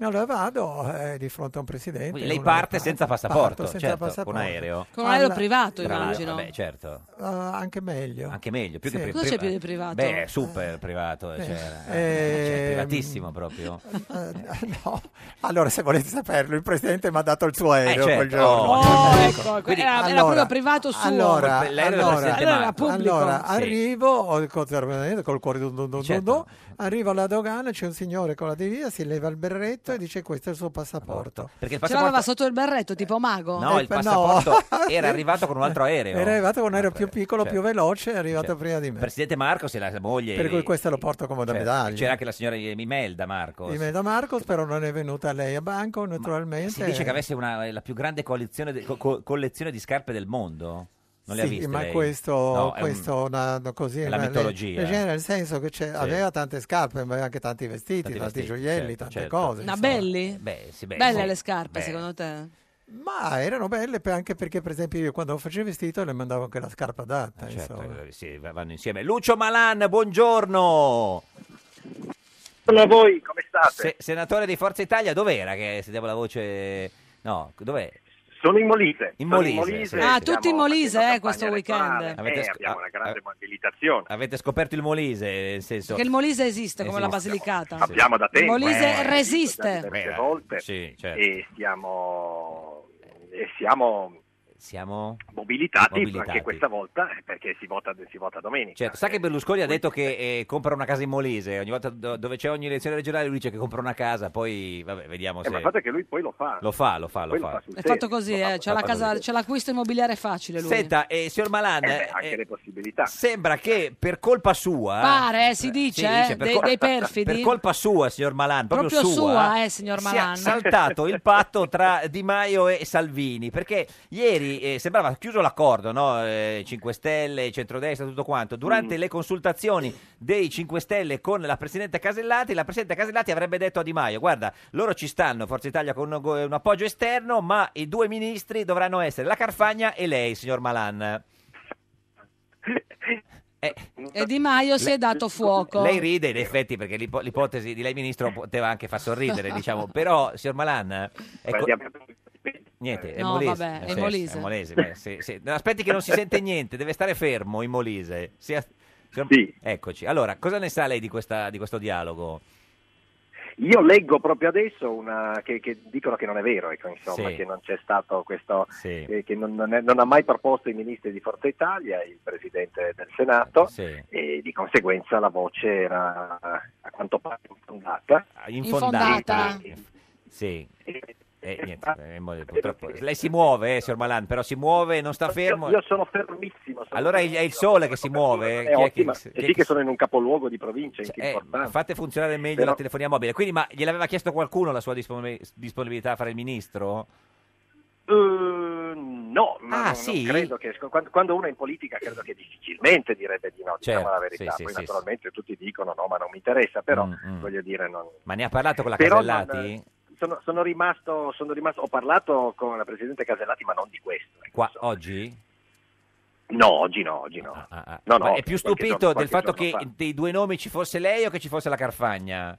Speaker 13: E Allora vado eh, di fronte a un presidente.
Speaker 2: Quindi lei
Speaker 13: uno
Speaker 2: parte
Speaker 13: parla-
Speaker 2: senza passaporto,
Speaker 13: parto senza
Speaker 2: certo,
Speaker 13: passaporto.
Speaker 2: con un aereo.
Speaker 1: Con un aereo
Speaker 13: Alla-
Speaker 1: privato,
Speaker 2: Bravo,
Speaker 1: immagino.
Speaker 2: Vabbè, certo.
Speaker 13: Ah, anche meglio.
Speaker 2: Anche meglio, più
Speaker 13: Sì.
Speaker 2: che pri-
Speaker 1: Cosa c'è
Speaker 2: priva-
Speaker 1: più di privato?
Speaker 2: Beh, super privato,
Speaker 13: Sì.
Speaker 2: cioè,
Speaker 13: Eh,
Speaker 2: cioè,
Speaker 13: ehm,
Speaker 2: privatissimo proprio.
Speaker 13: Eh, no. Allora, se volete saperlo, il presidente mi ha dato il suo aereo
Speaker 2: certo.
Speaker 13: quel giorno.
Speaker 2: Oh,
Speaker 1: Eh, ecco, era- era proprio privato suo.
Speaker 13: Allora,
Speaker 1: L'aereo era
Speaker 13: allora,
Speaker 1: presidente Allora era Marco. pubblico.
Speaker 13: allora,
Speaker 1: Sì.
Speaker 13: arrivo ho il col, col cuore dun dun dun dun dun,
Speaker 1: Certo.
Speaker 13: arrivo alla dogana, c'è un signore con la divisa, si leva il berretto e dice questo è il suo passaporto.
Speaker 2: Perché il
Speaker 1: Ce l'aveva
Speaker 2: passaporto,
Speaker 1: sotto il berretto, tipo mago?
Speaker 2: no,
Speaker 13: Eh,
Speaker 2: il
Speaker 13: per-
Speaker 2: passaporto
Speaker 13: no.
Speaker 2: era arrivato con un altro aereo.
Speaker 13: Era arrivato con un aereo più piccolo,
Speaker 2: Certo.
Speaker 13: più veloce, è arrivato
Speaker 2: Certo.
Speaker 13: prima di me.
Speaker 2: Presidente Marcos e la moglie.
Speaker 13: Per cui questo lo porto come da
Speaker 2: Certo.
Speaker 13: medaglia.
Speaker 2: C'era anche la signora Imelda Marcos.
Speaker 13: Di me da Marcos, però non è venuta lei a banco, naturalmente.
Speaker 2: Si dice che avesse una- la più grande collezione, de- co- co- collezione di scarpe del mondo. Non le ha
Speaker 13: Sì,
Speaker 2: viste
Speaker 13: ma
Speaker 2: lei?
Speaker 13: questo,
Speaker 2: No, è un-
Speaker 13: questo è una, no, così,
Speaker 2: è
Speaker 13: una-
Speaker 2: la
Speaker 13: le-
Speaker 2: mitologia.
Speaker 13: leggenda, nel senso che c'è-
Speaker 2: Sì.
Speaker 13: aveva tante scarpe, ma aveva anche tanti vestiti,
Speaker 2: Tanti
Speaker 13: tanti,
Speaker 2: vestiti,
Speaker 13: gioielli,
Speaker 2: certo,
Speaker 13: tante
Speaker 2: certo.
Speaker 13: cose.
Speaker 1: Ma
Speaker 13: insomma.
Speaker 1: belli?
Speaker 2: Beh, sì, beh,
Speaker 1: Belle
Speaker 2: sì.
Speaker 1: le scarpe,
Speaker 2: Beh.
Speaker 1: secondo te?
Speaker 13: Ma Ah, erano belle per- anche perché, per esempio, io quando facevo il vestito le mandavo anche la scarpa adatta.
Speaker 2: Certo,
Speaker 13: insomma.
Speaker 2: eh, sì, va- vanno insieme. Lucio Malan, buongiorno.
Speaker 17: Buongiorno a voi, come state?
Speaker 2: Se- senatore di Forza Italia, dov'era che sentiamo la voce? No, dov'è?
Speaker 17: Sono in Molise.
Speaker 2: In
Speaker 17: Sono
Speaker 2: Molise.
Speaker 17: in Molise,
Speaker 2: sì,
Speaker 1: ah,
Speaker 2: sì.
Speaker 1: tutti in Molise eh, questo
Speaker 17: elettorale.
Speaker 1: weekend.
Speaker 2: Avete
Speaker 17: Eh,
Speaker 2: sc-
Speaker 17: abbiamo una grande
Speaker 2: a-
Speaker 17: mobilitazione.
Speaker 2: Avete scoperto il Molise, nel senso... Eh,
Speaker 1: Che il Molise esiste, come la
Speaker 2: Esiste.
Speaker 1: Basilicata.
Speaker 17: Abbiamo da tempo.
Speaker 1: Il Molise
Speaker 17: eh,
Speaker 1: resiste.
Speaker 17: diverse volte
Speaker 2: Sì, certo.
Speaker 17: e stiamo, e Eh, siamo
Speaker 2: Siamo
Speaker 17: mobilitati,
Speaker 2: Mobilitati.
Speaker 17: anche questa volta eh, perché si vota, si vota domenica.
Speaker 2: Certo, sa che Berlusconi ha detto che eh, compra una casa in Molise, ogni volta do- dove c'è ogni elezione regionale lui dice che compra una casa, poi vabbè, vediamo
Speaker 17: Eh,
Speaker 2: se
Speaker 17: ma il fatto è che lui poi lo fa.
Speaker 2: lo fa, lo fa, lo
Speaker 17: Poi lo
Speaker 2: fa.
Speaker 17: fa sul
Speaker 1: È fatto così, eh, c'è, la casa- c'è l'acquisto immobiliare facile lui.
Speaker 2: Senta, eh, signor Malan, eh, sembra che per colpa sua...
Speaker 1: Pare, eh, si dice, eh,
Speaker 2: per
Speaker 1: dei-
Speaker 2: col-
Speaker 1: dei perfidi.
Speaker 2: Per colpa sua, signor Malan, proprio,
Speaker 1: Proprio sua, eh, signor Malan.
Speaker 2: Si è saltato il patto tra Di Maio e Salvini, perché ieri eh, sembrava chiuso l'accordo, no? Eh, 5 Stelle, centrodestra, tutto quanto. Durante
Speaker 1: Mm.
Speaker 2: le consultazioni dei 5 Stelle con la Presidente Casellati, la Presidente Casellati avrebbe detto a Di Maio, guarda, loro ci stanno, Forza Italia, con un, un appoggio esterno, ma i due ministri dovranno essere la Carfagna e lei, signor Malan.
Speaker 1: E Di Maio si è dato fuoco.
Speaker 2: eh. Lei ride in effetti perché l'ipo- l'ipotesi di lei ministro poteva anche far sorridere, diciamo, però signor Malan ecco-
Speaker 17: eh.
Speaker 2: Niente, è
Speaker 1: No,
Speaker 2: Molise.
Speaker 1: vabbè, è
Speaker 2: Eh, sì,
Speaker 1: Molise.
Speaker 2: è beh, sì, sì. No, Aspetti che non si sente niente, deve stare fermo in Molise. Sia- signor- Eccoci. Allora, cosa ne sa lei di, questa- di questo dialogo?
Speaker 17: Io leggo proprio adesso una, che, che dicono che non è vero, ecco, insomma,
Speaker 2: Sì.
Speaker 17: che non c'è stato questo,
Speaker 2: Sì.
Speaker 17: eh, che non, non è- non ha mai proposto i ministri di Forza Italia, il Presidente del Senato,
Speaker 2: Sì.
Speaker 17: e di conseguenza la voce era a quanto pare infondata.
Speaker 2: Ah, Infondata. Sì. Eh,
Speaker 17: Ah.
Speaker 2: niente, eh, mo- purtroppo- Lei si muove, eh, signor Malan, però si muove, non sta fermo.
Speaker 17: Io, io sono fermissimo. sono-
Speaker 2: Allora è il- è il sole che si muove. eh.
Speaker 17: è
Speaker 2: Chi è che-
Speaker 17: ottima.
Speaker 2: chi è
Speaker 17: e sì
Speaker 2: che- eh,
Speaker 17: che sono in un capoluogo di provincia, anche importante.
Speaker 2: Fate funzionare meglio
Speaker 17: Però-
Speaker 2: la telefonia mobile. Quindi, ma gliel'aveva chiesto qualcuno la sua dispone- disponibilità a fare il ministro?
Speaker 17: Eh, no, ma
Speaker 2: Ah,
Speaker 17: non- non
Speaker 2: sì?
Speaker 17: credo che quando, quando uno è in politica credo che difficilmente direbbe di no,
Speaker 2: Certo,
Speaker 17: diciamo la verità.
Speaker 2: sì, sì,
Speaker 17: Poi
Speaker 2: sì,
Speaker 17: naturalmente tutti dicono no, ma non mi interessa, però voglio dire non-
Speaker 2: Ma ne ha parlato con la
Speaker 17: Però non- eh,
Speaker 2: Casellati?
Speaker 17: sono, sono rimasto, sono rimasto, ho parlato con la Presidente Casellati ma non di questo.
Speaker 2: Qua, oggi? Ah,
Speaker 17: No, oggi no, oggi no. No,
Speaker 2: Ma
Speaker 17: no,
Speaker 2: è
Speaker 17: qualche
Speaker 2: più stupito
Speaker 17: giorno- qualche
Speaker 2: del fatto che
Speaker 17: giorno fa.
Speaker 2: dei due nomi ci fosse lei o che ci fosse la Carfagna?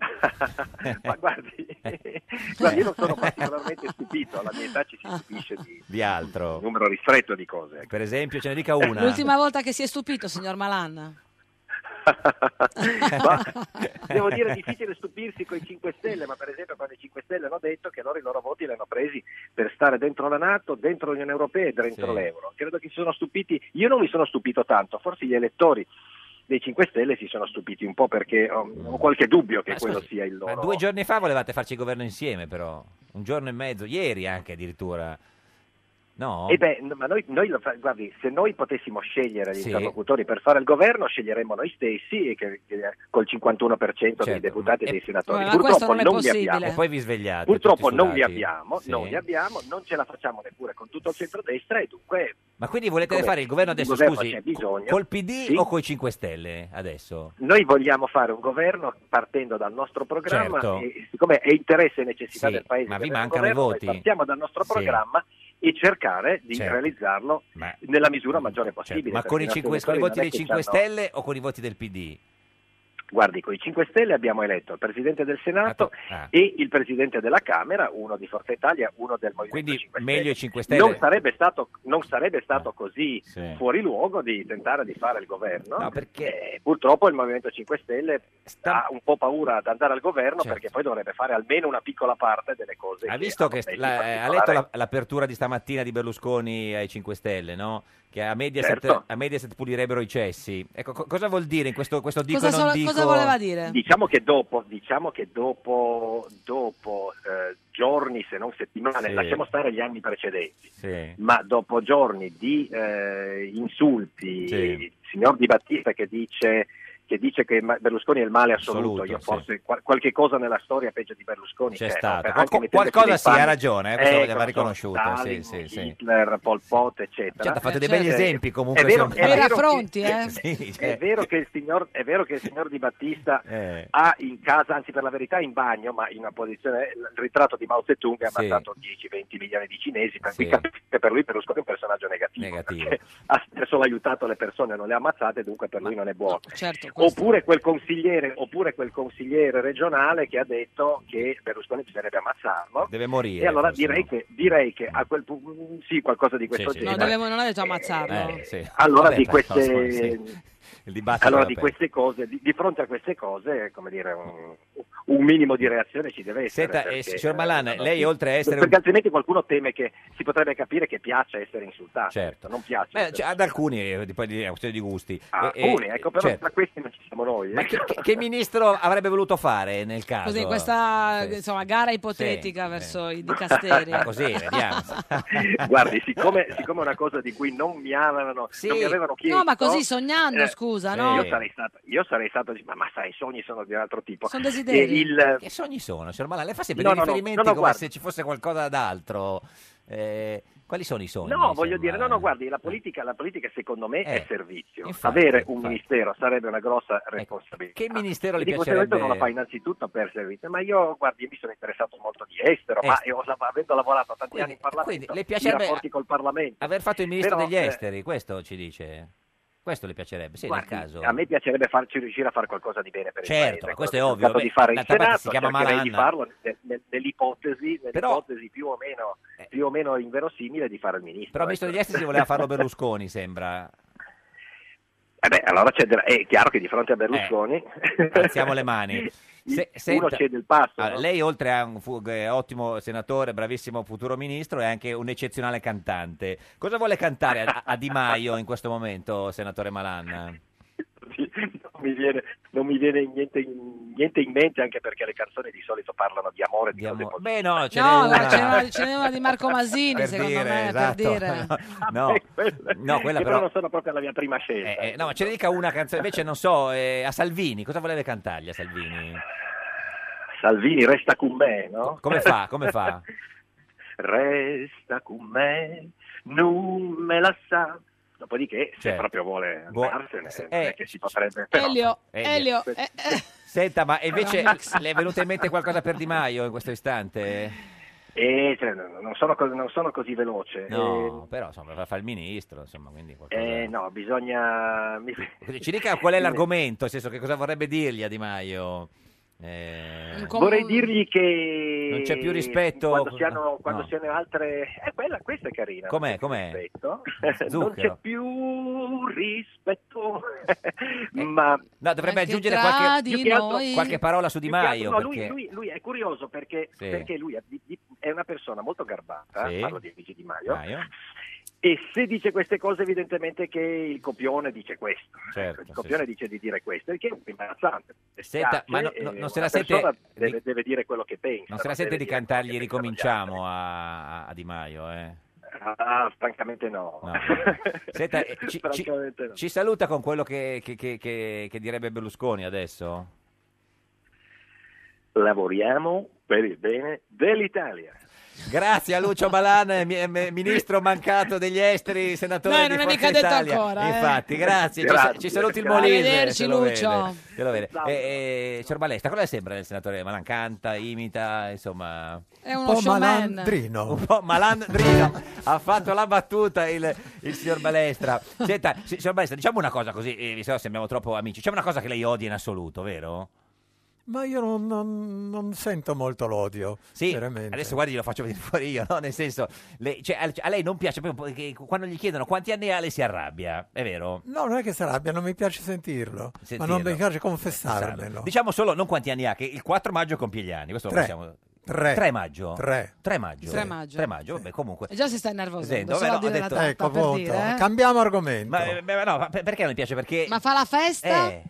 Speaker 17: Ma guardi,
Speaker 2: Eh.
Speaker 17: guardi, io non sono particolarmente stupito, alla mia età ci si stupisce di
Speaker 2: Di altro.
Speaker 17: un numero ristretto di cose. ecco.
Speaker 2: Per esempio, ce ne dica una.
Speaker 1: L'ultima volta che si è stupito, signor Malan.
Speaker 17: Devo dire, è difficile stupirsi con i 5 Stelle, ma per esempio quando i 5 Stelle hanno detto che loro i loro voti li hanno presi per stare dentro la Nato, dentro l'Unione Europea e dentro
Speaker 2: Sì.
Speaker 17: l'Euro. Credo che si sono stupiti, io non mi sono stupito tanto, forse gli elettori dei 5 Stelle si sono stupiti un po' perché ho, ho qualche dubbio che
Speaker 2: Ma
Speaker 17: quello
Speaker 2: scusi,
Speaker 17: sia il
Speaker 2: Ma
Speaker 17: loro...
Speaker 2: due giorni fa volevate farci il governo insieme, però. Un giorno e mezzo, ieri anche addirittura. No?
Speaker 17: Eh beh, no, ma noi, noi lo fa- guardi, se noi potessimo scegliere gli
Speaker 2: Sì.
Speaker 17: interlocutori per fare il governo, sceglieremmo noi stessi e che- che- col 51% dei
Speaker 2: Certo,
Speaker 17: deputati e dei senatori.
Speaker 1: ma questo
Speaker 17: Purtroppo
Speaker 1: non è
Speaker 17: non, li
Speaker 1: possibile.
Speaker 17: abbiamo.
Speaker 2: E poi vi svegliate.
Speaker 17: Purtroppo
Speaker 2: tutti
Speaker 17: non li
Speaker 2: sudati.
Speaker 17: abbiamo,
Speaker 2: Sì.
Speaker 17: non li abbiamo, non ce la facciamo neppure con tutto il centrodestra e dunque
Speaker 2: Ma quindi volete
Speaker 17: Come?
Speaker 2: fare il governo adesso,
Speaker 17: Il governo
Speaker 2: scusi,
Speaker 17: c'è bisogno.
Speaker 2: col PD
Speaker 17: Sì.
Speaker 2: o coi 5 Stelle adesso?
Speaker 17: noi vogliamo fare un governo partendo dal nostro programma
Speaker 2: Certo.
Speaker 17: e siccome è interesse e necessità
Speaker 2: Sì,
Speaker 17: del paese,
Speaker 2: ma vi
Speaker 17: avere un
Speaker 2: mancano i
Speaker 17: governo, noi
Speaker 2: voti.
Speaker 17: partiamo dal nostro
Speaker 2: Sì.
Speaker 17: programma e cercare di
Speaker 2: Certo.
Speaker 17: realizzarlo
Speaker 2: Ma- Certo.
Speaker 17: nella misura maggiore possibile.
Speaker 2: Cioè, Ma con i,
Speaker 17: perché
Speaker 2: cinque-
Speaker 17: nostri
Speaker 2: con i
Speaker 17: elettori
Speaker 2: voti
Speaker 17: non è
Speaker 2: dei
Speaker 17: che
Speaker 2: 5
Speaker 17: c'hanno-
Speaker 2: Stelle o con i voti del PD?
Speaker 17: Guardi, con i 5 Stelle abbiamo eletto il Presidente del Senato
Speaker 2: Ah,
Speaker 17: e il Presidente della Camera, uno di Forza Italia, uno del Movimento
Speaker 2: Quindi
Speaker 17: 5 Stelle.
Speaker 2: meglio i 5 Stelle?
Speaker 17: Non sarebbe stato, non sarebbe stato così
Speaker 2: Eh, Sì.
Speaker 17: fuori luogo di tentare di fare il governo.
Speaker 2: No, perché-
Speaker 17: Eh, purtroppo il Movimento 5 Stelle ha un po' paura ad andare al governo
Speaker 2: Certo.
Speaker 17: perché poi dovrebbe fare almeno una piccola parte delle cose.
Speaker 2: Ha visto che
Speaker 17: messo in
Speaker 2: la- eh, ha
Speaker 17: particolare-
Speaker 2: letto la- l'apertura di stamattina di Berlusconi ai 5 Stelle, no? Che a Mediaset,
Speaker 17: Certo.
Speaker 2: a Mediaset pulirebbero i cessi. Ecco, co- cosa vuol dire in questo, questo dico
Speaker 1: Cosa,
Speaker 2: non
Speaker 1: so-
Speaker 2: dico?
Speaker 1: cosa voleva dire?
Speaker 17: Diciamo che dopo, diciamo che dopo, dopo eh, giorni, se non settimane,
Speaker 2: Sì.
Speaker 17: lasciamo stare gli anni precedenti.
Speaker 2: Sì.
Speaker 17: ma dopo giorni di eh, insulti,
Speaker 2: Sì.
Speaker 17: il signor Di Battista che dice che, dice che ma- Berlusconi è il male assoluto,
Speaker 2: Assoluto,
Speaker 17: io
Speaker 2: sì.
Speaker 17: forse qual- qualche cosa nella storia peggio di Berlusconi
Speaker 2: C'è
Speaker 17: no?
Speaker 2: stato.
Speaker 17: Per-
Speaker 2: Qual-
Speaker 17: anche mettendo
Speaker 2: qualcosa
Speaker 17: i piedi in
Speaker 2: sì, ha
Speaker 17: panni.
Speaker 2: ragione, eh, questo
Speaker 17: Ecco, insomma,
Speaker 2: l'aveva riconosciuto,
Speaker 17: Stalin,
Speaker 2: sì, sì, sì.
Speaker 17: Hitler, Pol Pot, eccetera.
Speaker 2: Ci ha fatto Certo, dei begli esempi comunque.
Speaker 17: È vero,
Speaker 2: insomma.
Speaker 17: è vero che-
Speaker 2: Sì,
Speaker 17: è
Speaker 2: cioè,
Speaker 17: vero che il signor, è vero che il signor Di Battista
Speaker 2: eh,
Speaker 17: ha in casa, anzi per la verità in bagno, ma in una posizione, il ritratto di Mao Zedong ha
Speaker 2: Sì.
Speaker 17: mandato 10-20 milioni di cinesi, per
Speaker 2: Sì.
Speaker 17: cui capite che per lui Berlusconi è un personaggio negativo,
Speaker 2: Negativo.
Speaker 17: perché ha solo aiutato le persone, non le ha ammazzate, dunque per lui non è buono.
Speaker 1: Certo, questo-
Speaker 17: Oppure quel, consigliere, oppure quel consigliere regionale che ha detto che Berlusconi bisognerebbe ammazzarlo.
Speaker 2: deve morire.
Speaker 17: E allora
Speaker 2: questo,
Speaker 17: direi
Speaker 2: no?
Speaker 17: che, direi che a quel punto sì, qualcosa di questo
Speaker 2: sì.
Speaker 17: genere.
Speaker 1: Eh, No, deve- non ha detto ammazzarlo.
Speaker 2: Eh, sì.
Speaker 17: Allora
Speaker 2: Vabbè,
Speaker 17: di
Speaker 2: però,
Speaker 17: queste,
Speaker 2: insomma, sì. il dibattito.
Speaker 17: Allora,
Speaker 2: era
Speaker 17: di,
Speaker 2: aperto.
Speaker 17: queste cose, di, di fronte a queste cose, come dire, un, un minimo di reazione ci deve essere.
Speaker 2: Senta, eh,
Speaker 17: perché,
Speaker 2: signor Malan,
Speaker 17: no, no,
Speaker 2: lei
Speaker 17: sì.
Speaker 2: oltre a essere un-
Speaker 17: Perché altrimenti qualcuno teme che si potrebbe capire che piaccia essere insultato.
Speaker 2: Certo.
Speaker 17: Non piace.
Speaker 2: Beh, cioè, ad alcuni, eh, di- poi di- è una questione di gusti.
Speaker 17: Ah,
Speaker 2: Eh, eh,
Speaker 17: alcuni, ecco, però
Speaker 2: certo.
Speaker 17: tra questi non ci siamo noi.
Speaker 2: Ma che, che- che ministro avrebbe voluto fare nel caso?
Speaker 1: Così, questa
Speaker 2: Cioè, Sì.
Speaker 1: insomma, gara ipotetica verso i dicasteri.
Speaker 2: Ah, Così, vediamo.
Speaker 17: Guardi, siccome, siccome è una cosa di cui non mi avevano, non mi avevano chiesto...
Speaker 1: No, ma così
Speaker 2: eh,
Speaker 1: sognando, scusa, no?
Speaker 17: Io sarei stato, io sarei stato ma, ma sai, i sogni sono di un altro tipo.
Speaker 1: Sono desideri.
Speaker 17: E il-
Speaker 2: Che sogni sono? Signor Malan, lei fa sempre
Speaker 17: No,
Speaker 2: dei
Speaker 17: no, no,
Speaker 2: riferimenti
Speaker 17: no, no,
Speaker 2: come
Speaker 17: guarda.
Speaker 2: se ci fosse qualcosa d'altro. Eh, quali sono i sogni?
Speaker 17: No, voglio dire, no, no, guardi, la politica, la politica secondo me
Speaker 2: Eh,
Speaker 17: è servizio.
Speaker 2: infatti,
Speaker 17: Avere un
Speaker 2: infatti.
Speaker 17: ministero sarebbe una grossa responsabilità.
Speaker 2: che ministero le
Speaker 17: E di
Speaker 2: piacerebbe?
Speaker 17: conseguenza non la fa innanzitutto per servizio, ma io, guardi, mi sono interessato molto di estero,
Speaker 2: Eh.
Speaker 17: ma io, la- avendo lavorato tanti
Speaker 2: Quindi-
Speaker 17: anni in Parlamento,
Speaker 2: quindi le
Speaker 17: i
Speaker 2: piacerebbe
Speaker 17: rapporti col Parlamento.
Speaker 2: Aver fatto il ministro
Speaker 17: Però,
Speaker 2: degli
Speaker 17: eh,
Speaker 2: esteri, questo ci dice. Questo le piacerebbe, sì,
Speaker 17: guardi,
Speaker 2: nel caso.
Speaker 17: A me piacerebbe farci riuscire a fare qualcosa di bene per il
Speaker 2: Certo,
Speaker 17: Paese.
Speaker 2: ma questo
Speaker 17: Quello
Speaker 2: è
Speaker 17: che ho
Speaker 2: ovvio,
Speaker 17: cercato
Speaker 2: beh,
Speaker 17: di fare in
Speaker 2: d'altra parte si
Speaker 17: Senato,
Speaker 2: chiama
Speaker 17: cercherei di
Speaker 2: Malan.
Speaker 17: farlo ne- ne- nell'ipotesi, nell'ipotesi più o meno più o meno inverosimile di fare il ministro.
Speaker 2: Però il ministro
Speaker 17: ecco.
Speaker 2: degli esteri si voleva farlo Berlusconi, sembra.
Speaker 17: Eh beh, allora c'è della- è chiaro che di
Speaker 2: Eh,
Speaker 17: fronte a Berlusconi
Speaker 2: Alziamo le mani. Se-
Speaker 17: uno
Speaker 2: senta-
Speaker 17: cede il passo.
Speaker 2: Allora,
Speaker 17: no?
Speaker 2: Lei, oltre a un fu- eh, ottimo senatore, bravissimo futuro ministro, è anche un eccezionale cantante. Cosa vuole cantare a, a Di Maio in questo momento, senatore Malan?
Speaker 17: Non mi viene, non mi viene niente, in, niente in mente anche perché le canzoni di solito parlano di amore, di, cose positive.
Speaker 2: Beh, no, ce
Speaker 1: No,
Speaker 2: n'è
Speaker 1: guarda,
Speaker 2: una.
Speaker 1: ce n'è una, ce n'è una di Marco Masini,
Speaker 2: Per
Speaker 1: secondo
Speaker 2: dire,
Speaker 1: me,
Speaker 2: esatto.
Speaker 1: per dire.
Speaker 2: No, no,
Speaker 17: Che
Speaker 2: quella
Speaker 17: però,
Speaker 2: però.
Speaker 17: non sono proprio la mia prima scelta.
Speaker 2: eh, no, ma ce ne dica una canzone. Invece, non so, eh, a Salvini, cosa voleva cantargli a Salvini?
Speaker 17: Salvini resta con me, no?
Speaker 2: Come fa? Come fa?
Speaker 17: Resta con me, non me la sa. Dopodiché, se
Speaker 2: Certo.
Speaker 17: proprio vuole
Speaker 2: Vuo-
Speaker 17: andarsene,
Speaker 2: se-
Speaker 17: non è
Speaker 2: eh,
Speaker 17: che si potrebbe... però-
Speaker 1: Elio,
Speaker 2: Eh,
Speaker 1: Elio,
Speaker 2: niente.
Speaker 1: eh, eh.
Speaker 2: Senta, ma invece
Speaker 1: Allora, Max.
Speaker 2: le è venuta in mente qualcosa per Di Maio in questo istante?
Speaker 17: Eh, cioè, no, non, sono, co- non sono così veloce.
Speaker 2: No, però insomma, fa il ministro, insomma, quindi
Speaker 17: Eh,
Speaker 2: qualcosa.
Speaker 17: eh, no, bisogna... mi-
Speaker 2: Ci dica qual è l'argomento, nel senso che cosa vorrebbe dirgli a Di Maio? Eh,
Speaker 17: Vorrei dirgli che...
Speaker 2: Non c'è più rispetto-
Speaker 17: Quando si hanno, quando
Speaker 2: no.
Speaker 17: si hanno altre... Eh, quella, questa è carina.
Speaker 2: Com'è, com'è?
Speaker 17: rispetto. non c'è
Speaker 2: Zucchero.
Speaker 17: più rispetto, ma
Speaker 2: Eh, No, dovrebbe
Speaker 17: Anche
Speaker 2: aggiungere
Speaker 17: tra
Speaker 2: qualche,
Speaker 17: di Più che altro- noi.
Speaker 2: qualche parola su Di
Speaker 17: più che altro-
Speaker 2: Maio.
Speaker 17: no, lui,
Speaker 2: perché...
Speaker 17: lui- lui è curioso perché,
Speaker 2: Sì.
Speaker 17: perché lui è, di- di- è una persona molto garbata,
Speaker 2: Sì.
Speaker 17: parlo di Luigi Di Maio,
Speaker 2: Maio,
Speaker 17: e se dice queste cose evidentemente che il copione dice questo.
Speaker 2: certo,
Speaker 17: Cioè, Il
Speaker 2: sì,
Speaker 17: copione dice di dire questo, il che è imbarazzante.
Speaker 2: Senta, ma no-
Speaker 17: e
Speaker 2: no- non
Speaker 17: eh, una
Speaker 2: se la siete-
Speaker 17: persona Deve, deve dire quello che pensa.
Speaker 2: sì. Non se la sente
Speaker 17: deve
Speaker 2: di
Speaker 17: dire-
Speaker 2: cantargli ricominciamo a, a Di Maio, eh?
Speaker 17: Ah, francamente no.
Speaker 2: No. Senta, eh, ci, ci-
Speaker 17: Francamente no.
Speaker 2: ci saluta con quello che, che- che- che- che direbbe Berlusconi adesso?
Speaker 17: Lavoriamo per il bene dell'Italia.
Speaker 2: Grazie a Lucio Malan, mi- eh, mi- ministro mancato degli esteri, senatore
Speaker 1: Dai,
Speaker 2: di
Speaker 1: non è
Speaker 2: Forza
Speaker 1: mica detto
Speaker 2: Italia.
Speaker 1: ancora, eh.
Speaker 2: Infatti, grazie. Ci-
Speaker 1: Grazie,
Speaker 2: Ci, saluti il
Speaker 1: grazie.
Speaker 2: Molise.
Speaker 1: Arrivederci,
Speaker 2: se lo vede,
Speaker 1: Lucio.
Speaker 2: se lo vede. Eh, eh, signor Balesta, cosa le sembra del senatore Malan? Canta, imita, insomma...
Speaker 1: È uno showman.
Speaker 2: Un po' malandrino. ha fatto la battuta il, il signor Balestra. Senta, si- signor Balestra, diciamo una cosa così, eh, vi so sembriamo troppo amici. C'è una cosa che lei odia in assoluto, vero?
Speaker 13: Ma io non, non- non sento molto l'odio,
Speaker 2: Sì,
Speaker 13: veramente.
Speaker 2: adesso guardi, lo faccio vedere fuori io, no? Nel senso, le- cioè, a, a lei non piace proprio perché quando gli chiedono quanti anni ha, lei si arrabbia, è vero?
Speaker 13: No, non è che si arrabbia, non mi piace sentirlo, ma non
Speaker 2: Sentirlo.
Speaker 13: mi piace confessarmelo.
Speaker 2: Diciamo solo non quanti anni ha, che il 4 maggio compie gli anni. Questo lo
Speaker 13: Certo. Tre.
Speaker 2: possiamo-
Speaker 13: Tre.
Speaker 2: Tre maggio?
Speaker 13: Tre.
Speaker 2: Tre maggio.
Speaker 1: Tre maggio.
Speaker 2: Tre maggio, vabbè, comunque.
Speaker 1: E già si sta innervosendo,
Speaker 2: Sento,
Speaker 1: solo
Speaker 2: beh,
Speaker 1: a
Speaker 2: no,
Speaker 1: dire
Speaker 2: ho
Speaker 1: la
Speaker 2: detto-
Speaker 1: tappa
Speaker 13: Ecco,
Speaker 1: per
Speaker 13: appunto.
Speaker 1: dire, eh.
Speaker 13: Cambiamo argomento.
Speaker 2: Ma, eh, beh, no, ma per- perché non mi piace? Perché...
Speaker 1: Ma fa la festa?
Speaker 2: Eh,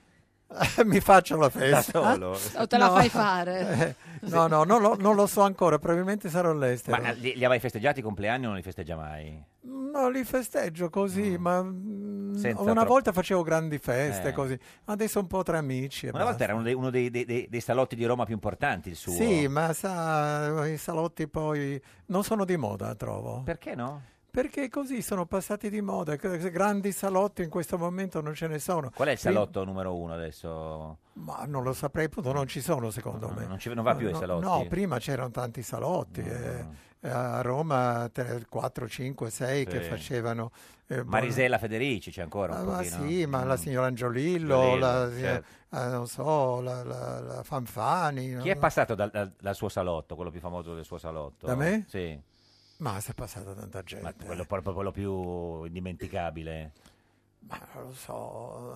Speaker 13: Mi faccio la festa.
Speaker 2: Da solo.
Speaker 1: O te la fai fare?
Speaker 13: Eh, no, no, non lo, non lo so ancora, probabilmente sarò all'estero.
Speaker 2: Ma eh. li, li avevi festeggiati i compleanni o non li festeggia mai?
Speaker 13: No, li festeggio così, ma mm,
Speaker 2: Senza
Speaker 13: una
Speaker 2: troppo-
Speaker 13: volta facevo grandi feste
Speaker 2: Eh.
Speaker 13: così, adesso un po' tra amici. e
Speaker 2: Una volta
Speaker 13: basta.
Speaker 2: era uno dei, uno dei- dei- dei- dei salotti di Roma più importanti il suo.
Speaker 13: Sì, ma sa, i salotti poi non sono di moda, trovo.
Speaker 2: Perché no?
Speaker 13: Perché così sono passati di moda, che- grandi salotti in questo momento non ce ne sono.
Speaker 2: Qual è il
Speaker 13: Prima-
Speaker 2: salotto numero uno adesso?
Speaker 13: Ma Ah, non lo saprei, appunto, non ci sono secondo me.
Speaker 2: non ci- non va più ai
Speaker 13: No,
Speaker 2: salotti?
Speaker 13: No, prima c'erano tanti salotti. eh, eh, A Roma 4, 5, 6 che
Speaker 2: Sì.
Speaker 13: facevano... eh,
Speaker 2: Marisella Federici c'è ancora un
Speaker 13: Ma ma
Speaker 2: pochino. mm,
Speaker 13: sì, ma la signora Angiolillo,
Speaker 2: Angiolillo,
Speaker 13: la, signora-
Speaker 2: certo.
Speaker 13: eh, non so, la, la- la Fanfani.
Speaker 2: Chi è passato dal, dal- dal suo salotto, quello più famoso del suo salotto?
Speaker 13: Da me?
Speaker 2: Sì.
Speaker 13: Ma si è passata tanta gente.
Speaker 2: Ma quello, proprio quello più indimenticabile.
Speaker 13: Ma non lo so,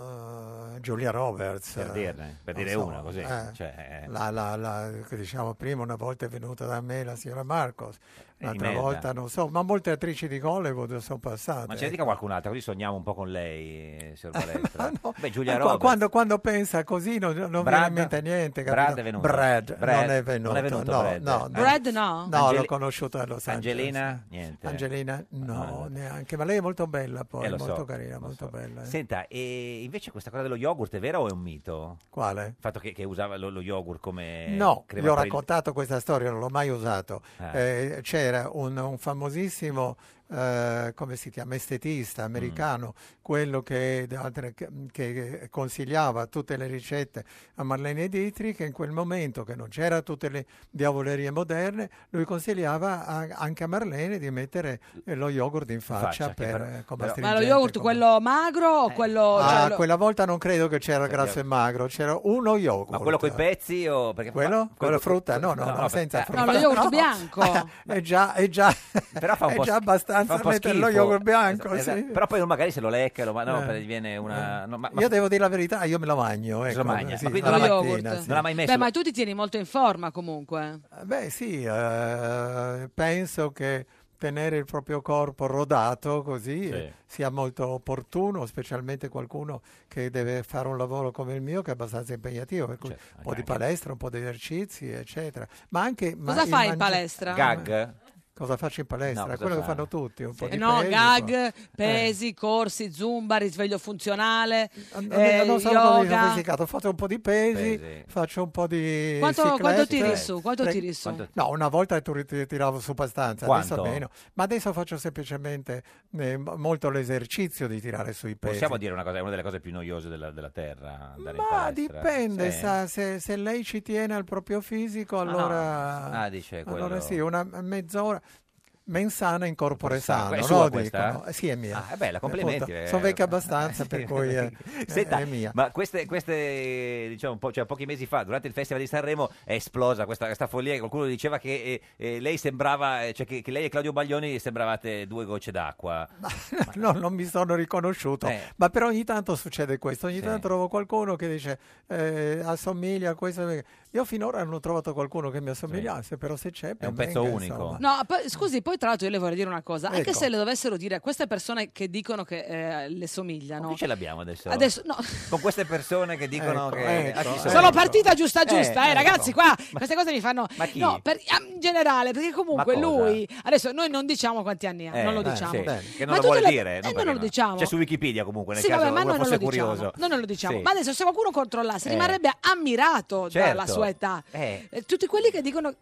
Speaker 13: eh, Giulia Roberts. eh,
Speaker 2: Per dirne, per
Speaker 13: non
Speaker 2: dire una, così, cioè, eh.
Speaker 13: la- la- la- che diciamo prima, una volta è venuta da me la signora Marcos, un'altra
Speaker 2: Imelda.
Speaker 13: volta non so, ma molte attrici di Hollywood sono passate.
Speaker 2: Ma ce ne dica qualcun'altra, così sogniamo un po' con lei, eh, signor Balestra. Beh, Giulia
Speaker 13: Eh, qua-
Speaker 2: Roberts.
Speaker 13: Quando, quando pensa così non, non viene
Speaker 2: Brad?
Speaker 13: in mente niente. capito?
Speaker 2: Brad è venuto.
Speaker 13: Brad,
Speaker 2: Brad,
Speaker 13: non è venuto.
Speaker 2: non è venuto
Speaker 13: no,
Speaker 2: Brad. Eh?
Speaker 13: no, no.
Speaker 1: Brad no?
Speaker 13: No,
Speaker 2: Angeli-
Speaker 13: l'ho conosciuto a Los Angeles.
Speaker 2: Angelina? Niente.
Speaker 13: Angelina
Speaker 2: Ah,
Speaker 13: no,
Speaker 2: no.
Speaker 13: neanche. Ma lei è molto bella poi,
Speaker 2: Eh, lo
Speaker 13: molto
Speaker 2: so,
Speaker 13: carina,
Speaker 2: lo
Speaker 13: molto
Speaker 2: so.
Speaker 13: bella. eh.
Speaker 2: Senta, e invece questa cosa dello yogurt è vera o è un mito?
Speaker 13: Quale?
Speaker 2: Il fatto che, che usava lo, lo yogurt come
Speaker 13: No,
Speaker 2: Eh, crema
Speaker 13: vi ho
Speaker 2: per il-
Speaker 13: raccontato questa storia, non l'ho mai usato.
Speaker 2: Ah.
Speaker 13: Eh, c'era un, un famosissimo, eh, come si chiama, estetista americano,
Speaker 2: Mm.
Speaker 13: quello che, altre- che consigliava tutte le ricette a Marlene Dietrich, che in quel momento che non c'era tutte le diavolerie moderne, lui consigliava a- anche a Marlene di mettere eh, lo yogurt in faccia,
Speaker 2: faccia, che
Speaker 13: per,
Speaker 2: però-
Speaker 13: eh, come
Speaker 2: però- Eh.
Speaker 1: Ma lo
Speaker 13: astringente,
Speaker 1: yogurt,
Speaker 13: come-
Speaker 1: quello magro o quello... cioè,
Speaker 13: Ah,
Speaker 1: lo-
Speaker 13: quella volta non credo che c'era grasso e magro, c'era uno yogurt.
Speaker 2: Ma quello coi pezzi o... Perché
Speaker 13: Quello?
Speaker 2: fa-
Speaker 13: Con la frutta? No, no, no,
Speaker 2: per-
Speaker 13: senza
Speaker 2: eh,
Speaker 13: frutta.
Speaker 1: No, lo yogurt bianco.
Speaker 13: È già, è già,
Speaker 2: Però fa un
Speaker 13: è
Speaker 2: po'
Speaker 13: già
Speaker 2: sch-
Speaker 13: abbastanza
Speaker 2: fa un po'
Speaker 13: mettere lo
Speaker 2: schifo.
Speaker 13: yogurt bianco.
Speaker 2: Esa-
Speaker 13: sì.
Speaker 2: esa- Però poi magari se lo leccano, ma no,
Speaker 13: Eh.
Speaker 2: per- gli viene una... no, ma, ma-
Speaker 13: Io devo dire la verità, io me la magno. Ecco,
Speaker 2: lo magna,
Speaker 13: sì,
Speaker 2: ma quindi
Speaker 13: alla
Speaker 2: non l'ha-
Speaker 13: mattina, sì.
Speaker 2: non l'ha mai messo...
Speaker 1: Beh, ma tu ti tieni molto in forma comunque.
Speaker 13: Beh, sì, eh, penso che tenere il proprio corpo rodato così
Speaker 2: Sì.
Speaker 13: eh, sia molto opportuno, specialmente qualcuno che deve fare un lavoro come il mio che è abbastanza impegnativo, per cui
Speaker 2: Certo,
Speaker 13: un po' di palestra, un po' di esercizi, eccetera. Ma anche ma
Speaker 1: Cosa
Speaker 13: il
Speaker 1: fai in
Speaker 13: mangi-
Speaker 1: palestra?
Speaker 2: Gag?
Speaker 13: Cosa faccio in palestra?
Speaker 2: No, cosa
Speaker 13: Quello che
Speaker 2: fa?
Speaker 13: fanno tutti, un po'
Speaker 1: Eh
Speaker 13: di
Speaker 1: no,
Speaker 13: pesi, un
Speaker 1: gag,
Speaker 13: po'-
Speaker 1: pesi, corsi, zumba, risveglio funzionale,
Speaker 13: Non,
Speaker 1: eh,
Speaker 13: non sono così
Speaker 1: yoga.
Speaker 13: sofisticato, faccio un po' di pesi,
Speaker 1: Pesi.
Speaker 13: faccio un po' di.
Speaker 1: Quanto-
Speaker 13: ciclette. eh,
Speaker 1: quanto tiri su? Quanto
Speaker 13: Tre-
Speaker 1: tiri su? Quanto-
Speaker 13: No, una volta tu rit- tiravo su abbastanza,
Speaker 2: Quanto?
Speaker 13: adesso meno. Ma adesso faccio semplicemente eh, m- molto l'esercizio di tirare sui pesi.
Speaker 2: Possiamo dire una cosa, è una delle cose più noiose della, della Terra, andare in
Speaker 13: Ma
Speaker 2: palestra.
Speaker 13: dipende,
Speaker 2: Sì.
Speaker 13: sa, se, se lei ci tiene al proprio fisico, allora,
Speaker 2: Ah, dice quello.
Speaker 13: allora sì, una mezz'ora. Mensana in corpore
Speaker 2: È
Speaker 13: sano,
Speaker 2: sua
Speaker 13: no?
Speaker 2: questa?
Speaker 13: Dicono. Eh, Sì, è mia.
Speaker 2: Ah, è bella, complimenti.
Speaker 13: Appunto,
Speaker 2: eh.
Speaker 13: Sono vecchia abbastanza, per cui eh, è,
Speaker 2: Senta,
Speaker 13: è mia.
Speaker 2: ma queste, queste, diciamo, po- cioè, pochi mesi fa, durante il Festival di Sanremo, è esplosa questa, questa follia che qualcuno diceva che eh, eh, lei sembrava, eh, cioè che, che lei e Claudio Baglioni sembravate due gocce d'acqua.
Speaker 13: No, non mi sono riconosciuto,
Speaker 2: Eh.
Speaker 13: ma però ogni tanto succede questo, ogni
Speaker 2: Sì.
Speaker 13: tanto trovo qualcuno che dice eh, assomiglia a questo. Io finora non ho trovato qualcuno che mi assomigliasse, però se c'è...
Speaker 2: È un
Speaker 13: ben
Speaker 2: pezzo
Speaker 13: venga,
Speaker 2: unico.
Speaker 13: insomma.
Speaker 1: No, poi- scusi, poi tra l'altro io le vorrei dire una cosa, anche
Speaker 13: Ecco.
Speaker 1: se le dovessero dire a queste persone che dicono che eh, le somigliano.
Speaker 2: Chi ce Eh, l'abbiamo adesso?
Speaker 1: Adesso no.
Speaker 2: Con queste persone che dicono
Speaker 13: Ecco,
Speaker 2: che...
Speaker 13: ecco,
Speaker 2: Ah, chi
Speaker 1: Sono partita giusta
Speaker 2: Eh,
Speaker 1: giusta, eh,
Speaker 2: ecco.
Speaker 1: ragazzi, qua queste cose mi fanno
Speaker 2: Ma chi?
Speaker 1: No, per- ah, in generale, perché comunque
Speaker 2: Ma cosa?
Speaker 1: lui adesso noi non diciamo quanti anni ha,
Speaker 2: Eh,
Speaker 1: non lo
Speaker 2: beh,
Speaker 1: diciamo.
Speaker 2: sì, Che non
Speaker 1: Ma
Speaker 2: lo vuole
Speaker 1: tutte le-
Speaker 2: dire.
Speaker 1: eh, noi
Speaker 2: no, perché
Speaker 1: non lo
Speaker 2: no.
Speaker 1: diciamo.
Speaker 2: C'è su Wikipedia comunque, nel
Speaker 1: Sì,
Speaker 2: caso
Speaker 1: vabbè, ma
Speaker 2: uno
Speaker 1: noi non
Speaker 2: fosse
Speaker 1: lo diciamo.
Speaker 2: curioso.
Speaker 1: Noi non lo diciamo.
Speaker 2: Sì.
Speaker 1: Ma adesso, se qualcuno controllasse,
Speaker 2: Eh.
Speaker 1: rimarrebbe ammirato dalla
Speaker 2: Certo.
Speaker 1: sua età.
Speaker 2: Eh.
Speaker 1: Eh, Tutti quelli che dicono.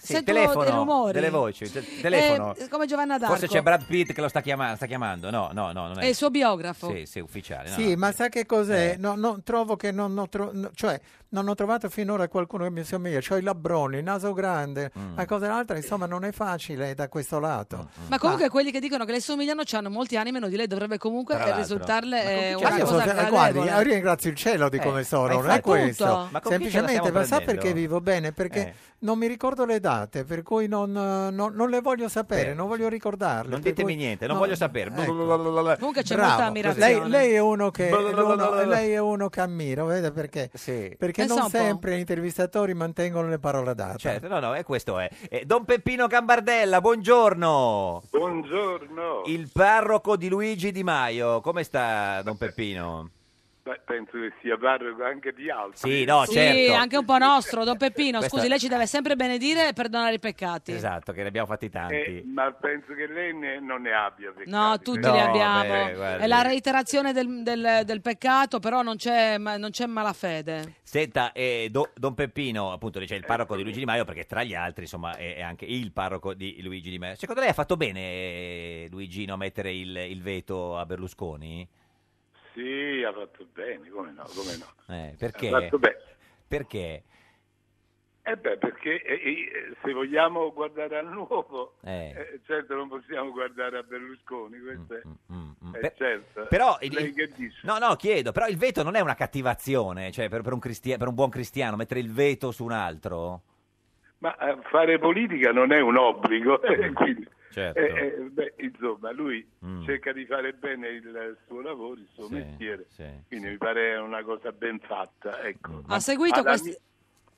Speaker 2: Sì,
Speaker 1: sentono
Speaker 2: telefono,
Speaker 1: dei rumori.
Speaker 2: delle voci, te- telefono.
Speaker 1: Eh, come Giovanna D'Arco.
Speaker 2: Forse c'è Brad Pitt che lo sta, chiama- sta chiamando. No, no, no. Non è...
Speaker 1: È il suo biografo.
Speaker 2: Sì, sì, Eh. ufficiale. no.
Speaker 13: Sì, ma sa che cos'è? No, no, trovo che non ho, tro- no, cioè, non ho trovato finora qualcuno che mi assomiglia. Ho i labroni, il naso grande,
Speaker 2: Mm.
Speaker 13: la cosa e l'altra, insomma, non è facile da questo lato.
Speaker 1: Ma comunque quelli che dicono che le somigliano hanno molti anni meno di lei, dovrebbe comunque
Speaker 13: Tra
Speaker 1: eh,
Speaker 13: l'altro.
Speaker 1: risultarle eh,
Speaker 13: Ma
Speaker 1: una
Speaker 13: io
Speaker 1: cosa
Speaker 13: sono- guardi, io
Speaker 1: gradevole.
Speaker 13: ringrazio il cielo di
Speaker 1: Eh,
Speaker 13: come
Speaker 1: ma
Speaker 13: sono, non
Speaker 1: infatti-
Speaker 13: è questo.
Speaker 1: Appunto. Ma con chi ce la
Speaker 13: Semplicemente,
Speaker 1: stiamo
Speaker 13: ma sa
Speaker 1: prendendo?
Speaker 13: perché vivo bene? Perché
Speaker 2: Eh.
Speaker 13: non mi ricordo le date, per cui non, eh, non- non le voglio sapere,
Speaker 2: Eh,
Speaker 13: non voglio ricordarle.
Speaker 2: Non
Speaker 13: per
Speaker 2: ditemi
Speaker 13: cui-
Speaker 2: niente, non
Speaker 13: no,
Speaker 2: voglio sapere.
Speaker 13: ecco.
Speaker 1: Comunque c'è
Speaker 13: Bravo,
Speaker 1: molta
Speaker 13: Lei,
Speaker 1: ammirazione.
Speaker 13: lei è uno che,
Speaker 1: Blablabla.
Speaker 13: uno- lei è uno che ammiro, vede perché? Perché
Speaker 1: Pensa
Speaker 13: non
Speaker 1: un po'.
Speaker 13: sempre gli intervistatori mantengono le parole date.
Speaker 2: Certo, no, no, è questo è. Eh, Don Peppino Gambardella, buongiorno.
Speaker 18: Buongiorno.
Speaker 2: Il parroco di Luigi Di Maio. Come sta Don Peppino?
Speaker 18: Beh, penso che sia parroco anche di altri.
Speaker 2: Sì, no,
Speaker 1: sì,
Speaker 2: certo.
Speaker 1: anche un po' nostro, Don Peppino.
Speaker 2: Questa-
Speaker 1: Scusi, lei ci deve sempre benedire e perdonare i peccati.
Speaker 2: Esatto, che ne abbiamo fatti
Speaker 18: Eh,
Speaker 2: tanti.
Speaker 18: ma penso che lei ne- non ne abbia. perché-
Speaker 1: No, tutti
Speaker 2: No,
Speaker 1: li abbiamo.
Speaker 2: beh, guardi.
Speaker 1: È la reiterazione del, del- del peccato, però non c'è, ma- non c'è malafede.
Speaker 2: Senta, eh, Do- Don Peppino, appunto, dice il parroco di Luigi Di Maio perché tra gli altri, insomma, è, è anche il parroco di Luigi Di Maio. Secondo lei ha fatto bene eh, Luigino a mettere il, il veto a Berlusconi?
Speaker 18: Sì, ha fatto bene, come no, come no.
Speaker 2: Eh,
Speaker 18: Ha
Speaker 2: perché?
Speaker 18: fatto bene.
Speaker 2: Perché?
Speaker 18: Eh beh, perché eh, eh, se vogliamo guardare al nuovo,
Speaker 2: Eh.
Speaker 18: eh, certo non possiamo guardare a Berlusconi, questo è,
Speaker 2: Mm,
Speaker 18: è
Speaker 2: Per-
Speaker 18: certo.
Speaker 2: Però il-
Speaker 18: Lei
Speaker 2: il-
Speaker 18: che dice?
Speaker 2: No, no, chiedo, però il veto non è una cattivazione, cioè per, per un, cristia- per un buon cristiano mettere il veto su un altro?
Speaker 18: Ma eh, fare politica non è un obbligo, eh, quindi
Speaker 2: Certo.
Speaker 18: Eh, eh, beh, insomma, lui
Speaker 2: Mm.
Speaker 18: cerca di fare bene il suo lavoro, il suo
Speaker 2: Sì,
Speaker 18: mestiere,
Speaker 2: sì, Mm.
Speaker 18: quindi mi pare una cosa ben fatta. Ecco.
Speaker 1: Ha seguito
Speaker 18: Alla
Speaker 1: questi-
Speaker 18: mi-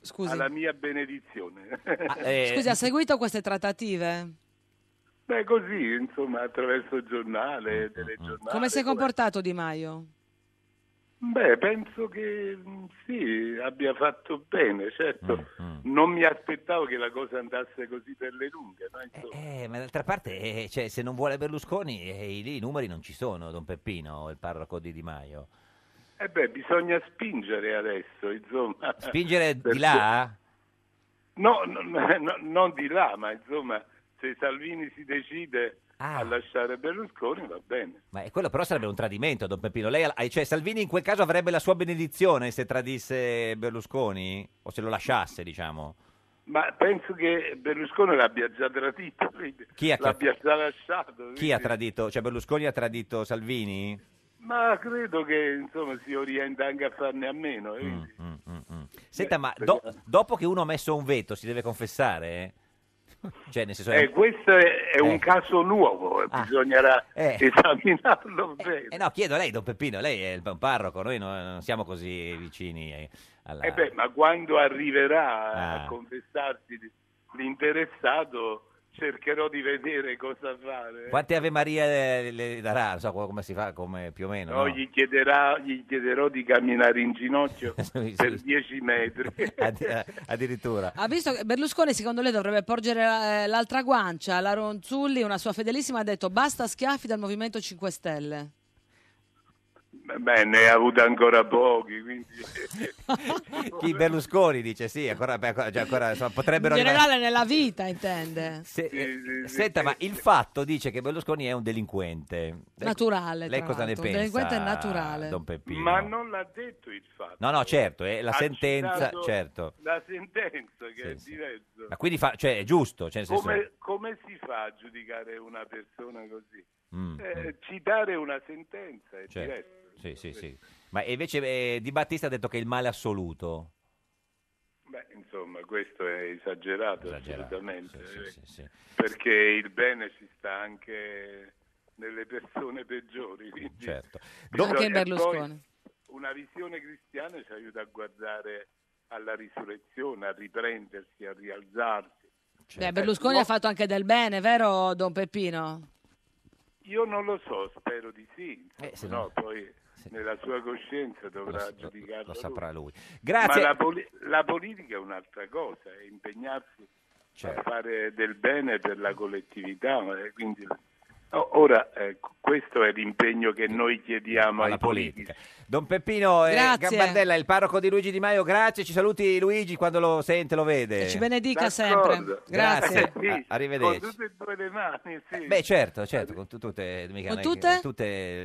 Speaker 1: Scusi.
Speaker 18: Alla mia benedizione.
Speaker 2: Ah,
Speaker 18: eh.
Speaker 2: eh.
Speaker 1: Scusi, ha seguito queste trattative?
Speaker 18: Beh, così, insomma, attraverso il
Speaker 2: Mm,
Speaker 18: giornale, telegiornale.
Speaker 1: Come si è
Speaker 18: comportato?
Speaker 1: comportato Di Maio?
Speaker 18: Beh, penso che mh, Ehm, sì, abbia fatto bene, certo.
Speaker 2: Mm,
Speaker 18: Non mi aspettavo che la cosa andasse così per le lunghe, no? Insomma.
Speaker 2: Eh, ma d'altra parte, eh, cioè, se non vuole Berlusconi, eh, lì i numeri non ci sono, Don Peppino, il parroco di Di Maio.
Speaker 18: Eh beh, bisogna spingere adesso, insomma.
Speaker 2: Spingere di
Speaker 18: Perché-
Speaker 2: là?
Speaker 18: No, no, no, no, non di là, ma insomma, se Salvini si decide
Speaker 2: Ah.
Speaker 18: a lasciare Berlusconi va bene.
Speaker 2: Ma eh, quello però sarebbe un tradimento, Don Peppino. Lei, ha- cioè, Salvini in quel caso avrebbe la sua benedizione se tradisse Berlusconi? O se lo lasciasse, diciamo.
Speaker 18: Ma penso che Berlusconi l'abbia già tradito, quindi
Speaker 2: Chi ha-
Speaker 18: l'abbia già lasciato.
Speaker 2: Chi ha
Speaker 18: quindi-
Speaker 2: tradito? Cioè, Berlusconi ha tradito Salvini?
Speaker 18: Ma credo che insomma si orienta anche a farne a meno. eh.
Speaker 2: Senta, ma do- dopo che uno ha messo un veto, si deve confessare? Cioè, nel senso...
Speaker 18: Eh, questo è, è
Speaker 2: Eh.
Speaker 18: un caso nuovo, bisognerà
Speaker 2: Eh.
Speaker 18: esaminarlo bene.
Speaker 2: Eh no, chiedo a lei, Don Peppino, lei è il un parroco, noi no- non siamo così vicini eh, alla...
Speaker 18: Eh beh, ma quando arriverà
Speaker 2: Ah.
Speaker 18: a confessarsi l'interessato, cercherò di vedere cosa fare.
Speaker 2: Quante Ave Maria eh, le darà? Non so co- come si fa, come più o meno.
Speaker 18: No,
Speaker 2: no?
Speaker 18: Gli, chiederà- gli chiederò di camminare in ginocchio
Speaker 2: Sì,
Speaker 18: per
Speaker 2: sì.
Speaker 18: 10 metri.
Speaker 2: Addi- eh, addirittura.
Speaker 1: Ha visto che Berlusconi, secondo lei, dovrebbe porgere eh, l'altra guancia. La Ronzulli, una sua fedelissima, ha detto basta schiaffi dal Movimento 5 Stelle.
Speaker 18: Beh, ne ha avuto ancora pochi, quindi...
Speaker 2: Chi Berlusconi dice sì, ancora, beh, ancora- cioè, ancora, insomma,
Speaker 1: In
Speaker 2: potrebbero arrivare-
Speaker 1: generale nella vita, intende.
Speaker 2: Se- eh, Senta, ma il fatto dice che Berlusconi è un delinquente. Lei-
Speaker 1: Naturale,
Speaker 2: Lei
Speaker 1: tra
Speaker 2: cosa ne
Speaker 1: l'altro. Un
Speaker 2: pensa?
Speaker 1: delinquente naturale.
Speaker 2: Don Peppino.
Speaker 18: Ma non l'ha detto il fatto.
Speaker 2: No, no, certo, è la
Speaker 18: Ha
Speaker 2: sentenza,
Speaker 18: citato
Speaker 2: certo.
Speaker 18: La sentenza che è
Speaker 2: Sì, sì.
Speaker 18: diverso.
Speaker 2: Ma quindi fa, cioè, è giusto, cioè, nel senso-
Speaker 18: Come, come si fa a giudicare una persona così?
Speaker 2: Mm,
Speaker 18: Eh, Citare una sentenza è
Speaker 2: Certo.
Speaker 18: diverso.
Speaker 2: Sì, sì, sì. Ma invece eh, Di Battista ha detto che è il male assoluto.
Speaker 18: Beh, insomma, questo è esagerato, assolutamente. eh,
Speaker 2: sì.
Speaker 18: Perché il bene ci sta anche nelle persone peggiori. Quindi
Speaker 2: Certo.
Speaker 18: bisogna-
Speaker 1: Anche in
Speaker 18: e
Speaker 1: Berlusconi.
Speaker 18: poi Una visione cristiana ci aiuta a guardare alla risurrezione, a riprendersi, a rialzarsi.
Speaker 1: Cioè, Beh, Berlusconi
Speaker 18: Eh,
Speaker 1: ha fatto anche del bene, vero Don Peppino?
Speaker 18: Io non lo so, spero di sì.
Speaker 2: Eh, se
Speaker 18: no, poi nella sua coscienza dovrà giudicarlo.
Speaker 2: Lo saprà lui.
Speaker 18: Ma
Speaker 2: Grazie.
Speaker 18: la, poli- la politica è un'altra cosa, è impegnarsi
Speaker 2: Certo.
Speaker 18: a fare del bene per la collettività. ma- e quindi- No, ora, ecco, questo è l'impegno che noi chiediamo alla politica.
Speaker 2: Don Peppino eh,
Speaker 18: Grazie.
Speaker 2: Gambardella, il parroco di Luigi Di Maio, grazie. Ci saluti Luigi quando lo sente, lo vede.
Speaker 1: Ci benedica sempre.
Speaker 2: D'accordo.
Speaker 1: Grazie.
Speaker 2: Grazie.
Speaker 18: Sì,
Speaker 2: A- Ah, arrivederci.
Speaker 18: Con tutte e due le mani, sì.
Speaker 2: Beh, certo, certo, con tu- tutte, mica
Speaker 1: Con
Speaker 2: non è che-
Speaker 1: tutte?
Speaker 2: tutte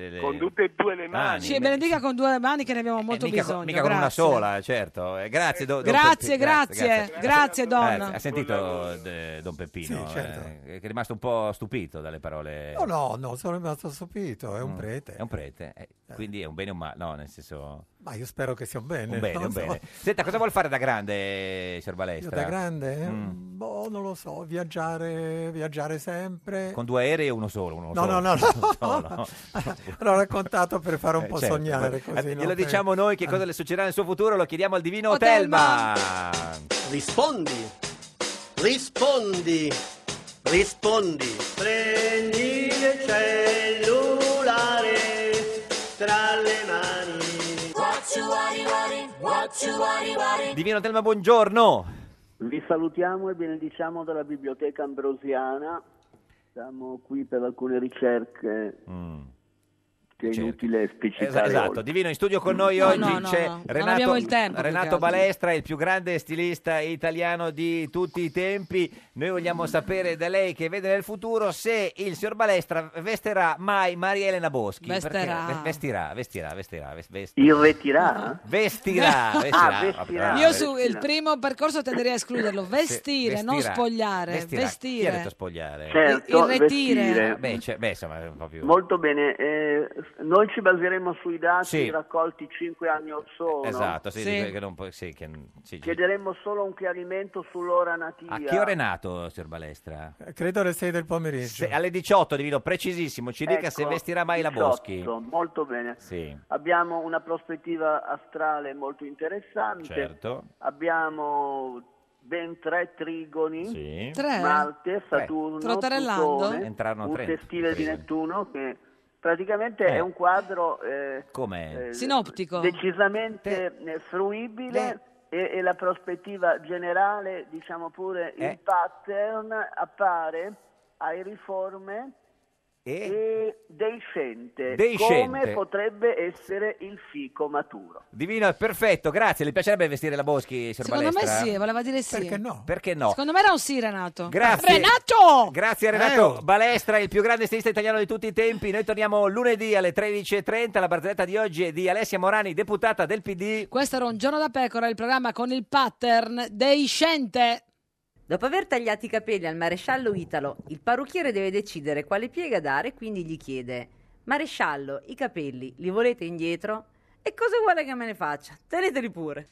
Speaker 2: le- Ah,
Speaker 18: Con tutte e due le mani.
Speaker 1: Ci benedica con due mani che ne abbiamo molto
Speaker 2: Eh, mica,
Speaker 1: bisogno.
Speaker 2: mica con
Speaker 1: grazie.
Speaker 2: una sola, certo. Eh, Grazie, do- don
Speaker 1: Grazie,
Speaker 2: Peppino,
Speaker 1: grazie, grazie,
Speaker 2: Grazie,
Speaker 1: donna.
Speaker 2: ha sentito eh, Don Peppino,
Speaker 13: Sì, certo.
Speaker 2: eh, che è rimasto un po' stupito dalle parole.
Speaker 13: No, no, no, sono rimasto stupito, è un
Speaker 2: Mm,
Speaker 13: prete.
Speaker 2: È un prete, eh, quindi è un bene o un male, no, nel senso...
Speaker 13: Ma io spero che sia un bene.
Speaker 2: Un bene,
Speaker 13: non
Speaker 2: un
Speaker 13: so.
Speaker 2: bene. Senta, cosa vuol fare da grande,
Speaker 13: Io
Speaker 2: Cerbalestra?
Speaker 13: da grande?
Speaker 2: Mm.
Speaker 13: Boh, non lo so, viaggiare, viaggiare sempre.
Speaker 2: Con due aerei e uno solo? Uno
Speaker 13: Eh. No,
Speaker 2: solo.
Speaker 13: no, no,
Speaker 2: Uno
Speaker 13: no.
Speaker 2: solo.
Speaker 13: L'ho raccontato per fare un
Speaker 2: Eh,
Speaker 13: po'
Speaker 2: certo.
Speaker 13: sognare.
Speaker 2: Eh,
Speaker 13: Così,
Speaker 2: glielo
Speaker 13: no?
Speaker 2: diciamo noi che cosa
Speaker 13: Eh.
Speaker 2: le succederà nel suo futuro, lo chiediamo al divino
Speaker 13: Oh, Telma.
Speaker 2: Telma.
Speaker 19: Rispondi, rispondi, rispondi. Prendi il cellulare tra le mani.
Speaker 2: Divino Telma, buongiorno.
Speaker 19: Vi salutiamo e benediciamo dalla biblioteca ambrosiana. Siamo qui per alcune ricerche
Speaker 2: Mm.
Speaker 19: che è inutile
Speaker 2: Esa-
Speaker 19: specificare.
Speaker 2: esatto,
Speaker 19: oggi.
Speaker 2: divino in studio
Speaker 1: Mm,
Speaker 2: con noi
Speaker 19: No,
Speaker 2: oggi
Speaker 19: no, no,
Speaker 2: c'è
Speaker 19: no. Non
Speaker 2: Renato,
Speaker 19: abbiamo il tempo, più che
Speaker 2: Renato
Speaker 19: altro.
Speaker 2: Balestra, il più grande stilista italiano di tutti i tempi. Noi vogliamo sapere da lei che vede nel futuro se il signor Balestra vestirà mai Maria Elena Boschi. Perché
Speaker 1: Vesterà.
Speaker 2: ve- Vestirà, vestirà, vestirà, ves- vestirà.
Speaker 19: Il retirà?
Speaker 2: Vestirà,
Speaker 19: Ah,
Speaker 2: vestirà.
Speaker 19: vestirà.
Speaker 2: Ah,
Speaker 1: Io su
Speaker 2: vestirà.
Speaker 1: il primo percorso tenderei a escluderlo. Vestire,
Speaker 2: Sì,
Speaker 1: non
Speaker 2: vestirà.
Speaker 1: spogliare.
Speaker 2: Vestirà. Chi ha
Speaker 1: Vestire.
Speaker 2: detto spogliare?
Speaker 19: Certo,
Speaker 1: Il- il retire.
Speaker 19: vestire.
Speaker 2: Beh, cioè, beh, insomma, è un po' più...
Speaker 19: Molto bene, eh, noi ci baseremo sui dati
Speaker 2: Sì.
Speaker 19: raccolti cinque anni or sono.
Speaker 2: Esatto, sì, dice Che non può- sì, che- sì, sì.
Speaker 19: Chiederemo solo un chiarimento sull'ora nativa.
Speaker 2: A che ore è nato, signor Balestra?
Speaker 19: Eh,
Speaker 13: Credo alle 6 del pomeriggio.
Speaker 2: Se- alle 18, divino, precisissimo, ci dica
Speaker 19: Ecco,
Speaker 2: se vestirà mai la
Speaker 19: 18,
Speaker 2: Boschi.
Speaker 19: Molto bene.
Speaker 2: Sì,
Speaker 19: Abbiamo una prospettiva astrale molto interessante.
Speaker 2: certo.
Speaker 19: Abbiamo ben tre trigoni,
Speaker 2: Sì.
Speaker 20: Tre?
Speaker 19: Marte, Saturno,
Speaker 20: Trotterellando?
Speaker 19: Plutone,
Speaker 2: Entrarono
Speaker 19: un
Speaker 2: tre,
Speaker 19: sestile di
Speaker 2: credo.
Speaker 19: Nettuno che praticamente
Speaker 2: Eh.
Speaker 19: è un quadro eh,
Speaker 2: Com'è?
Speaker 19: eh,
Speaker 20: Sinoptico.
Speaker 19: decisamente eh, fruibile e, e la prospettiva generale, diciamo pure il
Speaker 2: Eh.
Speaker 19: pattern, appare ai riforme
Speaker 2: E?
Speaker 19: e deiscente,
Speaker 2: Deiscente.
Speaker 19: come potrebbe essere il fico maturo.
Speaker 2: Divino, è perfetto, grazie. Le piacerebbe vestire la Boschi, signor
Speaker 20: Secondo me
Speaker 2: Balestra?
Speaker 20: sì, voleva dire sì. Perché
Speaker 13: no?
Speaker 2: eh. Perché no?
Speaker 20: Secondo me era un sì, Renato.
Speaker 2: Grazie.
Speaker 20: Renato!
Speaker 2: Grazie
Speaker 19: Eh.
Speaker 2: Renato Balestra, il più grande stilista italiano di tutti i tempi. Noi torniamo lunedì alle 13.30. La barzelletta di oggi è di Alessia Morani, deputata del PD.
Speaker 20: Questo era un giorno da pecora, il programma con il pattern dei scente.
Speaker 1: Dopo aver tagliato i capelli al maresciallo Italo, il parrucchiere deve decidere quale piega dare, quindi gli chiede: Maresciallo, i capelli li volete indietro? E cosa vuole che me ne faccia? Teneteli pure.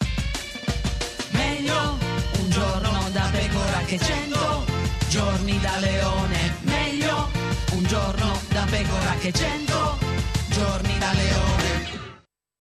Speaker 21: Meglio un giorno da pecora che cento giorni da leone. Meglio un giorno da pecora che cento giorni da leone.